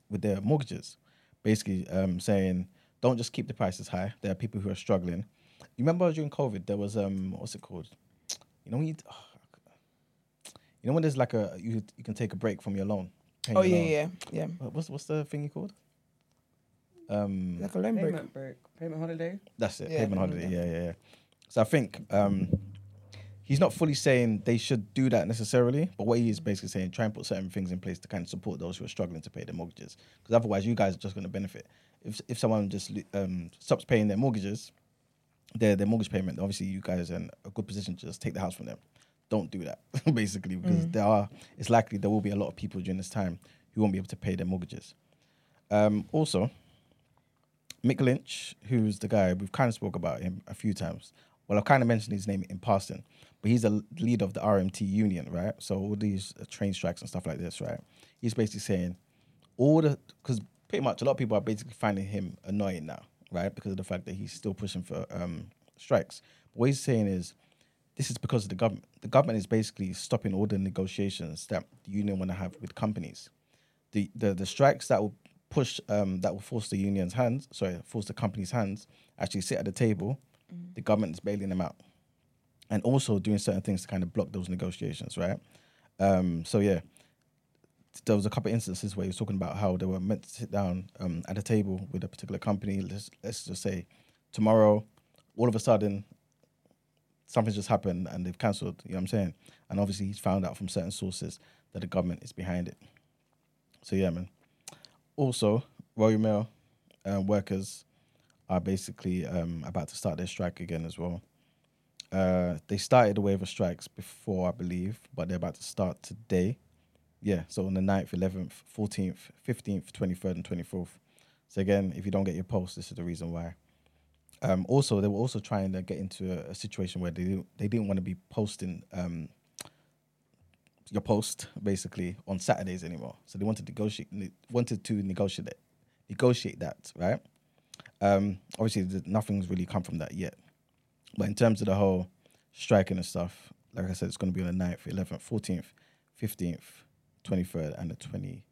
Speaker 4: with their mortgages, basically um, saying don't just keep the prices high. There are people who are struggling, You remember during COVID there was um what's it called? You know when you, oh, you know when there's like a you you can take a break from your loan. paying
Speaker 1: Oh
Speaker 4: your
Speaker 1: yeah,
Speaker 4: loan.
Speaker 1: yeah, yeah.
Speaker 4: What- What's what's the thingy called? Um,
Speaker 1: Like a loan break.
Speaker 2: Payment break. Payment holiday.
Speaker 4: that's it.
Speaker 1: Yeah.
Speaker 4: Payment holiday. Yeah, yeah, yeah. So I think um, he's not fully saying they should do that necessarily, but what he is basically saying, try and put certain things in place to kind of support those who are struggling to pay their mortgages, because otherwise you guys are just going to benefit. If if someone just um, stops paying their mortgages, their their mortgage payment, obviously you guys are in a good position to just take the house from them. Don't do that, basically,
Speaker 1: Mm.
Speaker 4: because there are it's likely there will be a lot of people during this time who won't be able to pay their mortgages. Um, also, Mick Lynch, who's the guy we've kind of spoke about him a few times. Well, I've kind of mentioned his name in passing, but he's the leader of the RMT union, right? So all these uh, train strikes and stuff like this, right? He's basically saying all the because pretty much a lot of people are basically finding him annoying now, right? Because of the fact that he's still pushing for um, strikes. But what he's saying is this is because of the government. The government is basically stopping all the negotiations that the union want to have with companies the, the, the strikes that will push um, that will force the union's hands, sorry, force the company's hands actually sit at the table. The government is bailing them out, and also doing certain things to kind of block those negotiations, right? Um, so yeah, there was a couple of instances where he was talking about how they were meant to sit down um, at a table with a particular company. Let's let's just say tomorrow, all of a sudden, something's just happened and they've cancelled. You know what I'm saying? And obviously, he's found out from certain sources that the government is behind it. So yeah, man. Also, Royal Mail uh, workers are basically um, about to start their strike again as well. Uh, they started a wave of strikes before, I believe, but they're about to start today. Yeah, so on the 9th, 11th, 14th, 15th, 23rd, and 24th. So again, if you don't get your post, this is the reason why. Um, also, they were also trying to get into a, a situation where they didn't, they didn't want to be posting um, your post basically on Saturdays anymore. So they wanted to negotiate, ne- wanted to negotiate, negotiate that, right? Um, obviously, th- nothing's really come from that yet. But in terms of the whole striking and stuff, like I said, it's going to be on the 9th, 11th, 14th, 15th, 23rd, and the 24th.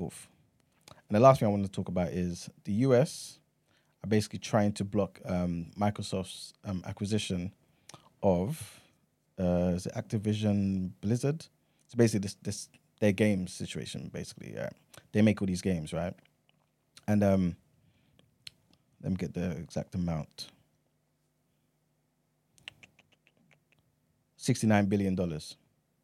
Speaker 4: And the last thing I want to talk about is the US are basically trying to block um, Microsoft's um, acquisition of uh, is it Activision Blizzard? It's basically this this their game situation. Basically, yeah. they make all these games, right? And um, let me get the exact amount. $69 billion.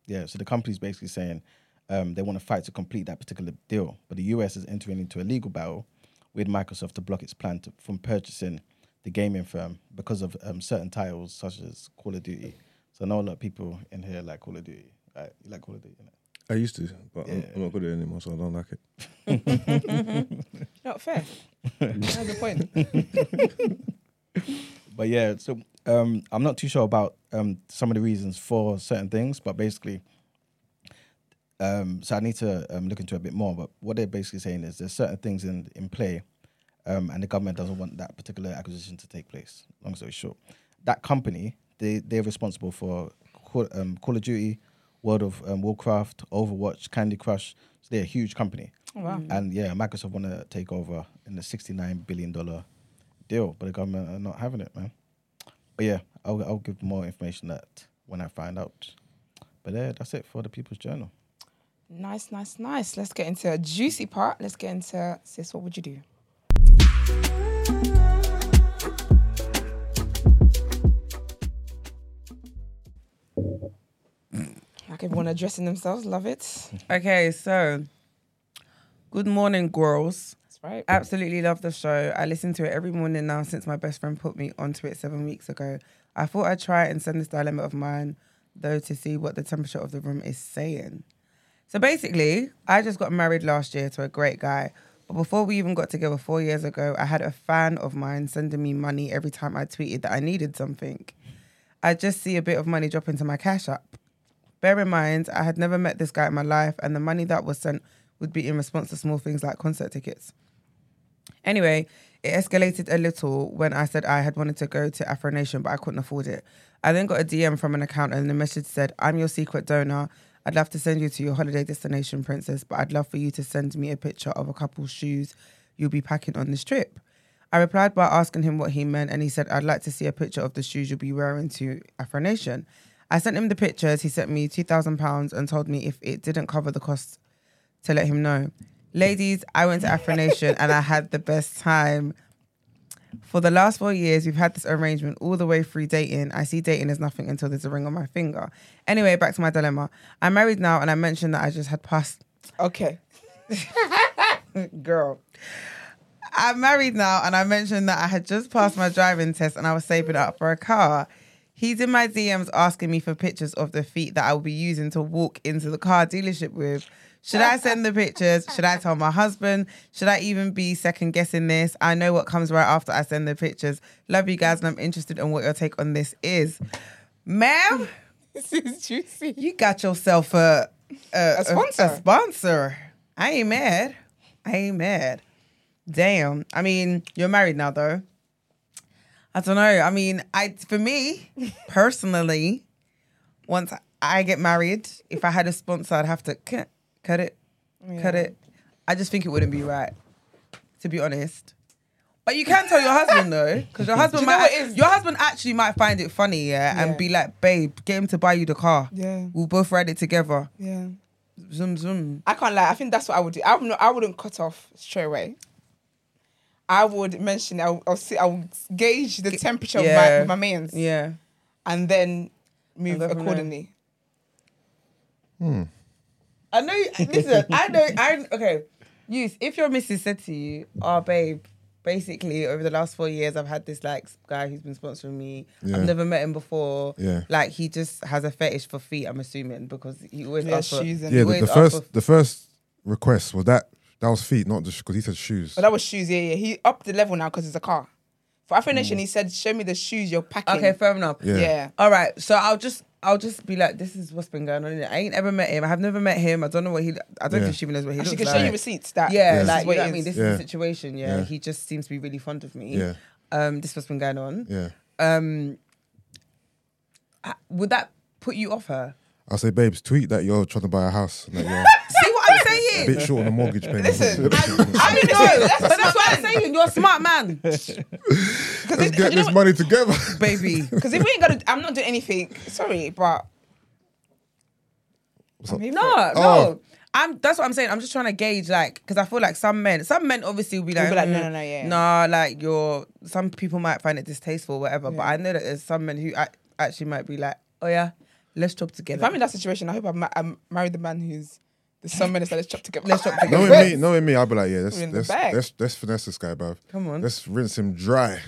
Speaker 4: Yeah, so the company's basically saying um, they want to fight to complete that particular deal. But the US is entering into a legal battle with Microsoft to block its plan to, from purchasing the gaming firm because of um, certain titles such as Call of Duty. So I know a lot of people in here like Call of Duty. Right? You like Call of Duty, innit?
Speaker 3: I used to, but I'm,
Speaker 4: Yeah.
Speaker 3: I'm not good at it anymore, so I don't like it.
Speaker 1: Not fair. That's the point.
Speaker 4: but yeah, so um, I'm not too sure about um, some of the reasons for certain things, but basically, um, so I need to um, look into it a bit more. But what they're basically saying is there's certain things in in play, um, and the government doesn't want that particular acquisition to take place. Long story short, that company they they're responsible for Call, um, Call of Duty, World of um, Warcraft, Overwatch, Candy Crush. So they're a huge company.
Speaker 1: wow.
Speaker 4: And yeah, Microsoft want to take over in the sixty-nine billion dollar deal, but the government are not having it, man. But yeah, I'll I'll give more information that when I find out. But yeah, that's it for the People's Journal.
Speaker 1: Nice, nice, nice. Let's get into a juicy part. Let's get into sis. What would you do? Like everyone addressing themselves, love it.
Speaker 2: Okay, so good morning, girls.
Speaker 1: That's right.
Speaker 2: Absolutely love the show. I listen to it every morning now since my best friend put me onto it seven weeks ago. I thought I'd try and send this dilemma of mine, though, to see what the temperature of the room is saying. So basically, I just got married last year to a great guy. But before we even got together four years ago, I had a fan of mine sending me money every time I tweeted that I needed something. I just see a bit of money drop into my cash app. Bear in mind, I had never met this guy in my life, and the money that was sent would be in response to small things like concert tickets. Anyway, it escalated a little when I said I had wanted to go to Afro Nation, but I couldn't afford it. I then got a DM from an account, and the message said, I'm your secret donor. I'd love to send you to your holiday destination, princess, but I'd love for you to send me a picture of a couple shoes you'll be packing on this trip. I replied by asking him what he meant, and he said, I'd like to see a picture of the shoes you'll be wearing to Afro Nation. I sent him the pictures. He sent me £2,000 and told me if it didn't cover the cost to let him know. Ladies, I went to Afro Nation and I had the best time. For the last four years, we've had this arrangement all the way through dating. I see dating as nothing until there's a ring on my finger. Anyway, back to my dilemma. I'm married now, and I mentioned that I just had passed
Speaker 1: Okay.
Speaker 2: girl. I'm married now, and I mentioned that I had just passed my driving test and I was saving up for a car. He's in my DMs asking me for pictures of the feet that I will be using to walk into the car dealership with. Should I send the pictures? Should I tell my husband? Should I even be second guessing this? I know what comes right after I send the pictures. Love you guys, and I'm interested in what your take on this is. Ma'am,
Speaker 1: This is juicy.
Speaker 2: you got yourself a a, a-
Speaker 1: sponsor.
Speaker 2: a sponsor. I ain't mad. I ain't mad. Damn. I mean, you're married now though. I don't know. I mean, I for me personally, once I get married, if I had a sponsor, I'd have to cut, cut it, cut it. I just think it wouldn't be right, to be honest. But you can tell your husband though, because your husband
Speaker 1: you know
Speaker 2: might
Speaker 1: what it is?
Speaker 2: your husband actually might find it funny, yeah,
Speaker 1: Yeah.
Speaker 2: and be like, babe, get him to buy you the car.
Speaker 1: Yeah.
Speaker 2: we'll both ride it together.
Speaker 1: Yeah.
Speaker 2: Zoom zoom.
Speaker 1: I can't lie. I think that's what I would do. I, would not, I wouldn't cut off straight away. I would mention, I'll, I'll see, I'll gauge the temperature
Speaker 2: yeah.
Speaker 1: of my, my mains
Speaker 2: Yeah,
Speaker 1: and then move
Speaker 2: go from there.
Speaker 1: accordingly.
Speaker 2: I know. Listen, I know. I okay. Use if your missus said to you, "Oh, babe." Basically, over the last four years, I've had this like guy who's been sponsoring me.
Speaker 6: Yeah.
Speaker 2: I've never met him before.
Speaker 6: Yeah.
Speaker 2: like he just has a fetish for feet. I'm assuming because he always
Speaker 1: Yeah,
Speaker 2: asks for
Speaker 1: shoes and
Speaker 6: Yeah, the,
Speaker 2: Wait,
Speaker 6: the
Speaker 2: off
Speaker 6: first
Speaker 2: of-
Speaker 6: the first request was that that was feet, not just because he said shoes.
Speaker 1: But that was shoes, yeah, yeah. He upped the level now because it's a car. For Afro Nation, he said, "Show me the shoes you're packing."
Speaker 2: Mm. Okay, fair enough.
Speaker 6: Yeah.
Speaker 1: yeah.
Speaker 2: All right, so I'll just I'll just be like, this is what's been going on. innit? I ain't ever met him. I have never met him. I don't know what he. I don't
Speaker 6: Yeah.
Speaker 2: think she even knows what he
Speaker 1: And she
Speaker 2: looks
Speaker 1: can
Speaker 2: like.
Speaker 1: show you receipts that.
Speaker 2: yeah,
Speaker 1: this is
Speaker 2: like you
Speaker 1: what
Speaker 2: know
Speaker 1: it
Speaker 2: what I mean.
Speaker 1: is.
Speaker 2: This
Speaker 6: Yeah.
Speaker 2: is the situation. Yeah?
Speaker 6: Yeah.
Speaker 2: he just seems to be really fond of me.
Speaker 6: Yeah,
Speaker 2: Um, this what's been going on.
Speaker 6: yeah.
Speaker 2: Um, h- would that put you off her?
Speaker 6: I say, babes, tweet that you're trying to buy a house, and that
Speaker 2: See what I'm
Speaker 6: you're
Speaker 2: saying?
Speaker 6: a bit short on a mortgage payment.
Speaker 1: Listen,
Speaker 2: I don't know, but that's what I'm saying. You're a smart man,
Speaker 6: Let's get this money together.
Speaker 2: baby.
Speaker 1: Because if we ain't gonna, I'm not doing anything. Sorry, but
Speaker 6: up?
Speaker 1: I'm here
Speaker 2: No,
Speaker 1: for it.
Speaker 2: no. I'm. That's what I'm saying. I'm just trying to gauge, like, because I feel like some men, some men obviously will be like,
Speaker 1: be like, no,
Speaker 2: "Mm,
Speaker 1: no, no, yeah."
Speaker 2: nah, like you're. Some people might find it distasteful, whatever. But I know that there's some men who ac- actually might be like, oh yeah, let's job
Speaker 1: If
Speaker 2: together.
Speaker 1: I'm in that situation, I hope I'm, I'm married the man who's the son minister. Let's chop together.
Speaker 2: Let's chop together.
Speaker 6: Knowing me, knowing me, I'll be like, yeah, let's
Speaker 1: We're in the
Speaker 6: let's,
Speaker 1: bag.
Speaker 6: let's let's finesse this guy, bruv.
Speaker 2: Come on.
Speaker 6: let's rinse him dry.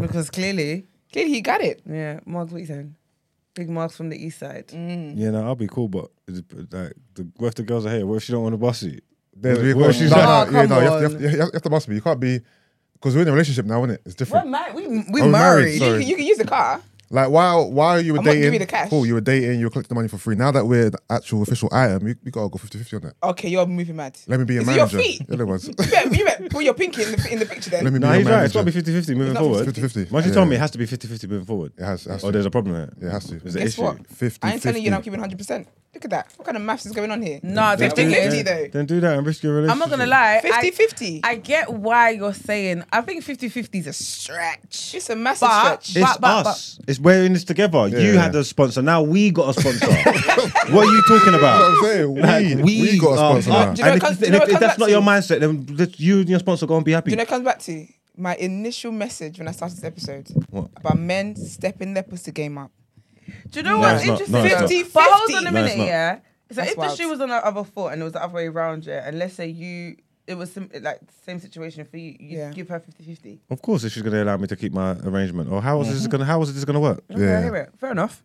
Speaker 2: because clearly,
Speaker 1: Clearly, he got it.
Speaker 2: yeah, Mark Wheaton, big Mark's from the east side.
Speaker 1: Mm.
Speaker 3: Yeah, no, I'll be cool, but it's- like, the, what if the girls are here? What if she don't want to bust you?
Speaker 6: There's
Speaker 3: Where-
Speaker 6: we-
Speaker 3: where she's
Speaker 6: no,
Speaker 1: Oh,
Speaker 3: at?
Speaker 6: no, yeah,
Speaker 2: come
Speaker 6: no, you have, to,
Speaker 2: on.
Speaker 6: you, have to, you have to bust me. You can't be because we're in a relationship now, isn't it? It's
Speaker 2: We're
Speaker 6: different.
Speaker 2: married. We we
Speaker 6: Oh,
Speaker 2: married.
Speaker 6: we're married,
Speaker 1: You,
Speaker 6: Sorry.
Speaker 1: you can use the car.
Speaker 6: Like while while you were
Speaker 1: I'm not
Speaker 6: dating,
Speaker 1: giving you the cash.
Speaker 6: cool, you were dating, you were collecting the money for free. Now that we're the actual official item, you, we gotta go 50-50 on that.
Speaker 1: Okay, you're moving mad.
Speaker 6: Let me be your
Speaker 1: Is it your
Speaker 6: manager.
Speaker 1: feet?
Speaker 6: Yeah, there was.
Speaker 1: You better, you better put your pinky in the in the picture then.
Speaker 6: Let me be
Speaker 3: No,
Speaker 6: your
Speaker 3: he's right. It's
Speaker 6: manager.
Speaker 3: got to be 50 50 moving
Speaker 1: not
Speaker 3: forward.
Speaker 6: 50-50.
Speaker 3: Once you
Speaker 6: Yeah.
Speaker 3: told me it has to be 50 50 moving forward.
Speaker 6: It has- has
Speaker 3: oh,
Speaker 6: to.
Speaker 3: there's a problem here.
Speaker 6: Yeah, it has to.
Speaker 3: There's an
Speaker 1: Guess
Speaker 3: issue.
Speaker 1: what?
Speaker 6: 50,
Speaker 1: I ain't telling you now. I'm
Speaker 6: 50.
Speaker 1: keeping 100. percent Look at that. What kind of maths is going on here?
Speaker 2: No,
Speaker 1: Then
Speaker 2: the thing
Speaker 1: do
Speaker 2: is,
Speaker 1: it. though.
Speaker 3: Then do that and risk your relationship.
Speaker 2: I'm not gonna lie.
Speaker 1: 50
Speaker 2: I,
Speaker 1: 50.
Speaker 2: I get why you're saying. I think 50-50 is a stretch.
Speaker 1: It's a massive
Speaker 2: But-
Speaker 1: stretch.
Speaker 3: It's
Speaker 2: But- but-
Speaker 3: us. It's we're in this together. You
Speaker 6: Yeah.
Speaker 3: had a sponsor. Now we got a sponsor. what are you talking about?
Speaker 6: That's what I'm saying. We, we, got a
Speaker 3: are-
Speaker 6: sponsor
Speaker 3: are-
Speaker 6: now.
Speaker 1: Do you know
Speaker 3: and
Speaker 1: it
Speaker 3: if,
Speaker 1: comes- do you
Speaker 3: and
Speaker 1: know
Speaker 3: if-
Speaker 1: it
Speaker 3: if
Speaker 1: comes
Speaker 3: that's
Speaker 1: back
Speaker 3: not
Speaker 1: to-
Speaker 3: your mindset, then let you and your sponsor go and be happy.
Speaker 1: you know, it comes back to my initial message when I started this episode
Speaker 3: What?
Speaker 1: about men stepping their pussy game up.
Speaker 2: Do you know
Speaker 3: No,
Speaker 2: what's
Speaker 3: it's not.
Speaker 2: interesting?
Speaker 3: No, it's not.
Speaker 1: 50-50.
Speaker 2: But hold on a
Speaker 3: No, it's
Speaker 2: minute,
Speaker 3: not.
Speaker 2: yeah. So
Speaker 1: That's
Speaker 2: if
Speaker 1: wild.
Speaker 2: the shoe was on the other foot and it was the other way around, yeah, and let's say you, it was sim- like same situation for you, you
Speaker 1: Yeah.
Speaker 2: would give her 50-50.
Speaker 3: of course, if she's going to allow me to keep my arrangement, or how else
Speaker 1: Mm-hmm.
Speaker 3: is this going? to How else is this going to work?
Speaker 2: Okay, I
Speaker 6: Yeah.
Speaker 2: hear it. Fair enough.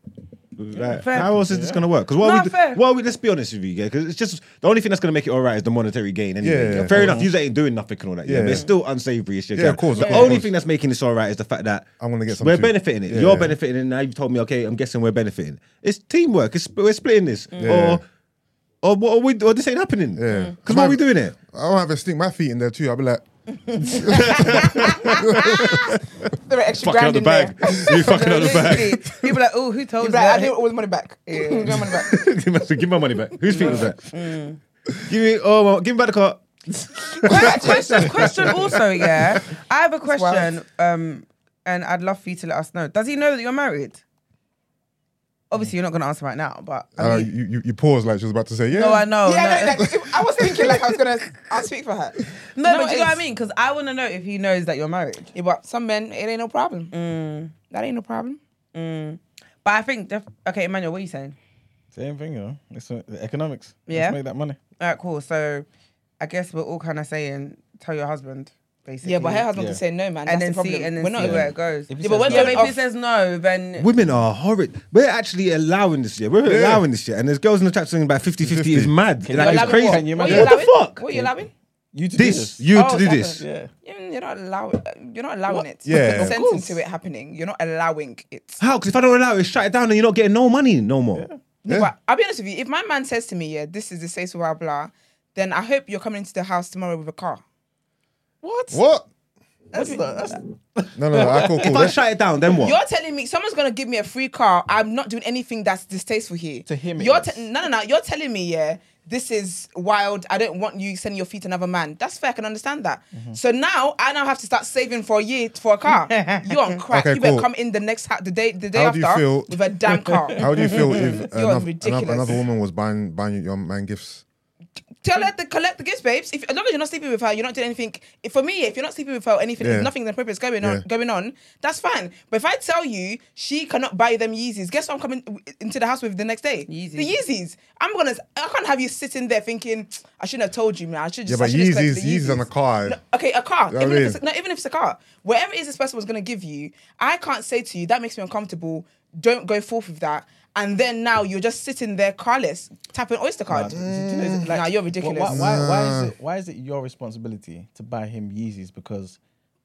Speaker 3: Like,
Speaker 2: Fair.
Speaker 3: how else is this going to work? Because what, are
Speaker 2: No,
Speaker 3: we,
Speaker 2: fair.
Speaker 3: what are we? Let's be honest with you, yeah. Because it's just the only thing that's going to make it all right is the monetary gain. Anyway,
Speaker 6: Yeah, yeah,
Speaker 3: fair
Speaker 6: of
Speaker 3: enough. You ain't doing nothing and all that. Yeah,
Speaker 6: Yeah,
Speaker 3: but it's
Speaker 6: yeah.
Speaker 3: still unsavory. It's just,
Speaker 6: Yeah, of course,
Speaker 3: The
Speaker 6: of
Speaker 3: only
Speaker 6: course.
Speaker 3: thing that's making this all right is the fact that
Speaker 6: I'm gonna get some
Speaker 3: We're
Speaker 6: too.
Speaker 3: benefiting it.
Speaker 6: Yeah,
Speaker 3: You're
Speaker 6: yeah.
Speaker 3: benefiting, and now you've told me, okay, I'm guessing we're benefiting. It's teamwork. It's we're splitting this,
Speaker 6: Yeah.
Speaker 3: or or what? Are we, or this ain't happening.
Speaker 6: Yeah.
Speaker 3: Because why are we doing it?
Speaker 6: I don't have to stick my feet in there too. I'll be like,
Speaker 1: There were extra
Speaker 3: fucking
Speaker 1: grand
Speaker 3: out the
Speaker 1: in
Speaker 3: bag.
Speaker 1: there.
Speaker 3: you fucking out the bag.
Speaker 2: Literally, People are like, oh, who told
Speaker 1: You'd
Speaker 2: you
Speaker 1: be like, I
Speaker 2: that?
Speaker 1: did all the money back. Give me my money back.
Speaker 3: Mm. You must say, give my money back. Whose feet was that? give me oh well, give me back the car.
Speaker 2: Que- question, question also, yeah. I have a question, um, and I'd love for you to let us know. Does he know that you're married? Obviously, you're not going to answer right now, but I
Speaker 6: Uh,
Speaker 2: mean-
Speaker 6: you, you, you paused like she was about to say, yeah.
Speaker 2: no, I know. Oh, no.
Speaker 1: yeah, no, like, I was thinking like I was gonna. I'll speak for her.
Speaker 2: No,
Speaker 1: No,
Speaker 2: but do you know what I
Speaker 1: it's-
Speaker 2: mean? Because I want to know if he knows that you're married.
Speaker 1: Yeah, but some men, it ain't no problem.
Speaker 2: Mm.
Speaker 1: That ain't no problem.
Speaker 2: But I think, def- okay, Emmanuel, what are you saying?
Speaker 4: Same thing, you know. It's uh, the economics.
Speaker 2: Yeah.
Speaker 4: Let's make that money.
Speaker 2: All right, cool. So I guess we're all kind of saying, tell your husband, basically.
Speaker 1: Yeah, but her husband
Speaker 4: Yeah.
Speaker 1: can say no, man. That's
Speaker 2: and then
Speaker 1: the problem.
Speaker 2: see, and then
Speaker 1: We're
Speaker 2: see
Speaker 1: not.
Speaker 2: where it goes.
Speaker 4: If he
Speaker 2: yeah,
Speaker 4: says
Speaker 2: but, when,
Speaker 4: no-
Speaker 2: yeah, but if he
Speaker 1: Of-
Speaker 2: says no, then
Speaker 3: Women are horrid. We're actually allowing this year. We're allowing this year. And there's girls in the chat singing about 50 50 is mad.
Speaker 4: Can you
Speaker 3: Like,
Speaker 4: allow
Speaker 3: it's
Speaker 4: it
Speaker 3: crazy.
Speaker 4: Can you
Speaker 1: What
Speaker 4: imagine?
Speaker 1: you
Speaker 3: What the
Speaker 1: allowing?
Speaker 3: fuck?
Speaker 1: What you allowing?
Speaker 4: You to do
Speaker 3: This, you
Speaker 1: Oh,
Speaker 3: to do
Speaker 1: that's
Speaker 3: this.
Speaker 1: a-
Speaker 4: Yeah.
Speaker 1: You- You're not allowing. You're not allowing it.
Speaker 6: Yeah.
Speaker 1: You're
Speaker 6: Of
Speaker 1: consenting to it happening. You're not allowing it.
Speaker 3: How? Because if I don't allow it, shut it down and you're not getting no money no more.
Speaker 6: Yeah.
Speaker 1: But I'll be honest with you. If my man says to me, "Yeah, this is the safe blah blah," then I hope you're coming into the house tomorrow with a car.
Speaker 6: What?
Speaker 1: That's
Speaker 6: No, no, no. I cool,
Speaker 3: If
Speaker 6: cool.
Speaker 3: I
Speaker 6: That's-
Speaker 3: shut it down, then what?
Speaker 1: You're telling me someone's gonna give me a free car. I'm not doing anything that's distasteful here.
Speaker 4: To him it
Speaker 1: you're
Speaker 4: is.
Speaker 1: te- no, no, no. You're telling me, yeah, this is wild. I don't want you sending your feet to another man. That's fair. I can understand that. So now I now have to start saving for a year for a car. you're on crack.
Speaker 6: Okay,
Speaker 1: you better
Speaker 6: cool.
Speaker 1: come in the next ha- the day the day
Speaker 6: How do
Speaker 1: after
Speaker 6: you feel-
Speaker 1: with a damn car.
Speaker 6: How do you feel if another,
Speaker 1: ridiculous.
Speaker 6: another, another woman was buying buying your man gifts?
Speaker 1: Tell her to collect the gifts, babes. If, as long as you're not sleeping with her, you're not doing anything. If, for me, if you're not sleeping with her, anything,
Speaker 6: Yeah.
Speaker 1: if nothing inappropriate is going on,
Speaker 6: Yeah.
Speaker 1: going on, that's fine. But if I tell you she cannot buy them Yeezys, guess what I'm coming w- into the house with the next day?
Speaker 2: Yeezys.
Speaker 1: The Yeezys. I'm gonna. I can't have you sitting there thinking I shouldn't have told you, man. I should
Speaker 6: Yeah,
Speaker 1: just. I
Speaker 6: but
Speaker 1: should just
Speaker 6: Yeezys,
Speaker 1: collect the
Speaker 6: Yeezys on the car.
Speaker 1: No, okay, a car.
Speaker 6: You know
Speaker 1: even
Speaker 6: what I
Speaker 1: if it's, no, even if it's a car, whatever it is this person was gonna give you, I can't say to you that makes me uncomfortable. Don't go forth with that. And then now you're just sitting there carless, tapping oyster card. nah, you're ridiculous.
Speaker 4: Why, why, why is it why is it your responsibility to buy him Yeezys because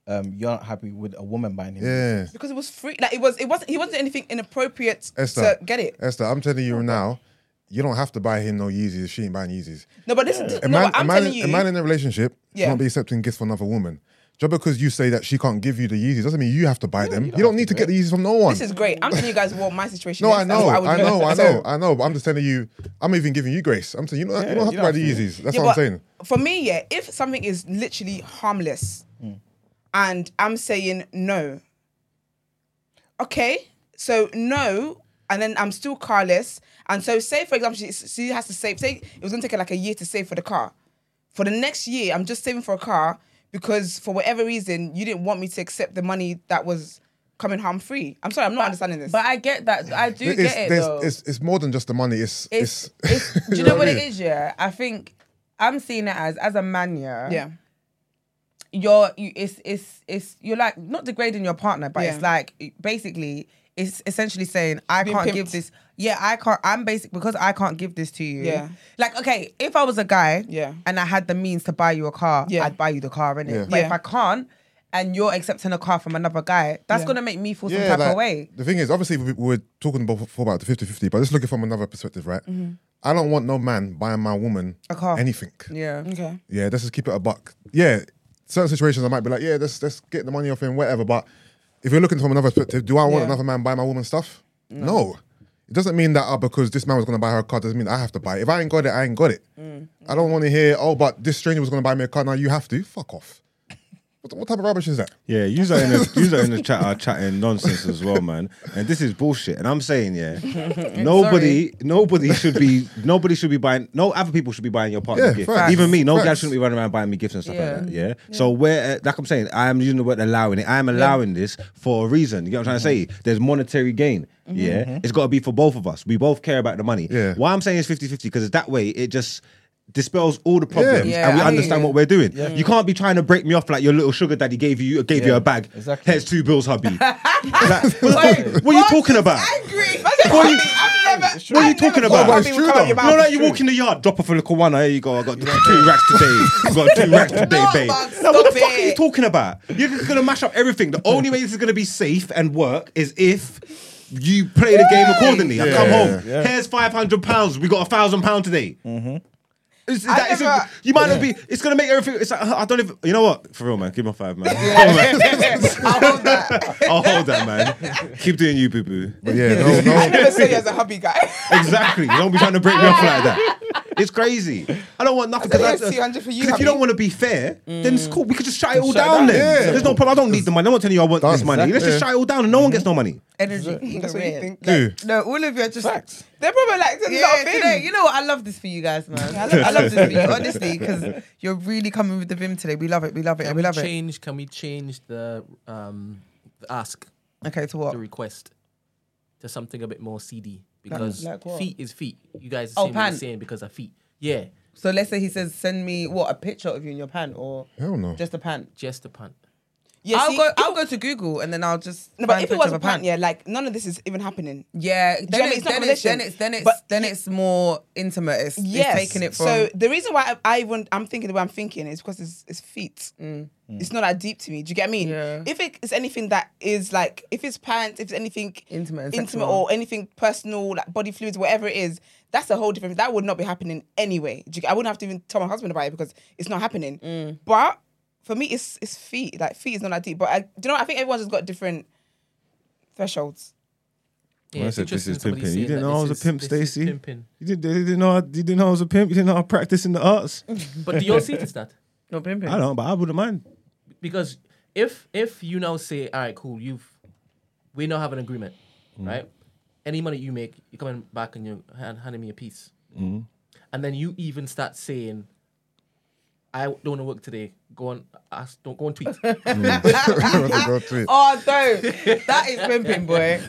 Speaker 4: um, you're not happy with a woman buying him? Yeezys?
Speaker 6: Yeah.
Speaker 1: because it was free. Like it was, it wasn't. He wasn't doing anything inappropriate
Speaker 6: Esther,
Speaker 1: to get it.
Speaker 6: Esther, I'm telling you now, you don't have to buy him no Yeezys. if She ain't buying Yeezys.
Speaker 1: No, but this.
Speaker 6: A
Speaker 1: No,
Speaker 6: man,
Speaker 1: but I'm
Speaker 6: a man,
Speaker 1: telling you.
Speaker 6: a man in a relationship should
Speaker 1: Yeah.
Speaker 6: not be accepting gifts from another woman. Just because you say that she can't give you the Yeezys doesn't mean you have to buy them. You don't, need to get the Yeezys from no one.
Speaker 1: this is great. I'm telling you guys what my situation
Speaker 6: no,
Speaker 1: is.
Speaker 6: I
Speaker 1: and
Speaker 6: know,
Speaker 1: what
Speaker 6: I,
Speaker 1: would do.
Speaker 6: know, I
Speaker 1: So-
Speaker 6: know, I know. But I'm just telling you, I'm even giving you grace. I'm saying you don't, you don't have to buy the Yeezys. That's
Speaker 1: Yeah,
Speaker 6: what I'm
Speaker 1: but
Speaker 6: saying.
Speaker 1: For me, yeah, if something is literally harmless
Speaker 2: Hmm.
Speaker 1: and I'm saying no, okay, so no, and then I'm still carless. And so, say, for example, she, she has to save, say it was gonna take her like a year to save for the car. For the next year, I'm just saving for a car because for whatever reason, you didn't want me to accept the money that was coming harm free. I'm sorry, I'm not understanding this.
Speaker 2: but I get that. I do
Speaker 6: It's,
Speaker 2: get it
Speaker 6: there's-
Speaker 2: though.
Speaker 6: it's, it's more than just the money. It's it's,
Speaker 2: it's, it's, do you know what
Speaker 6: I
Speaker 2: it
Speaker 3: Mm.
Speaker 6: mean?
Speaker 2: is? Yeah, I think I'm seeing it as as a man. Yeah,
Speaker 1: yeah.
Speaker 2: you're you, it's it's it's you're like not degrading your partner, but it's
Speaker 1: Yeah.
Speaker 2: like basically it's essentially saying I
Speaker 1: Being
Speaker 2: can't
Speaker 1: pimped.
Speaker 2: give this. Yeah, I can't. I'm basic because I can't give this to you.
Speaker 1: Yeah.
Speaker 2: Like okay, if I was a guy,
Speaker 1: Yeah.
Speaker 2: and I had the means to buy you a car,
Speaker 1: Yeah.
Speaker 2: I'd buy you the car, innit?
Speaker 6: Yeah.
Speaker 2: But if
Speaker 1: Yeah.
Speaker 2: I can't. And you're accepting a car from another guy, that's gonna make me feel some type
Speaker 6: like,
Speaker 2: of way.
Speaker 6: The thing is, obviously, we, we we're talking about- before about the 50 50, but just looking from another perspective, right? I don't want no man buying my woman
Speaker 2: Mm-hmm. A car.
Speaker 6: anything.
Speaker 2: Yeah.
Speaker 1: Okay.
Speaker 6: Yeah, let's just keep it a buck. Yeah, certain situations I might be like, yeah, let's let's get the money off him, whatever. But if you're looking from another perspective, do I want
Speaker 1: Yeah.
Speaker 6: another man buy my woman stuff? No. It doesn't mean that uh, because this man was gonna buy her a car doesn't mean I have to buy it. If I ain't got it, I ain't got it. I don't want to hear, oh, but this stranger was gonna buy me a car. Now you have to. Fuck off. What, what type of rubbish is that?
Speaker 3: Yeah, you are in the, you are in the chat are chatting nonsense as well, man. And this is bullshit. And I'm saying, yeah, nobody, nobody should be, nobody should be buying. No other people should be buying your partner
Speaker 6: Yeah,
Speaker 3: gifts.
Speaker 6: facts.
Speaker 3: Even me, no guy
Speaker 6: Facts.
Speaker 3: shouldn't be running around buying me gifts and stuff
Speaker 2: Yeah.
Speaker 3: like that. Yeah. So where, uh, like I'm saying, I am using the word allowing it. I am allowing this for a reason. You get what I'm trying
Speaker 2: Mm-hmm.
Speaker 3: to say? There's monetary gain. Yeah, it's got to be for both of us. We both care about the money.
Speaker 6: Yeah.
Speaker 3: Why I'm saying it's 50-50 because that way it just dispels all the problems
Speaker 2: Yeah,
Speaker 3: and we
Speaker 2: I hear
Speaker 3: understand
Speaker 2: you.
Speaker 3: what we're doing. You can't be trying to break me off like your little sugar daddy gave you gave you
Speaker 4: Yeah,
Speaker 3: a bag.
Speaker 4: exactly.
Speaker 3: Here's two bills, hubby. Like, what, the fuck- what are you talking about?
Speaker 1: Angry.
Speaker 3: What are you,
Speaker 1: I've never.
Speaker 3: what are you talking about?
Speaker 6: Oh, but it's true though.
Speaker 3: you know, like you walk in the yard, drop off a little one. Here you go. I got two racks today. I got two racks today,
Speaker 1: No, man,
Speaker 3: babe. Now, what
Speaker 1: stop
Speaker 3: the fuck are you
Speaker 1: it.
Speaker 3: talking about? You're just gonna mash up everything. The only way this is gonna be safe and work is if you play the game accordingly. I come home. Here's five hundred pounds. We got a thousand pound today. Is, is that, is it-
Speaker 1: Mm-hmm. never-
Speaker 3: you might not be. It's gonna make everything. It's like, I don't even. You know what? For real, man. Give me five, man.
Speaker 1: I'll hold that.
Speaker 3: I'll hold that, man. Keep doing you, boo boo.
Speaker 6: But yeah, no, no.
Speaker 1: I never saw you as a hubby guy.
Speaker 3: Exactly. You don't be trying to break me off like that. It's crazy. I don't want nothing.
Speaker 1: I said,
Speaker 3: 'cause
Speaker 1: yeah, 200 for you,
Speaker 3: 'cause if
Speaker 1: happy.
Speaker 3: you don't want to be fair, then it's cool. We could just shut it all
Speaker 4: shut it
Speaker 3: down
Speaker 4: down.
Speaker 3: then.
Speaker 6: Yeah.
Speaker 3: There's no problem. I don't need the money. I'm not telling you I want this
Speaker 6: Done.
Speaker 3: money. Let's just
Speaker 6: Exactly.
Speaker 3: shut it all down and no one gets no money.
Speaker 2: Energy.
Speaker 1: That's what you think.
Speaker 6: Yeah.
Speaker 2: No, all of you are just.
Speaker 4: Facts.
Speaker 1: They're probably like, there's a lot
Speaker 2: Yeah,
Speaker 1: of things.
Speaker 2: today, you know what? I love this for you guys, man. I love, I love this for you, honestly, because you're really coming with the vim today. We love it. We love it.
Speaker 5: Can
Speaker 2: and
Speaker 5: we
Speaker 2: we love it.
Speaker 5: change? Can we change the um the ask
Speaker 2: Okay, to what?
Speaker 5: the request to something a bit more seedy because
Speaker 2: like what?
Speaker 5: feet is feet. You guys
Speaker 2: Oh,
Speaker 5: are saying what you're
Speaker 2: pant.
Speaker 5: saying because of feet. Yeah,
Speaker 2: So let's say he says, send me what a picture of you in your pant or
Speaker 6: Hell no.
Speaker 2: just a pant.
Speaker 5: just a punt.
Speaker 1: Yeah,
Speaker 2: I'll
Speaker 1: see,
Speaker 2: go.
Speaker 1: if-
Speaker 2: I'll go to Google and then I'll just.
Speaker 1: No, but
Speaker 2: find
Speaker 1: if it
Speaker 2: picture
Speaker 1: was
Speaker 2: of
Speaker 1: a pant, yeah, like none of this is even happening.
Speaker 2: Yeah,
Speaker 1: Do you know what I
Speaker 2: then
Speaker 1: mean?
Speaker 2: it's
Speaker 1: It's not
Speaker 2: then it's then
Speaker 1: competition.
Speaker 2: it's then it's,
Speaker 1: But
Speaker 2: then
Speaker 1: you-
Speaker 2: it's more intimate. It's,
Speaker 1: Yes.
Speaker 2: it's taking it from.
Speaker 1: So the reason why I, I even I'm thinking the way I'm thinking is because it's, it's feet. It's not that deep to me. Do you get me?
Speaker 2: Mm. Yeah.
Speaker 1: If it is anything that is like, if it's pants, if it's anything
Speaker 2: Intimate and
Speaker 1: intimate
Speaker 2: sexual.
Speaker 1: or anything personal, like body fluids, whatever it is, that's a whole different. That would not be happening anyway. Do you, get- I wouldn't have to even tell my husband about it because it's not happening. But for me, it's it's feet. Like feet is not that deep. But I, do you know, what? I think everyone's just got different thresholds.
Speaker 5: Yeah,
Speaker 3: When I
Speaker 5: it's
Speaker 3: said this
Speaker 5: interesting
Speaker 3: is
Speaker 5: somebody
Speaker 3: pimping, you
Speaker 5: saying
Speaker 3: didn't
Speaker 5: that
Speaker 3: know I
Speaker 5: this
Speaker 3: was a
Speaker 5: is-
Speaker 3: pimp,
Speaker 5: this is
Speaker 3: Stacey.
Speaker 5: pimping.
Speaker 3: You didn't, you didn't know I, you didn't know I was a pimp. You didn't know I practiced in the arts.
Speaker 5: But do you all see this that?
Speaker 2: Not pimping.
Speaker 3: I don't, but I wouldn't mind.
Speaker 5: because if if you now say, all right, cool, you've we now have an agreement,
Speaker 3: Mm.
Speaker 5: right? Any money you make, you're coming back and you're hand, handing me a piece,
Speaker 3: Mm.
Speaker 5: and then you even start saying, I don't want to work today. Go on, ask, don't go on tweet.
Speaker 6: Rather go to it.
Speaker 2: Oh, don't. that is pimping, boy.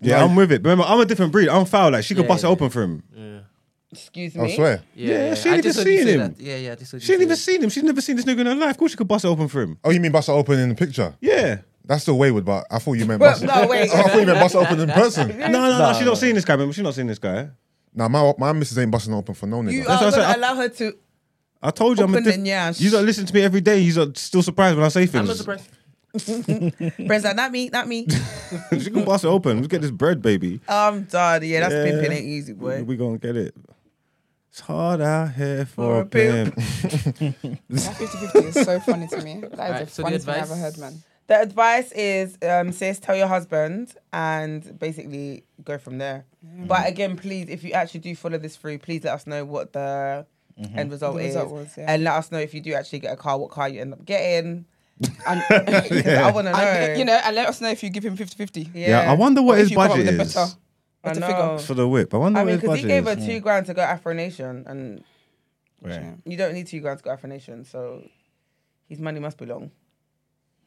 Speaker 3: Yeah, I'm with it. Remember, I'm a different breed. I'm foul. Like she could
Speaker 5: Yeah,
Speaker 3: bust
Speaker 5: yeah.
Speaker 3: it open for him.
Speaker 2: Excuse me.
Speaker 6: I swear.
Speaker 3: Yeah, she ain't
Speaker 5: I just
Speaker 3: even
Speaker 5: heard you
Speaker 3: seen
Speaker 5: say
Speaker 3: him.
Speaker 5: that. Yeah, yeah, I just heard you
Speaker 3: She ain't
Speaker 5: say
Speaker 3: even
Speaker 5: that.
Speaker 3: seen him. She's never seen this nigga in her life. Of course, she could bust it open for him.
Speaker 6: Oh, you mean bust it open in the picture?
Speaker 3: Yeah.
Speaker 6: That's still wayward, but I thought you meant
Speaker 2: But
Speaker 6: bust.
Speaker 2: no, wait.
Speaker 3: Oh,
Speaker 6: I thought you meant bust it open in person.
Speaker 3: No, no, no. She's not seen this guy. Remember, she's not seen this guy.
Speaker 6: Nah, my my missus ain't busting open for no
Speaker 2: You
Speaker 6: nigga.
Speaker 3: That's
Speaker 2: are
Speaker 3: what I
Speaker 2: gonna
Speaker 3: said. I-
Speaker 2: allow her to.
Speaker 3: I told you I'm a
Speaker 2: Open
Speaker 3: diff-
Speaker 2: and yeah.
Speaker 3: You don't listen to me every day. You're still surprised when I say things.
Speaker 5: I'm not surprised.
Speaker 2: Friends, like, not me, not me.
Speaker 3: she can bust it open. Let's get this bread, baby.
Speaker 2: I'm done. Yeah, that's
Speaker 3: Yeah.
Speaker 2: pimping ain't easy,
Speaker 3: We,
Speaker 2: boy.
Speaker 3: we gonna get it. It's hard out here
Speaker 2: For
Speaker 3: for
Speaker 2: a
Speaker 3: a pimp.
Speaker 1: That 50-50 is so funny to me. That is the
Speaker 5: Alright, so the
Speaker 1: funniest thing I
Speaker 5: advice-
Speaker 1: ever heard, man.
Speaker 2: The advice is, um, sis, tell your husband and basically go from there.
Speaker 1: Mm.
Speaker 2: But again, please, if you actually do follow this through, please let us know what the end result
Speaker 1: Mm-hmm. The
Speaker 2: is,
Speaker 1: result was, yeah.
Speaker 2: and let us know if you do actually get a car, what car you end up getting. And 'cause I want to know.
Speaker 1: And, you know, and let us know if you give him 50-50.
Speaker 2: yeah.
Speaker 3: Yeah, I wonder what
Speaker 1: Or if
Speaker 3: his
Speaker 1: you come up
Speaker 3: budget
Speaker 1: with a
Speaker 3: is
Speaker 1: better-
Speaker 2: I
Speaker 1: better
Speaker 2: know.
Speaker 1: figure.
Speaker 3: for the whip. I wonder
Speaker 2: I
Speaker 3: what
Speaker 2: mean,
Speaker 3: his
Speaker 2: because
Speaker 3: budget
Speaker 2: he gave her
Speaker 3: is. Mm.
Speaker 2: two grand to go Afro Nation, and
Speaker 4: Right.
Speaker 2: you don't need two grand to go Afro Nation, so his money must be long.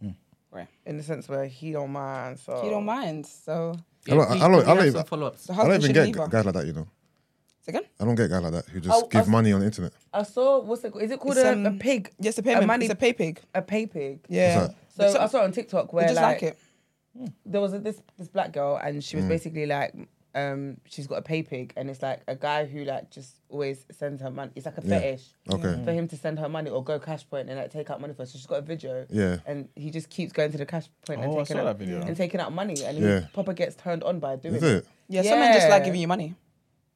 Speaker 1: Hmm. Right.
Speaker 2: In the sense where he don't mind, so
Speaker 1: You don't mind, so
Speaker 6: I don't- I don't- I don't even-
Speaker 5: follow ups.
Speaker 1: the
Speaker 6: I don't
Speaker 1: husband
Speaker 6: even
Speaker 1: shouldn't
Speaker 6: get
Speaker 1: either.
Speaker 6: guys like that, you know.
Speaker 1: Second?
Speaker 6: I don't get guys like that who just
Speaker 2: Oh,
Speaker 6: give
Speaker 2: I've-
Speaker 6: money on the internet.
Speaker 2: I saw what's it? called? Is it called
Speaker 1: It's,
Speaker 2: a,
Speaker 1: um,
Speaker 2: a pig?
Speaker 1: Yes, a payment.
Speaker 2: money-
Speaker 1: it's a pay pig.
Speaker 2: A pay pig.
Speaker 1: Yeah.
Speaker 6: that?
Speaker 2: So
Speaker 1: So-
Speaker 2: I saw on TikTok
Speaker 1: They
Speaker 2: where
Speaker 1: just like,
Speaker 2: like,
Speaker 1: it.
Speaker 2: there was a, this this black girl and
Speaker 6: Mm.
Speaker 2: she was basically like, um, she's got a pay pig and it's like a guy who like just always sends her money. It's like a fetish.
Speaker 6: Okay.
Speaker 2: For him to send her money or go cash point and like take out money for her. So she's got a video.
Speaker 6: Yeah.
Speaker 2: and he just keeps going to the cash point and
Speaker 4: Oh, I
Speaker 2: taking
Speaker 4: saw
Speaker 2: out
Speaker 4: that video.
Speaker 2: and taking out money and
Speaker 6: Yeah.
Speaker 2: he proper gets turned on by doing
Speaker 6: Is
Speaker 2: it.
Speaker 6: it?
Speaker 1: Yeah, some men just like
Speaker 2: Yeah.
Speaker 1: giving you money.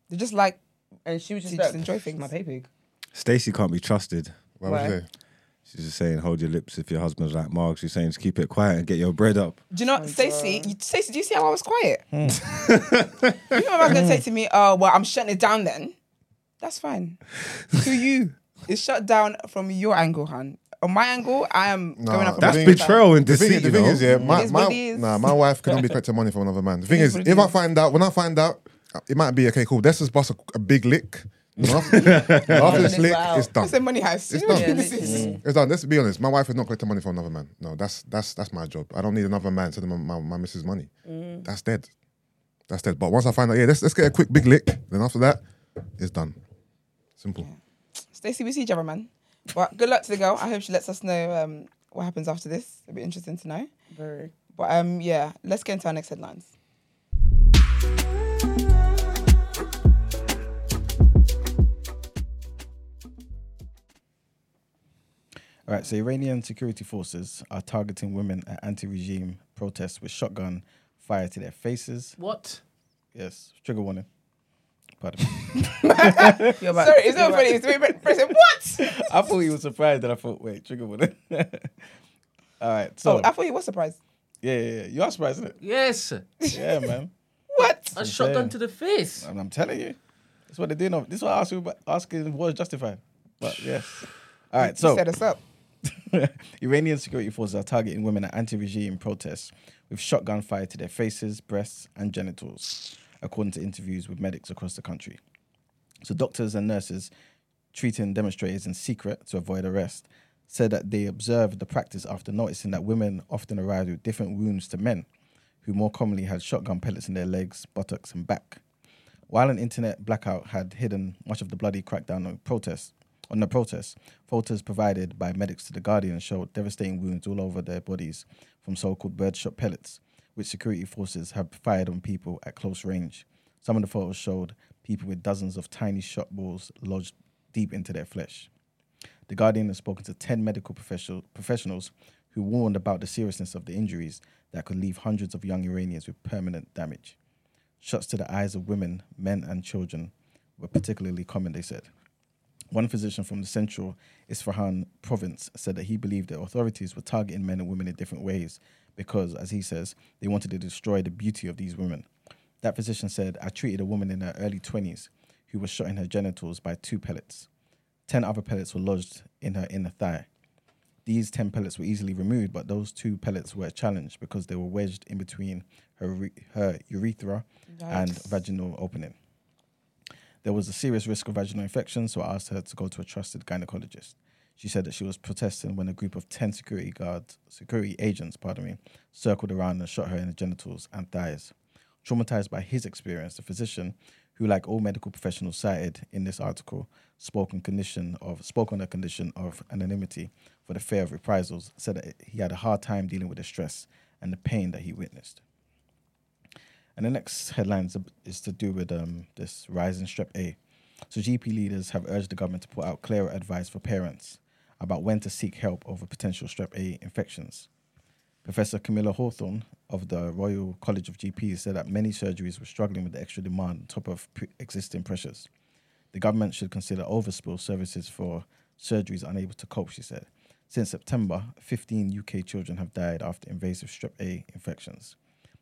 Speaker 1: They just like
Speaker 2: And she was just
Speaker 1: She
Speaker 2: like,
Speaker 1: just enjoy
Speaker 2: "Pff,
Speaker 1: things."
Speaker 2: My pay pig.
Speaker 3: Stacey can't be trusted.
Speaker 6: Why would
Speaker 2: Why?
Speaker 6: you say?
Speaker 3: She's just saying, hold your lips if your husband's like Mark. She's saying, just keep it quiet and get your bread up.
Speaker 1: Do you know, Stacey? You, Stacey, do you see how I was quiet?
Speaker 6: Hmm.
Speaker 1: you know, what I was going to say to me, "Oh, well, I'm shutting it down." Then that's fine. to you, it's shut down from your angle, hon. On my angle, I am
Speaker 6: Nah,
Speaker 1: going up. on my
Speaker 6: that's
Speaker 3: That's
Speaker 6: thing-
Speaker 1: angle.
Speaker 3: betrayal and
Speaker 6: The thing,
Speaker 3: deceit.
Speaker 6: the
Speaker 3: you
Speaker 6: thing
Speaker 3: know?
Speaker 6: is, yeah,
Speaker 1: It
Speaker 6: my,
Speaker 1: is what it
Speaker 6: my,
Speaker 1: is.
Speaker 6: nah, my wife cannot be collecting money from another man. The thing
Speaker 1: is
Speaker 6: is,
Speaker 1: what it
Speaker 6: if I
Speaker 1: is.
Speaker 6: find out, when I find out, it might be okay, cool. Let's just bust a, a big lick. After, after this
Speaker 2: Then
Speaker 6: lick,
Speaker 2: we're out.
Speaker 6: it's done.
Speaker 1: It's a money house.
Speaker 6: It's
Speaker 1: You know
Speaker 6: done.
Speaker 1: what this is?
Speaker 6: It's done. Let's be honest. My wife is not collecting money from another man. No, that's that's that's my job. I don't need another man sending my, my, my missus money. That's dead. That's dead. But once I find out, yeah, let's let's get a quick big lick. Then after that, it's done. Simple.
Speaker 1: Stacey, we see each other, man. But good luck to the girl. I hope she lets us know um, what happens after this. It'll be interesting to know.
Speaker 2: Very.
Speaker 1: But um, yeah, let's get into our next headlines.
Speaker 4: All right, so Iranian security forces are targeting women at anti regime protests with shotgun fire to their faces.
Speaker 5: What?
Speaker 4: Yes, trigger warning. Pardon me.
Speaker 2: You're about-
Speaker 1: Sorry, it's
Speaker 2: you're
Speaker 1: not
Speaker 2: about-
Speaker 1: funny. It's very present. What?
Speaker 4: I thought you were surprised that I thought, wait, trigger warning. All right, so
Speaker 1: Oh, I thought you were surprised.
Speaker 4: yeah, yeah, yeah, you are surprised, isn't
Speaker 5: Yes,
Speaker 4: it? Yeah, man.
Speaker 1: What?
Speaker 5: a shotgun
Speaker 4: saying.
Speaker 5: to the face.
Speaker 4: And I'm telling you, it's That's what they're doing. This is what I asked you about asking was justified. But yes. All right.
Speaker 1: You
Speaker 4: So
Speaker 1: set us up.
Speaker 4: Iranian security forces are targeting women at anti-regime protests with shotgun fire to their faces, breasts, and genitals, according to interviews with medics across the country. So doctors and nurses treating demonstrators in secret to avoid arrest said that they observed the practice after noticing that women often arrived with different wounds to men, who more commonly had shotgun pellets in their legs, buttocks, and back. While an internet blackout had hidden much of the bloody crackdown on protests, on the protests, photos provided by medics to the Guardian showed devastating wounds all over their bodies from so-called birdshot pellets, which security forces have fired on people at close range. Some of the photos showed people with dozens of tiny shot balls lodged deep into their flesh. The Guardian has spoken to 10 medical professional, professionals who warned about the seriousness of the injuries that could leave hundreds of young Iranians with permanent damage. Shots to the eyes of women, men, and children were particularly common, they said. One physician from the central Isfahan province said that he believed the authorities were targeting men and women in different ways because, as he says, they wanted to destroy the beauty of these women. That physician said, I treated a woman in her early 20s who was shot in her genitals by two pellets. Ten other pellets were lodged in her inner thigh. These 10 pellets were easily removed, but those two pellets were a challenge because they were wedged in between her, re- her urethra and vaginal opening. There was a serious risk of vaginal infection, so I asked her to go to a trusted gynecologist. She said that she was protesting when a group of 10 security guards, security agents, pardon me, circled around and shot her in the genitals and thighs. Traumatized by his experience, the physician, who like all medical professionals cited in this article, spoke on condition of spoke on a condition of anonymity for the fear of reprisals, said that he had a hard time dealing with the stress and the pain that he witnessed. And the next headline is, is to do with um, this rise in strep A. So GP leaders have urged the government to put out clearer advice for parents about when to seek help over potential strep A infections. Professor Camilla Hawthorne of the Royal College of GPs said that many surgeries were struggling with the extra demand on top of pre- existing pressures. The government should consider overspill services for surgeries unable to cope, she said. Since September, 15 UK children have died after invasive strep A infections.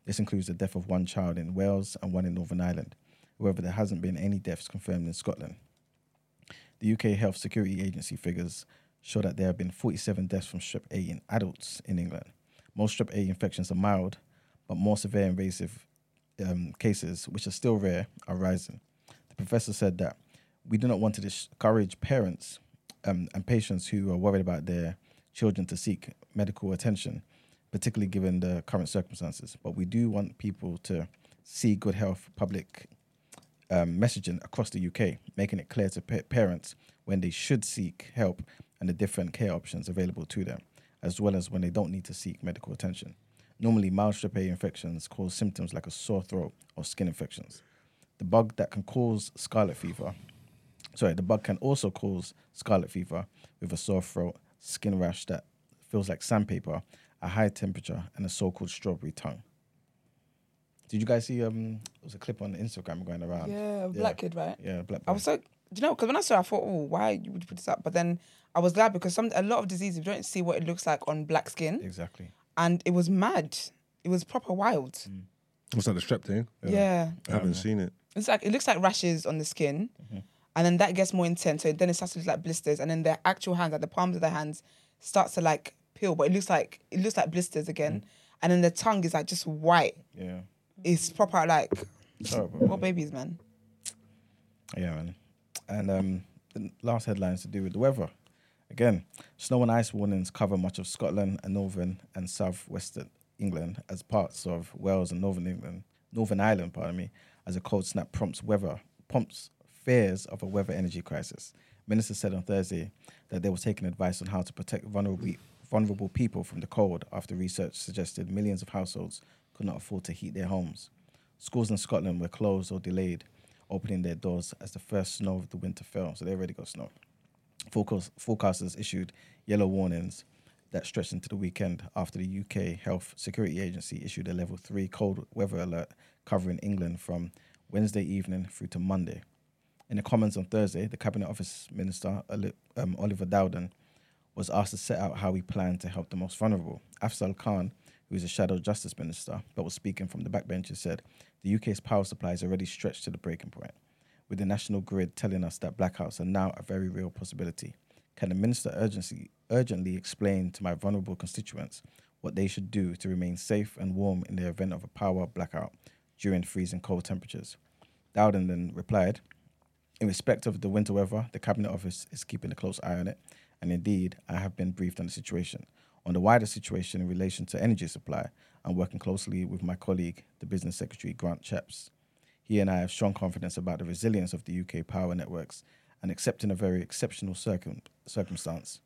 Speaker 4: This includes the death of one child in Wales and one in Northern Ireland. However, there hasn't been any deaths confirmed in Scotland. The UK Health Security Agency figures show that there have been 47 deaths from strep A in adults in England. Most strep A infections are mild, but more severe invasive um, cases, which are still rare, are rising. The professor said that we do not want to discourage parents um, and patients who are worried about their children to seek medical attention, particularly given the current circumstances. But we do want people to see good health public um, messaging across the UK, making it clear to pa- parents when they should seek help and the different care options available to them, as well as when they don't need to seek medical attention. Normally, mild strep A infections cause symptoms like a sore throat or skin infections. The bug that can cause scarlet fever, sorry, the bug can also cause scarlet fever with a sore throat, skin rash that feels like sandpaper, a high temperature, and a so-called strawberry tongue. Did you guys see? Um, it was a clip on Instagram going around.
Speaker 1: Yeah, black kid, right?
Speaker 4: Yeah, black.
Speaker 1: I was so do you know because when I saw, it, I thought, oh, why would you put this up? But then I was glad because some a lot of diseases you don't see what it looks like on black skin,
Speaker 4: exactly.
Speaker 1: and it was mad. It was proper wild.
Speaker 3: What's that, the strep thing?
Speaker 1: Yeah.
Speaker 3: I haven't seen it.
Speaker 1: it's like it looks like rashes on the skin, and then that gets more intense. So then it starts to look like blisters, and then their actual hands, like the palms of their hands, starts to like peel, but it looks like it looks like blisters again. And then the tongue is like just white.
Speaker 4: Yeah,
Speaker 1: It's proper like
Speaker 4: terrible.
Speaker 1: what babies, man.
Speaker 4: Yeah, man. And um, the last headline is to do with the weather. Again, snow and ice warnings cover much of Scotland and northern and southwestern England as parts of Wales and northern England, Northern Ireland, pardon me, as a cold snap prompts weather prompts fears of a weather energy crisis. Minister said on Thursday that they were taking advice on how to protect vulnerable vulnerable people from the cold after research suggested millions of households could not afford to heat their homes. Schools in Scotland were closed or delayed opening their doors as the first snow of the winter fell. So they already got snow. Forecast, forecasters issued yellow warnings that stretched into the weekend after the UK Health Security Agency issued a level three cold weather alert covering England from Wednesday evening through to Monday. In the Commons on Thursday, the Cabinet Office Minister Oli- um, Oliver Dowden was asked to set out how we plan to help the most vulnerable. Afzal Khan, who is a shadow justice minister but was speaking from the backbenches, said the UK's power supply is already stretched to the breaking point. with the national grid telling us that blackouts are now a very real possibility. Can the minister urgency, urgently explain to my vulnerable constituents what they should do to remain safe and warm in the event of a power blackout during freezing cold temperatures? Dowden then replied, in respect of the winter weather, the Cabinet Office is keeping a close eye on it, and indeed, I have been briefed on the situation. On the wider situation in relation to energy supply, I'm working closely with my colleague, the Business Secretary Grant Chaps. He and I have strong confidence about the resilience of the UK power networks, and except in a very exceptional circum- circumstance,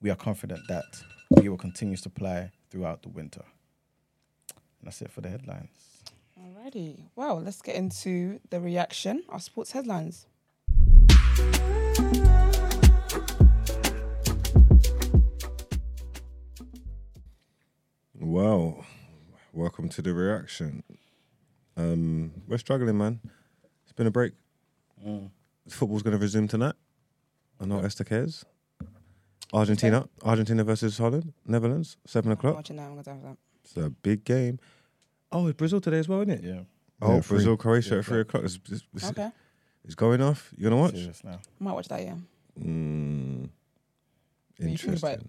Speaker 4: we are confident that we will continue supply throughout the winter. And that's it for the headlines.
Speaker 1: Alrighty. Well, let's get into the reaction, our sports headlines.
Speaker 3: Well, welcome to the reaction. Um, we're struggling, man. It's been a break. Football's going to resume tonight. I know Esther cares. Argentina, Argentina versus Holland, Netherlands, seven
Speaker 1: I'm
Speaker 3: o'clock.
Speaker 1: watching that. I'm gonna have that.
Speaker 3: It's a big game. Oh, it's Brazil today as well, isn't it?
Speaker 4: Yeah,
Speaker 3: Oh,
Speaker 6: Yeah, three.
Speaker 3: Brazil, Croatia at three o'clock. It's, it's, it's-
Speaker 1: Okay,
Speaker 3: it's going off. You gonna watch?
Speaker 4: serious now.
Speaker 1: I might watch that. Yeah.
Speaker 3: Mm,
Speaker 1: Are you sure about it?
Speaker 3: interesting.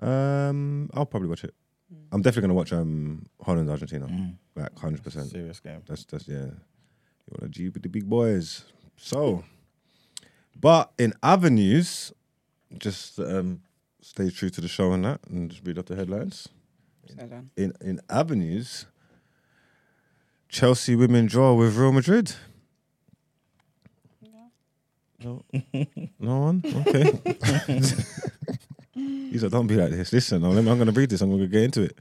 Speaker 3: Um, I'll probably watch it. I'm definitely gonna watch um Holland Argentina. Like hundred percent.
Speaker 4: Serious game.
Speaker 3: That's that's yeah. You want to G with the big boys. So, but in other news, just um, stay true to the show and that, and just read up the headlines.
Speaker 1: So done.
Speaker 3: In in other news, Chelsea women draw with Real Madrid. No, no one. Okay. He's like, don't be like this. Listen, I'm, I'm going to read this. I'm going to get into it.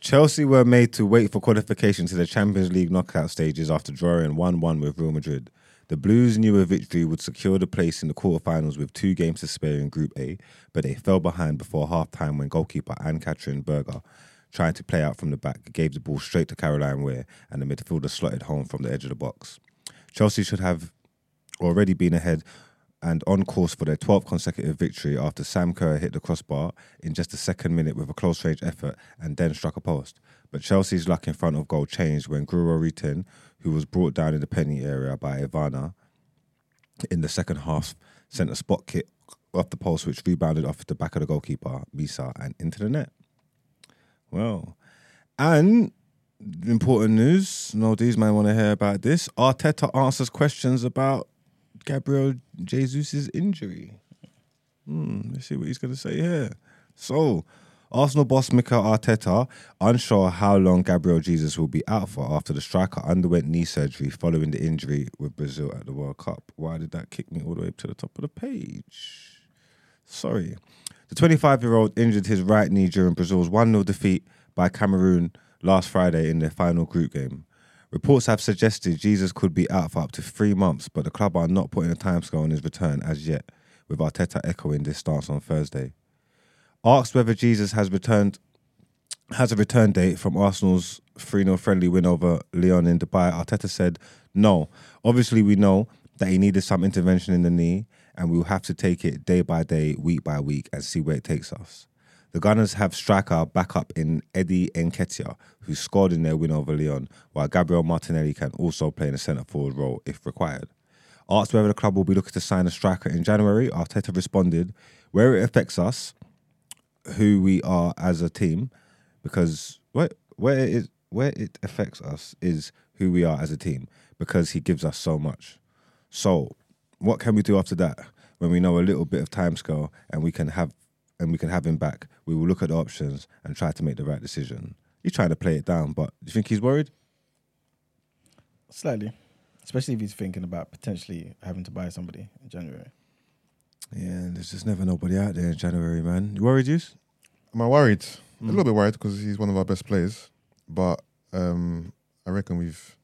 Speaker 3: Chelsea were made to wait for qualification to the Champions League knockout stages after drawing 1 1 with Real Madrid. The Blues knew a victory would secure the place in the quarterfinals with two games to spare in Group A, but they fell behind before half time when goalkeeper Anne Katrin Berger, trying to play out from the back, gave the ball straight to Caroline Weir and the midfielder slotted home from the edge of the box. Chelsea should have already been ahead and on course for their 12th consecutive victory after Sam Kerr hit the crossbar in just the second minute with a close range effort and then struck a post. But Chelsea's luck in front of goal changed when Guru Ritin, who was brought down in the penalty area by Ivana in the second half, sent a spot kick off the post, which rebounded off the back of the goalkeeper, Misa, and into the net. Well, and important news. No, these might want to hear about this. Arteta answers questions about Gabriel Jesus' injury. Hmm, let's see what he's going to say here. So, Arsenal boss Mikel Arteta unsure how long Gabriel Jesus will be out for after the striker underwent knee surgery following the injury with Brazil at the World Cup. Why did that kick me all the way up to the top of the page? Sorry. The 25 year old injured his right knee during Brazil's 1 0 defeat by Cameroon last Friday in their final group game. Reports have suggested Jesus could be out for up to three months, but the club are not putting a timescale on his return as yet, with Arteta echoing this stance on Thursday. Asked whether Jesus has returned has a return date from Arsenal's 3 0 friendly win over Leon in Dubai, Arteta said, No. Obviously, we know that he needed some intervention in the knee, and we'll have to take it day by day, week by week, and see where it takes us. The Gunners have striker backup in Eddie Nketiah, who scored in their win over Leon, while Gabriel Martinelli can also play in a centre forward role if required. Asked whether the club will be looking to sign a striker in January, Arteta responded, Where it affects us, who we are as a team because where where it is where it affects us is who we are as a team because he gives us so much. So what can we do after that when we know a little bit of time scale and we can have and we can have him back? We will look at the options and try to make the right decision. He's trying to play it down, but do you think he's worried?
Speaker 4: Slightly. Especially if he's thinking about potentially having to buy somebody in January.
Speaker 3: Yeah, there's just never nobody out there in January, man. You worried, Juice?
Speaker 6: Am I worried? A little bit worried because he's one of our best players, but um, I reckon we've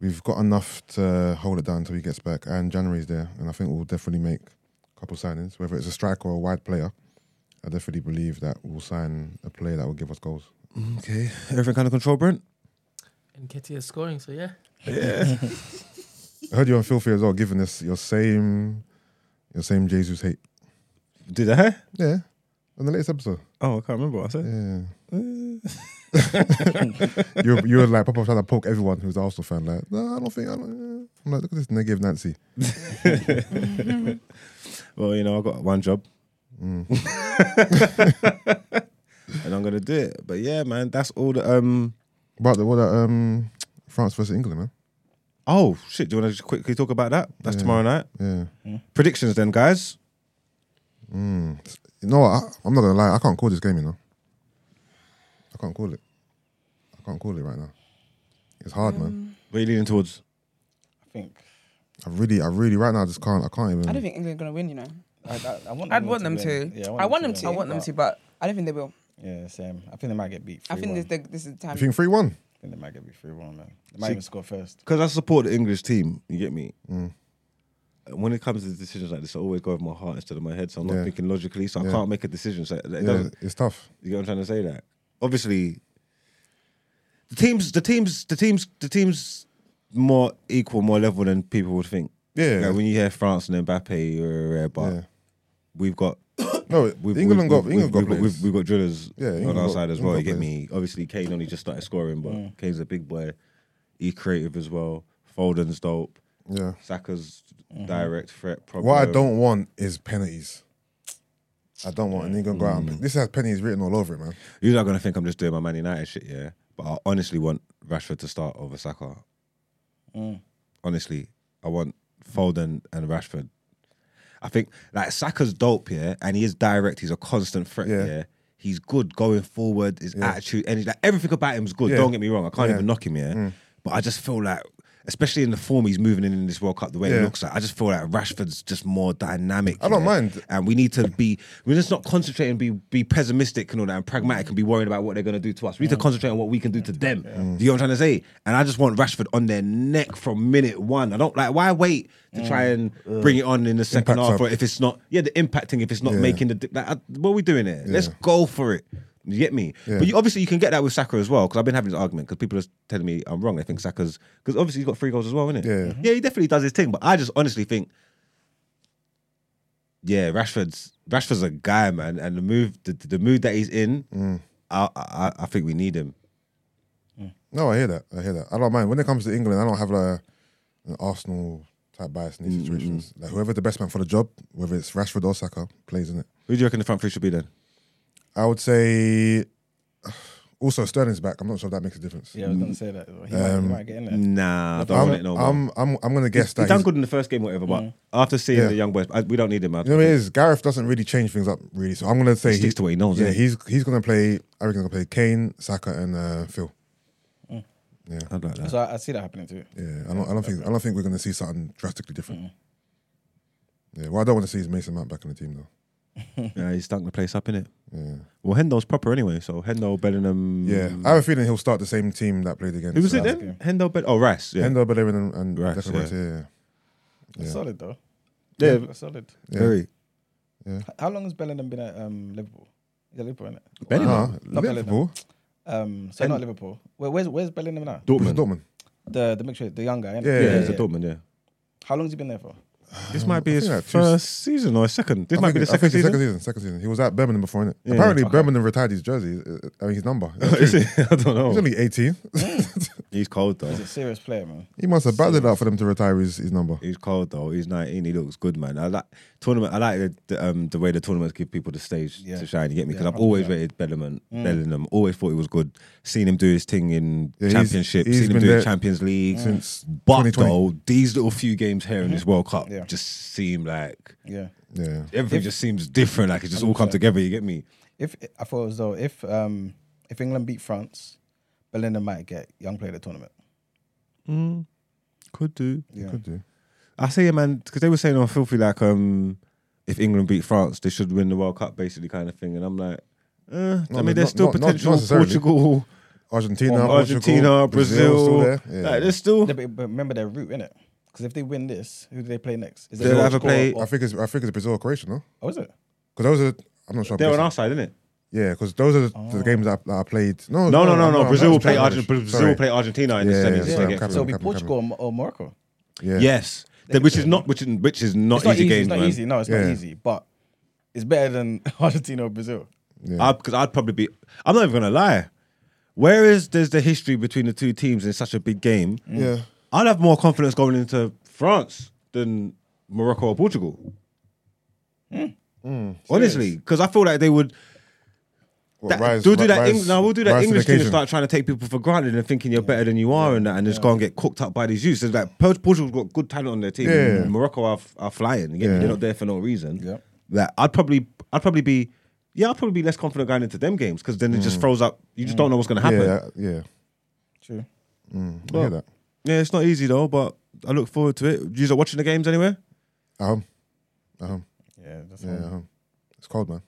Speaker 6: we've got enough to hold it down until he gets back. And January's there, and I think we'll definitely make a couple signings, whether it's a striker or a wide player. I definitely believe that we'll sign a player that will give us goals.
Speaker 3: Okay, everything kind of control, Brent.
Speaker 5: And Ketty is scoring, so yeah.
Speaker 6: I heard you on filthy as well, giving us your same your same Jesus hate.
Speaker 3: Did I?
Speaker 6: Yeah, on the latest episode.
Speaker 3: Oh, I can't remember what I said.
Speaker 6: Yeah. you were, you were like Papa trying to poke everyone who's an Arsenal fan. Like, no, I don't think I don't. I'm like, look at this negative Nancy.
Speaker 3: Well, you know, I got one job.
Speaker 6: Mm.
Speaker 3: and I'm gonna do it. But yeah, man, that's all the um
Speaker 6: But the what that um France versus England, man.
Speaker 3: oh shit, do you wanna just quickly talk about that? That's
Speaker 6: Yeah.
Speaker 3: tomorrow night.
Speaker 6: Yeah. Mm.
Speaker 3: Predictions then, guys.
Speaker 6: You know what? I, I'm not gonna lie. I can't call this game. You know, I can't call it. I can't call it right now. It's hard, man.
Speaker 3: What are you leaning towards?
Speaker 4: I think.
Speaker 6: I really, I really, right now, I just can't. I can't even.
Speaker 2: I don't think England are gonna win. You know,
Speaker 4: I, I, I want
Speaker 2: I'd want them to.
Speaker 4: win.
Speaker 2: I want them to. I
Speaker 4: win,
Speaker 2: want them
Speaker 4: but-
Speaker 2: to, but I don't think they will.
Speaker 4: Yeah, same. I think they might get beat.
Speaker 1: I think this,
Speaker 4: 3-1.
Speaker 1: the, this is the time.
Speaker 6: You think three one.
Speaker 4: I think they might get beat three one. Man, they might
Speaker 3: See-
Speaker 4: even score first.
Speaker 3: Because I support the English team, you get me?
Speaker 6: Mm.
Speaker 3: And when it comes to decisions like this, I always go with my heart instead of my head. So I'm not
Speaker 6: Yeah.
Speaker 3: thinking logically, so I
Speaker 6: Yeah.
Speaker 3: can't make a decision. So it it
Speaker 6: yeah,
Speaker 3: doesn't
Speaker 6: it's tough.
Speaker 3: You get what I'm trying to say? That obviously, the teams, the teams, the teams, the teams more equal, more level than people would think.
Speaker 6: Yeah.
Speaker 3: Like, when you hear France and Mbappe, you're rare, but
Speaker 6: Yeah.
Speaker 3: we've got
Speaker 6: No,
Speaker 3: we've,
Speaker 6: England
Speaker 3: we've,
Speaker 6: got England got
Speaker 3: we've, we've,
Speaker 6: players.
Speaker 3: we've got drillers
Speaker 6: Yeah,
Speaker 3: on
Speaker 6: England
Speaker 3: our
Speaker 6: got-
Speaker 3: side as well. You get
Speaker 6: England got
Speaker 3: me? Obviously, Kane only just started scoring, but Kane's a big boy. He's creative as well. Foden's dope.
Speaker 6: Yeah.
Speaker 3: Saka's direct threat. Problem.
Speaker 6: Mm-hmm. What I don't want is penalties. I don't want an England go out.
Speaker 3: Mm.
Speaker 6: And, this has penalties written all over it, man.
Speaker 3: You're not gonna think I'm just doing my Man United shit, yeah. But I honestly want Rashford to start over Saka.
Speaker 6: Mm.
Speaker 3: Honestly, I want Foden and Rashford. I think like Saka's dope, yeah, and he is direct. He's a constant threat, yeah.
Speaker 6: Yeah.
Speaker 3: He's good going forward. His attitude, energy, like everything about him is good.
Speaker 6: Yeah.
Speaker 3: Don't get me wrong, I can't
Speaker 6: Yeah. Mm.
Speaker 3: even knock him, yeah. But I just feel like, especially in the form he's moving in in this World Cup, the way it
Speaker 6: Yeah.
Speaker 3: looks like, I just feel like Rashford's just more dynamic.
Speaker 6: I don't
Speaker 3: yeah?
Speaker 6: mind.
Speaker 3: and we need to be we're just not concentrating be be pessimistic and all that and pragmatic and be worried about what they're going to do to us we need to concentrate on what we can do to them do you know what i'm trying to say and i just want rashford on their neck from minute one i don't like why wait to try and bring it on in the second
Speaker 6: Mm. Impact
Speaker 3: half
Speaker 6: up.
Speaker 3: or if it's not yeah the impacting if it's not
Speaker 6: Yeah.
Speaker 3: making the di- like, I- what are we doing here let's
Speaker 6: Yeah.
Speaker 3: go for it you get me,
Speaker 6: Yeah.
Speaker 3: but you, obviously you can get that with Saka as well. Because I've been having this argument because people are telling me I'm wrong. They think Saka's because obviously he's got three goals as well, isn't it?
Speaker 6: Yeah.
Speaker 3: Mm-hmm. yeah, he definitely does his thing. But I just honestly think yeah, Rashford's Rashford's a guy, man, and the move, the, the mood that he's in,
Speaker 6: Mm.
Speaker 3: I, I I think we need him.
Speaker 6: No, I hear that. I hear that. I don't mind when it comes to England. I don't have like an Arsenal type bias
Speaker 3: Mm,
Speaker 6: in these situations. Like whoever the best man for the job, whether it's Rashford or Saka, plays in it.
Speaker 3: Who do you reckon the front three should be then?
Speaker 6: I would say. Also, Sterling's back. I'm not sure if that makes a difference.
Speaker 4: Yeah, I was gonna say that. He, might,
Speaker 6: Um,
Speaker 4: he might get in there.
Speaker 3: Nah, I don't
Speaker 6: I'm,
Speaker 3: want it no more.
Speaker 6: I'm, I'm, I'm gonna guess
Speaker 3: he
Speaker 6: that.
Speaker 3: done
Speaker 6: he's-
Speaker 3: good in the first game, whatever. But after seeing
Speaker 6: Yeah.
Speaker 3: the young boys, I, we don't need him. I
Speaker 6: You know what it is? Gareth doesn't really change things up really. So I'm gonna say
Speaker 3: He sticks to what he knows,
Speaker 6: Yeah,
Speaker 3: innit?
Speaker 6: he's he's gonna play. I reckon he's gonna play Kane, Saka, and uh, Phil.
Speaker 3: I'd like that.
Speaker 4: So I, I see that happening too.
Speaker 6: Yeah, I don't, I don't think I don't think we're gonna see something drastically different.
Speaker 4: Mm.
Speaker 6: Yeah, what I don't want to see is Mason Mount back in the team though.
Speaker 3: Yeah, he's stunk the place up in it. Well, Hendo's proper anyway. So Hendo, Bellingham.
Speaker 6: Yeah, I have a feeling he'll start the same team that played against.
Speaker 3: Mm. Who was it
Speaker 6: South
Speaker 3: then? Hendo, Bell. Oh, Rice. Yeah.
Speaker 6: Hendo, Bellerin, and, and
Speaker 3: Rice,
Speaker 6: Declan
Speaker 3: yeah.
Speaker 6: Rice, yeah. yeah,
Speaker 4: That's
Speaker 6: Yeah.
Speaker 4: solid though.
Speaker 3: Yeah.
Speaker 4: That's solid.
Speaker 6: yeah.
Speaker 3: Very.
Speaker 4: H- How long has Bellingham been at um, Liverpool? Is it Liverpool? Isn't it?
Speaker 3: Bellingham.
Speaker 6: Nah,
Speaker 4: Not
Speaker 6: Liverpool,
Speaker 4: Um, so not Liverpool. Where, where's where's Bellingham now?
Speaker 3: Dortmund.
Speaker 6: Dortmund. Dortmund.
Speaker 4: The the mixture, the young guy. innit?
Speaker 6: Yeah,
Speaker 3: Yeah,
Speaker 6: yeah,
Speaker 3: he's a Dortmund. Yeah.
Speaker 4: How long has he been there for?
Speaker 3: This might be
Speaker 6: I
Speaker 3: his
Speaker 6: think like two-
Speaker 3: first season or his second. This might be the
Speaker 6: I think
Speaker 3: second
Speaker 6: it's his
Speaker 3: season.
Speaker 6: second season. Second season. He was at Birmingham before, innit? Apparently, Birmingham retired his jersey. uh, I mean, his number.
Speaker 3: Is
Speaker 6: He's
Speaker 3: it? Oh. I don't know.
Speaker 6: only 18.
Speaker 3: He's cold though.
Speaker 4: He's a serious player, man.
Speaker 6: He must have battled out for them to retire his, his number.
Speaker 3: He's cold though. He's nineteen. He looks good, man. I like tournament. I like the, the, um, the way the tournaments give people the stage
Speaker 4: Yeah.
Speaker 3: to shine. You get me? Because
Speaker 4: Yeah, Mm.
Speaker 3: I've always
Speaker 4: 100%.
Speaker 3: rated Bellingham. Bellingham. Always thought he was good. Seen him do his thing in
Speaker 6: Yeah, he's-
Speaker 3: championship.
Speaker 6: he's
Speaker 3: seen him
Speaker 6: been
Speaker 3: do it in
Speaker 6: there
Speaker 3: Champions League.
Speaker 6: since
Speaker 3: but
Speaker 6: 2020.
Speaker 3: though these little few games here in this World Cup
Speaker 4: Mm-hmm. Yeah.
Speaker 3: just seem like
Speaker 4: Yeah.
Speaker 6: Yeah.
Speaker 3: everything just seems different. Like it just all come together. You get me?
Speaker 4: If I thought as though if um if England beat France, Bellingham might get young player of the tournament.
Speaker 3: Mm, Could do.
Speaker 4: Yeah.
Speaker 6: Could do.
Speaker 3: I say, yeah, man, because they were saying on filthy like, um, if England beat France, they should win the World Cup, basically, kind of thing. And I'm like, eh, I
Speaker 6: No,
Speaker 3: mean,
Speaker 6: no,
Speaker 3: there's
Speaker 6: not-
Speaker 3: still
Speaker 6: not- not
Speaker 3: potential.
Speaker 6: necessarily.
Speaker 3: Portugal,
Speaker 6: Argentina,
Speaker 3: Argentina,
Speaker 6: Portugal, Brazil's
Speaker 3: Brazil,
Speaker 6: still
Speaker 3: like,
Speaker 6: there.
Speaker 3: there's
Speaker 6: Yeah.
Speaker 3: still
Speaker 4: Yeah, but, but remember their route, innit? Because if they win this, who do they play next? Is it
Speaker 3: They'll
Speaker 4: Portugal
Speaker 3: have a play-
Speaker 4: Or,
Speaker 6: I think it's I think it's Brazil or Croatia, no?
Speaker 4: oh, is it?
Speaker 6: Because those are I'm not sure.
Speaker 3: they're on
Speaker 6: Brazil-
Speaker 3: our side, isn't it?
Speaker 6: Yeah, because those are the, the games that I, that I played. No,
Speaker 3: Oh. No, no, no,
Speaker 6: I'm
Speaker 3: no.
Speaker 6: not-
Speaker 3: Brazil
Speaker 6: I'm
Speaker 3: will
Speaker 6: not-
Speaker 3: play
Speaker 6: I'm
Speaker 3: Argentina.
Speaker 6: sorry.
Speaker 3: Brazil will play Argentina in the
Speaker 6: Yeah, yeah,
Speaker 3: semis.
Speaker 6: yeah,
Speaker 3: they
Speaker 6: I'm
Speaker 3: get
Speaker 6: capping.
Speaker 3: through.
Speaker 4: So it'll be
Speaker 6: Cameroon,
Speaker 4: Portugal or, or Morocco.
Speaker 6: Yeah.
Speaker 3: Yes, That- which is not which is which is not
Speaker 4: It's not
Speaker 3: easy,
Speaker 4: easy.
Speaker 3: games,
Speaker 4: It's not
Speaker 3: man.
Speaker 4: easy. No, it's
Speaker 6: Yeah.
Speaker 4: not easy. But it's better than Argentina or Brazil.
Speaker 3: Because I'd probably be. I'm not even gonna lie. Whereas there's the history between the two teams in such a big game,
Speaker 6: Yeah.
Speaker 3: I'd have more confidence going into France than Morocco or Portugal.
Speaker 6: Hmm.
Speaker 3: Honestly, because I feel like they would.
Speaker 6: What,
Speaker 3: That,
Speaker 6: rise-
Speaker 3: they'll do
Speaker 6: ri-
Speaker 3: that.
Speaker 6: rise-
Speaker 3: Eng- no, we'll do that
Speaker 6: rise to the
Speaker 3: English thing and
Speaker 6: occasion.
Speaker 3: start trying to take people for granted and thinking you're better than you are and that, and just go and get cooked up by these youths. It's like Port- Portugal's got good talent on their team.
Speaker 6: Yeah.
Speaker 3: Morocco are, f- are flying. You get me?
Speaker 6: Yeah.
Speaker 3: They're not there for no reason.
Speaker 4: Yeah.
Speaker 3: That I'd probably, I'd probably be, yeah, I'd probably be less confident going into them games because then it just throws up. You just don't know what's going to happen.
Speaker 6: Hmm. Yeah, yeah. Mm,
Speaker 4: True.
Speaker 6: I hear that.
Speaker 3: Yeah, it's not easy though, but I look forward to it. You are watching the games anywhere?
Speaker 6: At home. At home.
Speaker 4: Yeah, that's
Speaker 6: Yeah, at home. It's cold, man.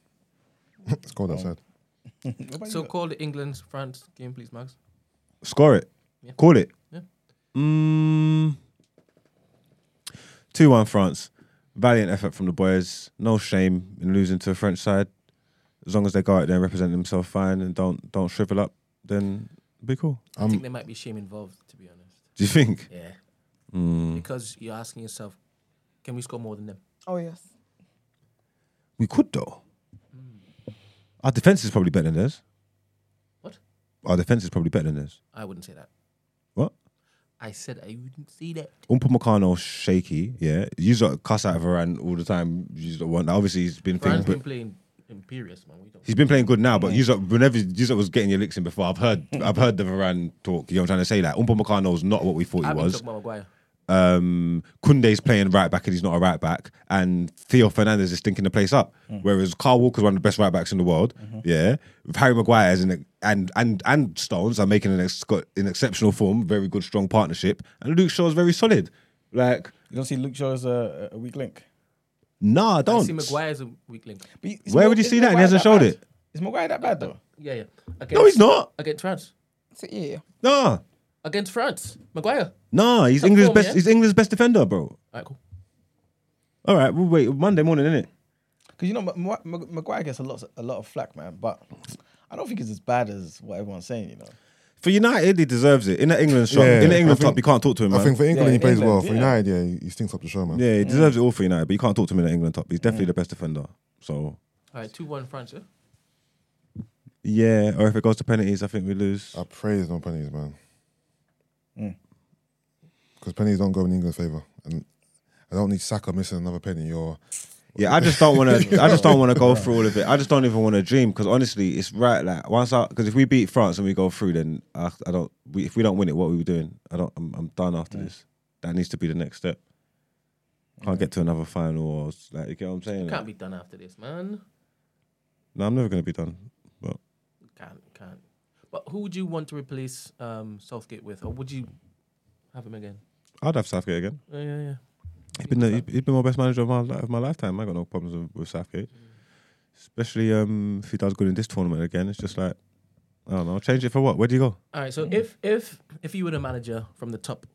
Speaker 6: it's cold outside.
Speaker 5: So call the England France game, please, Max.
Speaker 3: Score it.
Speaker 5: Yeah.
Speaker 3: Call it.
Speaker 5: Yeah.
Speaker 3: Mm, 2 1 France. Valiant effort from the boys. No shame in losing to the French side. As long as they go out there and represent themselves fine and don't don't shrivel up, then it'll be cool.
Speaker 5: I think there might be shame involved, to be honest.
Speaker 3: Do you think? Mm.
Speaker 5: Yeah. Because you're asking yourself, can we score more than them?
Speaker 1: Oh yes.
Speaker 3: We could though. Our defense is probably better than theirs.
Speaker 5: Hmm. What?
Speaker 3: Our defense is probably better than theirs.
Speaker 5: I wouldn't say that.
Speaker 3: What?
Speaker 5: I said I wouldn't say that.
Speaker 3: Upamecano shaky, yeah. You sort of cuss out of Varane all the time. You sort of want obviously he's been
Speaker 5: France
Speaker 3: thinking,
Speaker 5: been
Speaker 3: but
Speaker 5: playing imperious, man. We don't.
Speaker 3: he's been playing good now. But you sort of- whenever you sort of was getting your licks in before, I've heard
Speaker 5: Mm.
Speaker 3: I've heard the Varane talk. You know what I'm trying to say? Like Upamecano's not what we thought he
Speaker 5: I've been
Speaker 3: was.
Speaker 5: talking about Maguire.
Speaker 3: Um, Kunde's playing right back and he's not a right back, and Theo Fernandez is stinking the place up.
Speaker 5: Mm.
Speaker 3: Whereas Carl Walker's one of the best right backs in the world.
Speaker 5: Mm-hmm.
Speaker 3: Yeah, Harry Maguire is an, and and and Stones are making an ex- got an exceptional form, very good strong partnership, and Luke Shaw's very solid. Like,
Speaker 4: You don't see Luke Shaw as a, a weak link.
Speaker 3: nah,
Speaker 5: I
Speaker 3: don't.
Speaker 5: see Maguire's a weak link.
Speaker 4: But is
Speaker 3: Where
Speaker 4: Mag-
Speaker 3: would you
Speaker 4: is
Speaker 3: see that? And he
Speaker 4: Maguire
Speaker 3: hasn't showed
Speaker 4: bad?
Speaker 3: it.
Speaker 4: Is Maguire that bad though?
Speaker 5: Yeah, yeah. Against,
Speaker 3: No, he's not.
Speaker 5: Against France.
Speaker 1: So, yeah.
Speaker 3: Nah,
Speaker 5: Against France. Maguire.
Speaker 3: nah. He's
Speaker 5: Top
Speaker 3: England's
Speaker 5: form,
Speaker 3: best.
Speaker 5: yeah?
Speaker 3: He's England's best defender, bro.
Speaker 5: All right, cool.
Speaker 3: All right, we'll wait. Monday morning, innit?
Speaker 4: Because you know Ma- Ma- Ma- Maguire gets a lot a lot of flack, man. But I don't think it's as bad as what everyone's saying. You know,
Speaker 3: For United, he deserves it. In that England shot,
Speaker 6: Yeah,
Speaker 3: in the
Speaker 6: I
Speaker 3: England
Speaker 6: think-
Speaker 3: top, you can't talk to him, man.
Speaker 6: I think for England,
Speaker 4: Yeah,
Speaker 6: he plays well.
Speaker 4: England,
Speaker 6: For
Speaker 4: yeah.
Speaker 6: United, yeah, he, he stinks up the show, man.
Speaker 3: yeah, he deserves it all for United, but you can't talk to him in the England top. He's definitely the best defender. So
Speaker 5: All right, 2 1 France, yeah?
Speaker 3: yeah, or if it goes to penalties, I think we lose.
Speaker 6: I praise no pennies, man.
Speaker 3: Mm.
Speaker 6: Because pennies don't go in England's favour. And I don't need Saka missing another penny or
Speaker 3: Yeah, I just don't want to. I just don't want to go through all of it. I just don't even want to dream because honestly, it's right. Like once I because if we beat France and we go through, then I, I don't. We, if we don't win it, what are we doing? I don't. I'm, I'm done after this. That needs to be the next step. Can't get to another final or s- like you get what I'm saying.
Speaker 5: Can't be done after this, man.
Speaker 3: No, I'm never gonna be done. But
Speaker 5: Can't, can't. But who would you want to replace um, Southgate with? Or would you have him again?
Speaker 3: I'd have Southgate again.
Speaker 5: Yeah, yeah, yeah.
Speaker 3: He's been the, he's been my best manager of my li- of my lifetime. I got no problems with, with Southgate, especially um, if he does good in this tournament again. It's just like I don't know. Change it for what? Where do you go?
Speaker 5: All right. So if if if you were the manager from the top,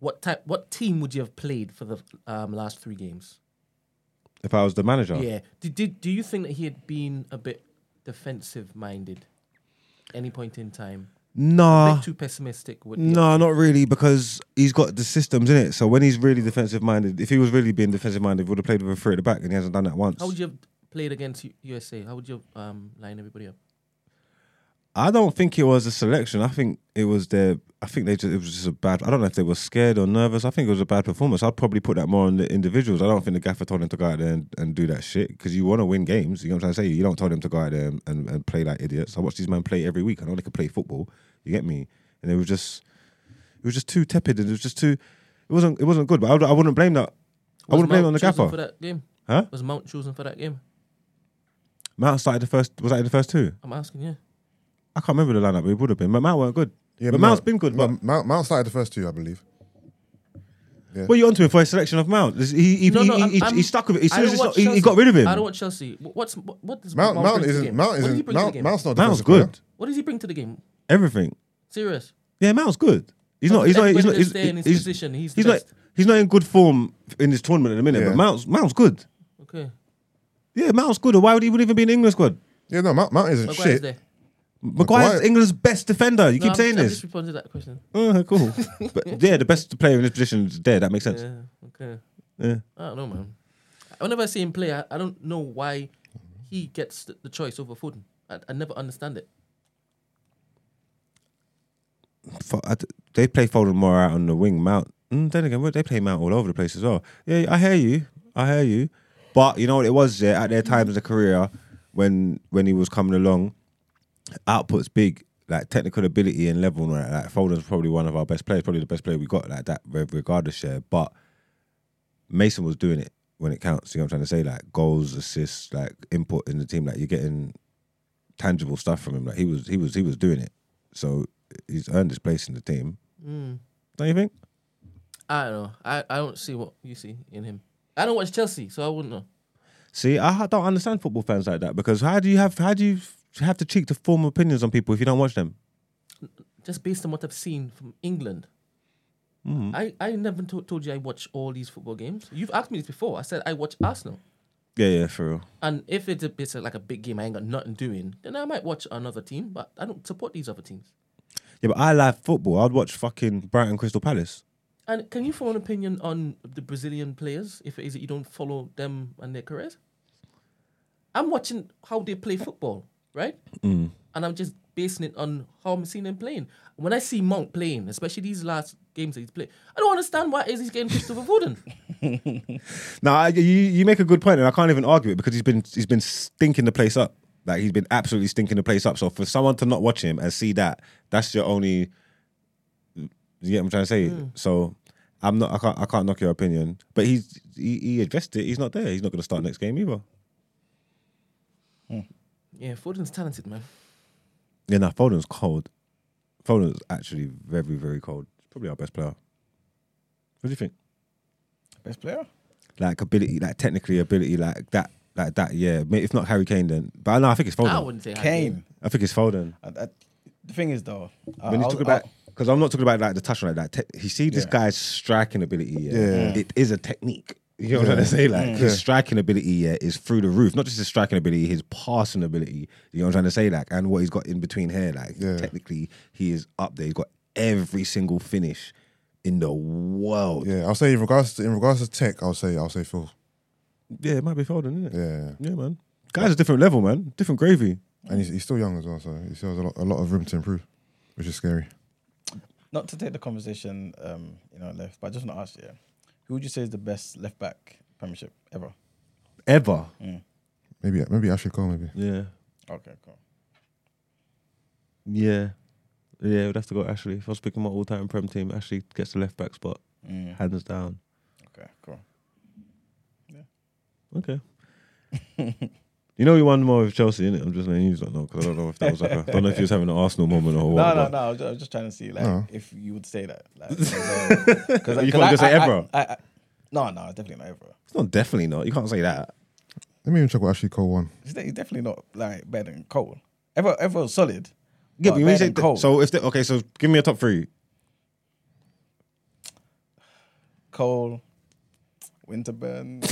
Speaker 5: what type, what team would you have played for the um, last three games?
Speaker 3: If I was the manager,
Speaker 5: Yeah. Did, did do you think that he had been a bit defensive minded? Any point in time, a
Speaker 3: nah.
Speaker 5: bit too pessimistic. Would
Speaker 3: No, not really, because he's got the systems in it. So when he's really defensive minded, if he was really being defensive minded, he would have played with a three at the back, and he hasn't done that once.
Speaker 5: How would you have played against U- USA? How would you have, um, line everybody up?
Speaker 3: I don't think it was a selection. I think it was their. I think they just it was just a bad. I don't know if they were scared or nervous. I think it was a bad performance. I'd probably put that more on the individuals. I don't think the gaffer told them to go out there and, and do that shit because you want to win games. You know what I'm trying to say? You don't tell them to go out there and, and, and play like idiots. I watch these men play every week. I know they can play football. You get me? And it was just, it was just too tepid and it was just too. It wasn't. It wasn't good. But I, would, I wouldn't blame that. I
Speaker 5: Was
Speaker 3: wouldn't blame it
Speaker 5: Mount
Speaker 3: on the
Speaker 5: chosen
Speaker 3: gaffer.
Speaker 5: for that game.
Speaker 3: Huh?
Speaker 5: Was Mount chosen for that game?
Speaker 3: Mount started the first. Was that in the first two?
Speaker 5: I'm asking you.
Speaker 3: I can't remember the lineup. But it would have been. But Mount weren't good.
Speaker 6: Yeah,
Speaker 3: but Mount's been good. but
Speaker 6: Mount, Mount, Mount started the first two, I believe.
Speaker 3: What are you onto him for his selection of Mount? This- He, he,
Speaker 5: No,
Speaker 3: he,
Speaker 5: no,
Speaker 3: he,
Speaker 5: I'm-
Speaker 3: he,
Speaker 5: I'm-
Speaker 3: he stuck with it. As
Speaker 5: I
Speaker 3: soon as
Speaker 5: don't
Speaker 3: he,
Speaker 5: watch
Speaker 3: saw- he, he
Speaker 5: Chelsea.
Speaker 3: got rid of him.
Speaker 5: I don't watch Chelsea. Wh- What's what? What does
Speaker 6: Mount, Mount
Speaker 5: bring to the
Speaker 6: isn't.
Speaker 5: game?
Speaker 6: Mount
Speaker 5: What does he
Speaker 6: isn't.
Speaker 5: bring to the
Speaker 6: Mount,
Speaker 5: game?
Speaker 6: Mount's not.
Speaker 3: Mount's
Speaker 6: defensive player.
Speaker 3: good.
Speaker 5: What does he bring to the game?
Speaker 3: Everything.
Speaker 5: Serious.
Speaker 3: Yeah, Mount's good. He's
Speaker 5: But
Speaker 3: not. He's not. He's
Speaker 5: everybody
Speaker 3: not.
Speaker 5: that's
Speaker 3: He's,
Speaker 5: there in his
Speaker 3: he's-
Speaker 5: position, he's the
Speaker 3: he's not.
Speaker 5: best.
Speaker 3: He's not in good form in this tournament at the minute.
Speaker 6: Yeah.
Speaker 3: But Mount's Mount's good.
Speaker 5: Okay.
Speaker 3: Yeah, Mount's good. Or why would he wouldn't even be in the England squad?
Speaker 6: Yeah, no, Mount, Mount isn't
Speaker 5: Maguire's
Speaker 6: shit.
Speaker 5: there.
Speaker 3: Maguire's
Speaker 6: Maguire-
Speaker 3: England's best defender. You
Speaker 5: No,
Speaker 3: keep
Speaker 5: I'm-
Speaker 3: saying
Speaker 5: I'm
Speaker 3: this.
Speaker 5: just responding to that question.
Speaker 3: Uh, cool. but yeah, the best player in this position is there. That makes sense.
Speaker 5: Yeah. Okay.
Speaker 3: Yeah.
Speaker 5: I don't know, man. Whenever I see him play, I, I don't know why he gets the, the choice over Foden. I, I never understand it.
Speaker 3: Fo- I d- they play Foden more out on the wing. Mount. Mm, then again, they play Mount all over the place as well. Yeah, I hear you. I hear you. But you know what it was yeah, at their times of career when when he was coming along, output's big. Like technical ability and level, and all that. like Foden's probably one of our best players, probably the best player we got like that, re- regardless. Yeah, but Mason was doing it when it counts. You know what I'm trying to say? Like goals, assists, like input in the team. Like you're getting tangible stuff from him. Like he was, he was, he was doing it. So he's earned his place in the team. Mm. Don't you think?
Speaker 5: I don't know. I, I don't see what you see in him. I don't watch Chelsea, so I wouldn't know.
Speaker 3: See, I ha- don't understand football fans like that because how do you have how do you f- have the cheek to form opinions on people if you don't watch them?
Speaker 5: Just based on what I've seen from England. I, I never to- told you I watch all these football games. You've asked me this before. I said I watch Arsenal.
Speaker 3: Yeah, yeah, for real.
Speaker 5: And if it's, a, it's like a big game I ain't got nothing doing, then I might watch another team, but I don't support these other teams.
Speaker 3: Yeah, but I like football. I'd watch fucking Brighton Crystal Palace.
Speaker 5: And can you form an opinion on the Brazilian players if it is that you don't follow them and their careers? I'm watching how they play football, right? And I'm just basing it on how I'm seeing them playing. When I see Monk playing, especially these last games that he's played, I don't understand why is he's getting Christopher Foden.
Speaker 3: Now I, you you make a good point, and I can't even argue it because he's been he's been stinking the place up. Like he's been absolutely stinking the place up. So for someone to not watch him and see that, that's your only. You get what I'm trying to say. So I'm not. I can't. I can't knock your opinion. But he's he, he addressed it. He's not there. He's not going to start next game either.
Speaker 5: Yeah, Foden's talented, man.
Speaker 3: Yeah, no, Foden's cold. Foden's actually very, very cold. Probably our best player. What do you think?
Speaker 4: Best player?
Speaker 3: Like ability, like technically ability, like that, like that. Yeah, Ma- if not Harry Kane, then. But no, I think it's
Speaker 5: I
Speaker 3: Foden.
Speaker 5: wouldn't say Harry
Speaker 4: Kane.
Speaker 3: I think it's Foden.
Speaker 4: I, I, the thing is, though, I-
Speaker 3: When you
Speaker 4: I-
Speaker 3: talk
Speaker 4: I-
Speaker 3: about, because I'm not talking about like the touch on like that. Te- you see this
Speaker 4: Yeah.
Speaker 3: guy's striking ability. Yeah,
Speaker 6: Yeah.
Speaker 3: it is a technique. You know what I'm trying to say? Like his striking ability, yeah, is through the roof. Not just his striking ability, his passing ability. You know what I'm trying to say? Like, and what he's got in between here, like
Speaker 6: Yeah.
Speaker 3: technically, he is up there. He's got every single finish in the world. Yeah,
Speaker 6: Yeah, I'll say in regards to in regards to tech, I'll say I'll say Phil.
Speaker 3: it might be Foden, isn't it?
Speaker 6: Yeah,
Speaker 3: Yeah, man. Guy's a different level, man. Different gravy.
Speaker 6: and he's, he's still young as well, so he still has a lot, a lot of room to improve, which is scary.
Speaker 4: not to take the conversation, um, you know, left, but I just want to ask you, who would you say is the best left back Premiership ever?
Speaker 3: Ever.
Speaker 6: Maybe maybe Ashley Cole, maybe.
Speaker 3: Yeah.
Speaker 4: Okay, cool.
Speaker 3: Yeah. Yeah, we'd have to go Ashley. If I was picking my all time Prem team, Ashley gets the left back spot,
Speaker 4: Mm,
Speaker 3: hands down.
Speaker 4: okay, cool.
Speaker 3: Okay. you know, you won more with Chelsea, innit? I'm just letting you don't know because I don't know if that was like a, I don't know if you was having an Arsenal moment or
Speaker 4: No,
Speaker 3: what.
Speaker 4: no,
Speaker 3: but-
Speaker 4: no. I was, ju- I was just trying to see like
Speaker 6: No.
Speaker 4: if you would say that. Like, 'cause, um, 'cause I-
Speaker 3: You
Speaker 4: 'cause
Speaker 3: can't
Speaker 4: I-
Speaker 3: just say
Speaker 4: I- I-
Speaker 3: ever.
Speaker 4: I, I, no, no, it's definitely not ever.
Speaker 3: It's not definitely not. You can't say that.
Speaker 6: Let me even check what Ashley Cole won.
Speaker 4: He's de- he's definitely not like better than Cole. Ever, ever was solid.
Speaker 3: Yeah,
Speaker 4: but
Speaker 3: but when you
Speaker 4: better
Speaker 3: say
Speaker 4: than Cole.
Speaker 3: so if they, okay, so give me a top three.
Speaker 4: Cole, Winterburn.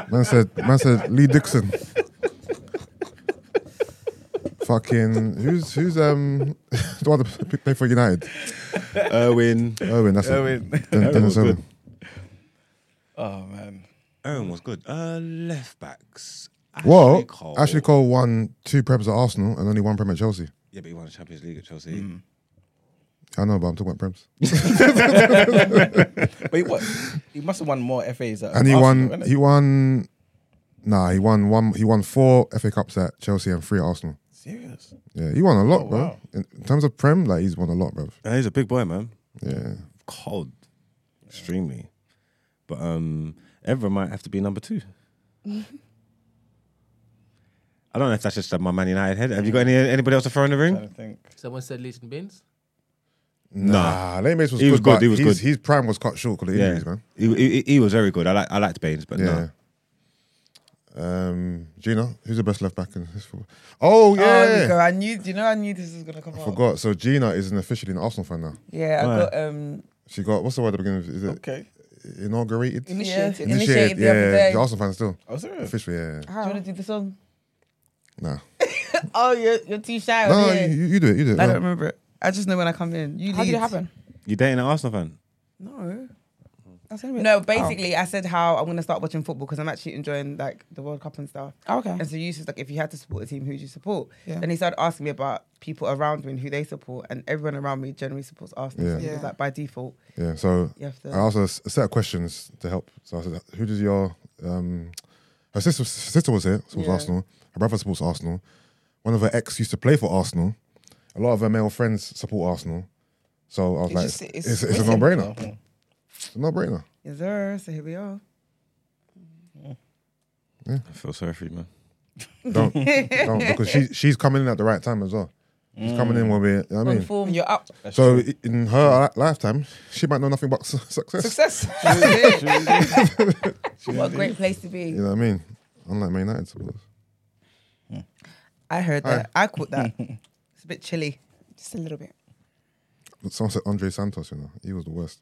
Speaker 6: Man said man said Lee Dixon. Fucking who's who's um the one that played for United?
Speaker 3: Erwin.
Speaker 6: Irwin, that's
Speaker 4: Irwin.
Speaker 6: it. Den-
Speaker 3: Irwin was
Speaker 6: Dennis Irwin.
Speaker 3: good.
Speaker 4: oh man,
Speaker 3: Erwin was good. Uh, left backs. Ashley
Speaker 6: Well, Ashley Cole won two preps at Arsenal and only one prem at Chelsea.
Speaker 3: Yeah, but he won the Champions League at Chelsea.
Speaker 6: I know, but I'm talking about prems.
Speaker 4: but he, what? He must have won more FAs. At
Speaker 6: And he
Speaker 4: Arsenal,
Speaker 6: won.
Speaker 4: innit?
Speaker 6: He won. Nah, he won one. He won four FA Cups at Chelsea and three at Arsenal.
Speaker 4: serious.
Speaker 6: Yeah, he won a lot,
Speaker 4: Oh,
Speaker 6: bro.
Speaker 4: wow.
Speaker 6: In, in terms of Prem, like he's won a lot, bro.
Speaker 3: Uh, he's a big boy, man.
Speaker 6: Yeah,
Speaker 3: Cold, extremely. But um, Evra might have to be number two. I don't know if that's just uh, my Man United head. Have you got any anybody else to throw in the
Speaker 4: I
Speaker 3: ring?
Speaker 4: don't think.
Speaker 5: Someone said Leighton Baines.
Speaker 6: nah, Leighton Baines was
Speaker 3: He
Speaker 6: good.
Speaker 3: was good,
Speaker 6: but
Speaker 3: he was
Speaker 6: his,
Speaker 3: good.
Speaker 6: His prime was cut short because of injuries, man.
Speaker 3: he, he, he was very good. I like I liked Baines, but
Speaker 6: Yeah.
Speaker 3: no.
Speaker 6: Um, Gina, who's the best left back in this football?
Speaker 2: Oh,
Speaker 6: Oh
Speaker 2: you go.
Speaker 6: yeah,
Speaker 2: I knew. You know, I knew this was gonna come
Speaker 6: I
Speaker 2: up.
Speaker 6: forgot. So Gina is an officially an Arsenal fan now.
Speaker 2: Yeah, I
Speaker 3: Why?
Speaker 2: got um
Speaker 6: She got what's the word at the beginning? Of, is it
Speaker 4: Okay.
Speaker 6: inaugurated?
Speaker 2: initiated.
Speaker 1: Initiated.
Speaker 2: Initiated the
Speaker 6: yeah,
Speaker 2: other day.
Speaker 6: she's an Arsenal fan still.
Speaker 4: Oh serious.
Speaker 6: Officially, yeah. yeah.
Speaker 2: Do you want to do the song?
Speaker 6: Nah,
Speaker 2: Oh, you're, you're too shy. on
Speaker 6: no, no,
Speaker 2: here.
Speaker 6: you, you do it. You do it.
Speaker 2: I
Speaker 6: No.
Speaker 2: don't remember it. I just know when I come in. You
Speaker 1: How
Speaker 2: lead.
Speaker 1: did it happen?
Speaker 3: You dating an Arsenal fan?
Speaker 2: No. That's anyway.
Speaker 1: No,
Speaker 6: Oh.
Speaker 2: No, basically, I said how I'm gonna start watching football because I'm actually enjoying like the World Cup and stuff.
Speaker 1: Oh, okay.
Speaker 2: And so you just like, if you had to support a team, who do you support?
Speaker 1: Yeah.
Speaker 2: Then he started asking me about people around me and who they support, and everyone around me generally supports Arsenal. So
Speaker 6: Yeah. Oh.
Speaker 2: he was
Speaker 1: Yeah.
Speaker 2: like, by default,
Speaker 6: Yeah, so
Speaker 2: You have to-
Speaker 6: I asked her a s- a set of questions to help. So I said, "Who does your um, her sister sister was here, supports
Speaker 2: Yeah.
Speaker 6: Arsenal. Her brother supports Arsenal. One of her ex used to play for Arsenal. A lot of her male friends support Arsenal. So I was
Speaker 1: It's
Speaker 6: like,
Speaker 1: just- it's
Speaker 6: it's, it's, a no
Speaker 1: written.
Speaker 4: Oh,
Speaker 6: brainer. It's a no brainer.
Speaker 2: yes sir. So here we are.
Speaker 3: I feel sorry for you, man.
Speaker 6: Don't, don't because she she's coming in at the right time as well. She's coming in when we, you know what I
Speaker 2: On
Speaker 6: mean.
Speaker 2: form,
Speaker 1: You're up.
Speaker 6: So i- in her li- lifetime, she might know nothing but su- success.
Speaker 1: Success.
Speaker 2: what a great place to be.
Speaker 6: You know what I mean? Unlike Man United supporters.
Speaker 2: I heard that. I caught that. it's a bit chilly.
Speaker 1: Just a little bit.
Speaker 6: Someone said Andre Santos. You know, he was the worst.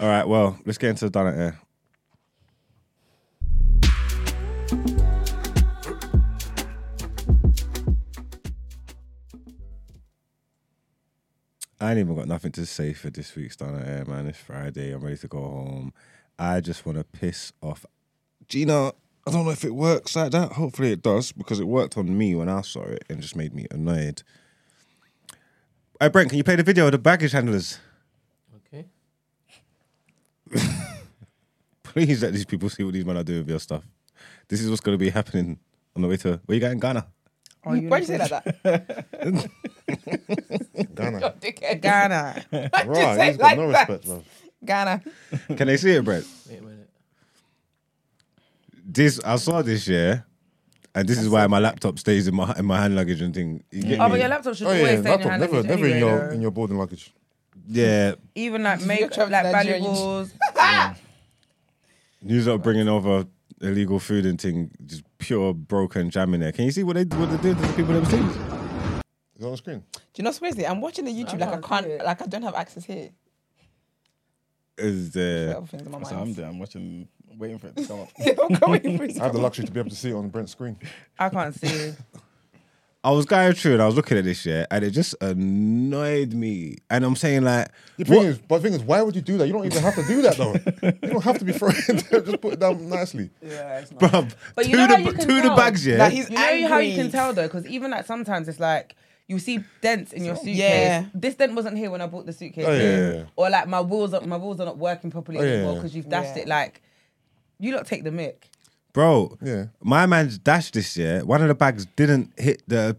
Speaker 3: All right, well, let's get into the done it here. I ain't even got nothing to say for this week's done it here, man. It's Friday. I'm ready to go home. I just want to piss off Gina. I don't know if it works like that. Hopefully it does because it worked on me when I saw it and just made me annoyed. Hey Brent, can you play the video of the baggage handlers?
Speaker 5: Okay.
Speaker 3: please let these people see what these men are doing with your stuff. This is what's going to be happening on the way to where you going, Ghana.
Speaker 2: Are you
Speaker 1: Why'd you say it like that?
Speaker 6: Ghana.
Speaker 1: Dickhead.
Speaker 2: Ghana.
Speaker 1: Why'd you
Speaker 6: Right,
Speaker 1: say
Speaker 6: he's
Speaker 1: it
Speaker 6: got
Speaker 1: like
Speaker 6: no
Speaker 1: that?
Speaker 6: respect, bro.
Speaker 1: Ghana.
Speaker 3: Can they see it, Brett?
Speaker 5: Wait a minute.
Speaker 3: This I saw this year, and this is why my laptop stays in my in my hand luggage and thing. You get
Speaker 2: Oh,
Speaker 3: me?
Speaker 2: but your laptop should
Speaker 6: Oh
Speaker 2: always stay
Speaker 6: yeah,
Speaker 2: in your
Speaker 6: laptop
Speaker 2: hand.
Speaker 6: never,
Speaker 2: luggage
Speaker 6: never in
Speaker 2: anyway,
Speaker 6: your
Speaker 2: though.
Speaker 6: in your boarding luggage.
Speaker 3: yeah,
Speaker 2: even like
Speaker 1: you're
Speaker 2: make
Speaker 1: traveling
Speaker 2: like
Speaker 1: to Nigeria, you-
Speaker 2: valuables.
Speaker 3: news are bringing over illegal food and thing, just pure broken jam in there. Can you see what they what they did to the people that was sleeping?
Speaker 6: Is it on the screen?
Speaker 1: Do you know what's crazy? I'm watching the YouTube like I can't, like I don't have access here.
Speaker 3: Is
Speaker 1: Yeah.
Speaker 3: there?
Speaker 1: Other things in my
Speaker 4: So I'm
Speaker 1: mind.
Speaker 4: there. I'm watching, waiting for it to come up.
Speaker 1: They're all coming through.
Speaker 6: I have the luxury to be able to see it on Brent's screen.
Speaker 2: I can't see.
Speaker 3: I was going through and I was looking at this year, and it just annoyed me. And I'm saying like,
Speaker 6: The thing
Speaker 3: what?
Speaker 6: is, but the thing is, why would you do that? You don't even have to do that though. you don't have to be throwing. Just put it down nicely.
Speaker 2: Yeah, it's not.
Speaker 3: Bruv,
Speaker 2: But you
Speaker 3: two
Speaker 2: know how
Speaker 3: the,
Speaker 2: you can
Speaker 3: two the
Speaker 2: tell?
Speaker 3: bags, yeah.
Speaker 1: Like, he's
Speaker 2: you know how you can
Speaker 1: angry.
Speaker 2: tell though, because even like sometimes it's like you see dents in your suitcase.
Speaker 1: Yeah.
Speaker 2: This dent wasn't here when I bought the suitcase.
Speaker 6: Oh, yeah,
Speaker 2: in.
Speaker 6: yeah, yeah.
Speaker 2: Or like my wheels, are, my wheels are not working properly
Speaker 6: Oh, yeah,
Speaker 2: anymore
Speaker 6: yeah.
Speaker 2: because you've dashed
Speaker 1: Yeah.
Speaker 2: it. Like you lot take the mic.
Speaker 3: bro.
Speaker 6: Yeah.
Speaker 3: My man's dash this year. One of the bags didn't hit the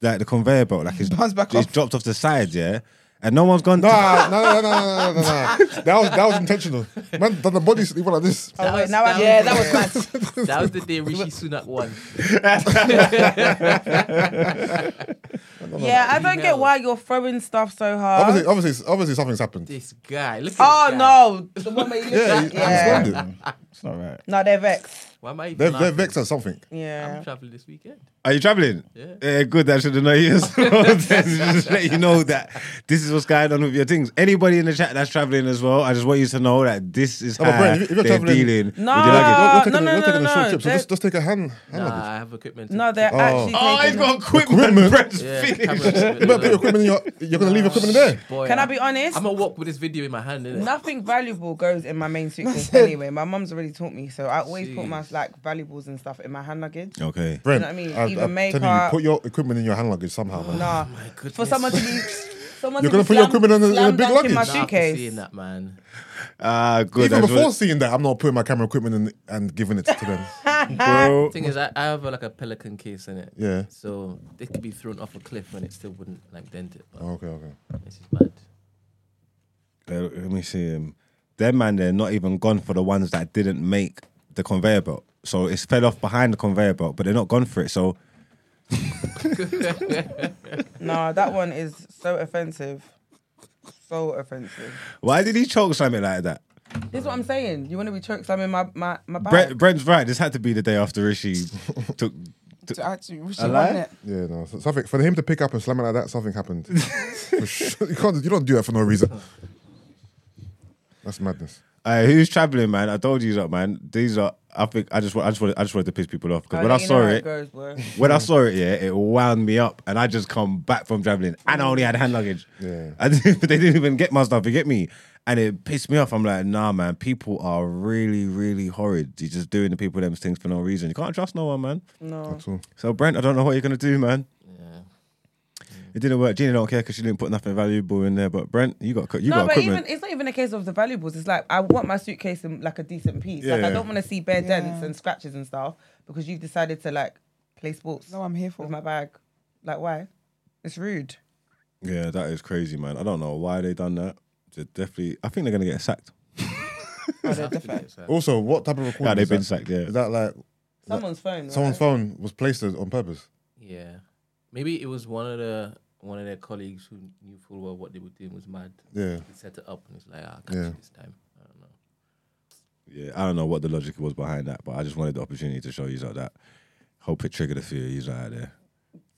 Speaker 3: like the conveyor belt. Like it's,
Speaker 1: Bounced back
Speaker 3: it's
Speaker 1: off.
Speaker 3: dropped off the side, yeah. And no one's gone. to,
Speaker 6: Nah, no, no, no, no, no, no, no. That was that was intentional. Man, done the body sleep like this.
Speaker 2: Oh, wait,
Speaker 5: was-
Speaker 2: now I'm-
Speaker 1: Yeah, that was mad.
Speaker 5: That was the day Rishi Sunak won.
Speaker 2: yeah, I don't
Speaker 5: You
Speaker 2: get
Speaker 5: know.
Speaker 2: why you're throwing stuff so hard.
Speaker 6: Obviously, obviously, obviously, something's happened.
Speaker 5: This guy. Look at
Speaker 2: oh
Speaker 5: this guy.
Speaker 2: no, the one where you
Speaker 6: Yeah,
Speaker 2: yeah,
Speaker 6: he- I
Speaker 2: yeah.
Speaker 6: understand it.
Speaker 4: It's not right.
Speaker 2: No, they're vexed.
Speaker 5: Why am I even
Speaker 6: They're, they're
Speaker 5: laughing?
Speaker 6: vexed at something.
Speaker 2: Yeah.
Speaker 5: I'm traveling this weekend.
Speaker 3: Are you traveling?
Speaker 5: Yeah.
Speaker 3: Uh, good. That should have known you. as well. Then just let you know that this is what's going on with your things. Anybody in the chat that's traveling as well, I just want you to know that this is
Speaker 6: No, but
Speaker 3: how
Speaker 6: Brent, Oh, if you're
Speaker 3: they're
Speaker 6: traveling-
Speaker 3: dealing with your
Speaker 2: No.
Speaker 3: luggage.
Speaker 2: Uh,
Speaker 6: You're- you're taking
Speaker 2: no,
Speaker 6: a-
Speaker 2: no,
Speaker 6: you're taking
Speaker 2: no,
Speaker 6: a short
Speaker 2: no,
Speaker 6: trip, so
Speaker 2: they're-
Speaker 6: just, just take a hand. hand
Speaker 5: Nah,
Speaker 6: luggage.
Speaker 5: I have equipment.
Speaker 2: No, they're actually.
Speaker 3: Oh, he's
Speaker 2: taking
Speaker 3: got
Speaker 2: it.
Speaker 3: equipment.
Speaker 6: Equipment.
Speaker 3: Brent's
Speaker 5: Yeah,
Speaker 3: finished.
Speaker 5: camera
Speaker 6: You better put your equipment in your. You're gonna leave your equipment in there.
Speaker 5: Boy,
Speaker 2: Can I
Speaker 5: I'm-
Speaker 2: be honest?
Speaker 5: I'm gonna walk with this video in my hand. Innit?
Speaker 2: Nothing valuable goes in my main suitcase anyway. My mum's already taught me, so I always put my
Speaker 5: Jeez.
Speaker 2: like valuables and stuff in my hand luggage.
Speaker 3: Okay.
Speaker 6: Brent,
Speaker 2: know what I mean?
Speaker 6: I'm
Speaker 2: Even
Speaker 6: telling you,
Speaker 2: makeup.
Speaker 6: put your equipment in your hand luggage somehow, man.
Speaker 2: Nah, for someone to be, someone
Speaker 6: You're
Speaker 2: to
Speaker 6: gonna
Speaker 2: be
Speaker 6: put your
Speaker 2: slam-
Speaker 6: equipment in a- in a
Speaker 2: slam
Speaker 6: big
Speaker 2: dunk in my
Speaker 6: luggage?
Speaker 5: Nah, after
Speaker 2: suitcase.
Speaker 5: seeing that man.
Speaker 3: Ah, good. I
Speaker 6: Even
Speaker 3: just
Speaker 6: before
Speaker 3: want-
Speaker 6: seeing that, I'm not putting my camera equipment in and giving it to them.
Speaker 3: Bro,
Speaker 5: Thing is, I, I have a, like a pelican case in it.
Speaker 6: Yeah.
Speaker 5: So it could be thrown off a cliff and it still wouldn't like dent it. But
Speaker 6: Oh, okay, okay.
Speaker 5: this is bad.
Speaker 3: Uh, let me see him. Them man, they're not even gone for the ones that didn't make the conveyor belt. So it's fed off behind the conveyor belt, but they're not gone for it. So
Speaker 2: Nah, that one is so offensive, so offensive.
Speaker 3: why did he choke something like that?
Speaker 2: This is what I'm saying. You want to be choked slamming my my my bag?
Speaker 3: Brent, Brent's right. This had to be the day after Rishi took.
Speaker 1: To actually, we should
Speaker 3: Alive?
Speaker 1: run it.
Speaker 6: Yeah, no, so- something for him to pick up and slam it like that. Something happened. For sure. you can't. You don't do that for no reason. That's madness.
Speaker 3: Uh, who's traveling, man? I told you that, man. These are I think I just wa- I just wanted, I just wanted to piss people off because
Speaker 2: I'll
Speaker 3: when I
Speaker 2: let you know
Speaker 3: saw
Speaker 2: how
Speaker 3: it,
Speaker 2: goes, boy.
Speaker 3: when I saw it, yeah, it wound me up, and I just come back from traveling, and I only had hand luggage.
Speaker 6: Yeah.
Speaker 3: I didn't, they didn't even get my stuff. You get me? And it pissed me off. I'm like, nah, man. People are really, really horrid. You're just doing the people them things for no reason. You can't trust no one, man.
Speaker 2: No.
Speaker 6: That's all.
Speaker 3: So Brent, I don't know what you're gonna do, man. It didn't work. Gina don't care because she didn't put nothing valuable in there. But Brent, you got you
Speaker 2: No,
Speaker 3: got
Speaker 2: but
Speaker 3: equipment.
Speaker 2: even it's not even a case of the valuables. It's like I want my suitcase in like a decent piece. Like I
Speaker 3: Yeah.
Speaker 2: don't want to see bare dents and scratches and stuff because you've decided to like play sports
Speaker 1: No, I'm here for.
Speaker 2: with my bag. Like why? It's rude.
Speaker 3: yeah, that is crazy, man. I don't know why they done that. They're definitely, I think they're gonna get sacked.
Speaker 6: Also, what type of recording?
Speaker 3: Yeah, they've
Speaker 6: is
Speaker 3: been
Speaker 6: that?
Speaker 3: sacked. Yeah,
Speaker 6: Is that like
Speaker 2: Someone's phone. Right?
Speaker 6: someone's phone was placed there on purpose?
Speaker 5: Yeah, maybe it was one of the one of their colleagues who knew full well what they were doing was mad.
Speaker 6: Yeah.
Speaker 5: He set it up and it's like, ah, I catch
Speaker 6: Yeah.
Speaker 5: you this time. I don't know.
Speaker 3: yeah. I don't know what the logic was behind that, but I just wanted the opportunity to show you like that. Hope it triggered a few of you out there.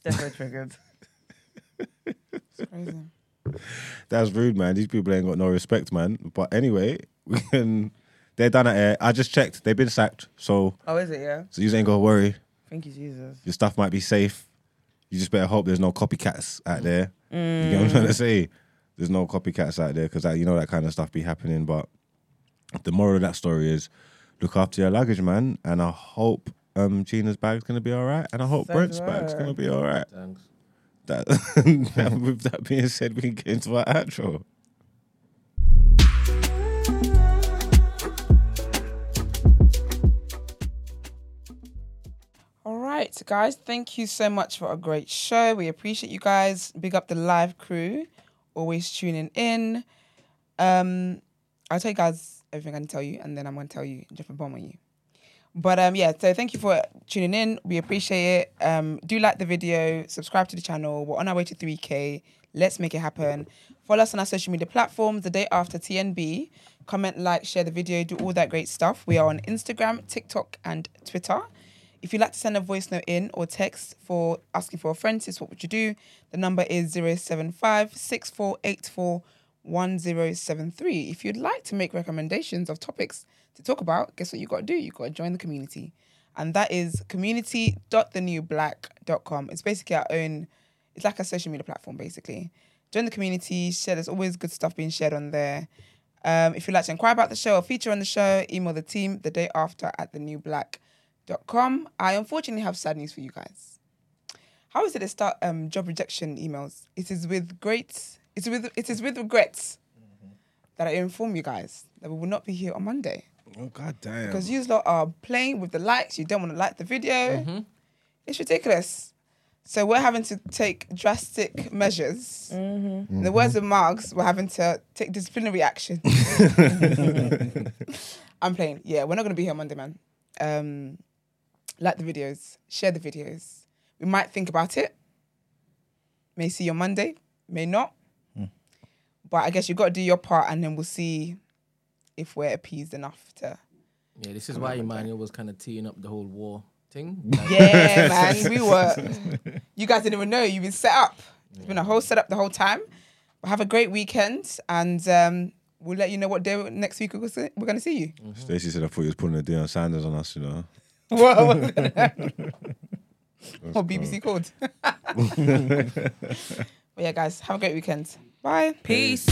Speaker 2: Definitely triggered.
Speaker 1: Crazy.
Speaker 3: That's rude, man. These people ain't got no respect, man. But anyway, we can. They're done at air. I just checked. They've been sacked. So,
Speaker 2: Oh, is it? Yeah.
Speaker 3: so you ain't gotta worry.
Speaker 2: Thank you, Jesus.
Speaker 3: your stuff might be safe. You just better hope there's no copycats out there. You know what I'm trying to say? There's no copycats out there because you know that kind of stuff be happening. But the moral of that story is look after your luggage, man. And I hope um, Gina's bag's gonna be all right, and I hope
Speaker 2: So
Speaker 3: Brent's
Speaker 2: do
Speaker 3: bag's
Speaker 2: I.
Speaker 3: gonna be all right.
Speaker 5: Thanks.
Speaker 3: That, with that being said, we can get into our outro.
Speaker 1: All right, guys. Thank you so much for a great show. We appreciate you guys. Big up the live crew, always tuning in. Um, I'll tell you guys everything I can tell you, and then I'm gonna tell you drop a bomb on you. But um, yeah. So thank you for tuning in. We appreciate it. Um, do like the video, subscribe to the channel. We're on our way to 3k. Let's make it happen. Follow us on our social media platforms. The day after TNB, comment, like, share the video, do all that great stuff. We are on Instagram, TikTok, and Twitter. If you'd like to send a voice note in or text for asking for a friend, sis, what would you do? The number is 075 6484 1073. If you'd like to make recommendations of topics to talk about, guess what you got to do? you got to join the community. And that is community.thenewblack.com. It's basically our own, it's like a social media platform, basically. Join the community, share, there's always good stuff being shared on there. Um, if you'd like to inquire about the show or feature on the show, email the team the day after at thenewblack.com. I unfortunately have sad news for you guys. How is it they start um, job rejection emails? It is with great, it's with, it is with regrets that I inform you guys that we will not be here on Monday
Speaker 3: Oh god damn!
Speaker 1: because you lot are playing with the likes. You don't want to like the video. It's ridiculous. So we're having to take drastic measures. In the words of Marx, we're having to take disciplinary action. I'm playing. Yeah, we're not going to be here Monday, man. Um, like the videos, share the videos. We might think about it. May see you on Monday, may not. But I guess you got to do your part, and then we'll see if we're appeased enough to.
Speaker 5: Yeah, this is why Emmanuel was kind of teeing up the whole war thing. Like,
Speaker 1: Yeah, man, we were. You guys didn't even know you've been set up. It's been a whole setup the whole time. But have a great weekend, and um, we'll let you know what day next week we're going to see you.
Speaker 3: Stacey said I thought you was putting a Deion Sanders on us, you know.
Speaker 1: Or BBC called. but yeah, guys, have a great weekend. Bye.
Speaker 2: Peace.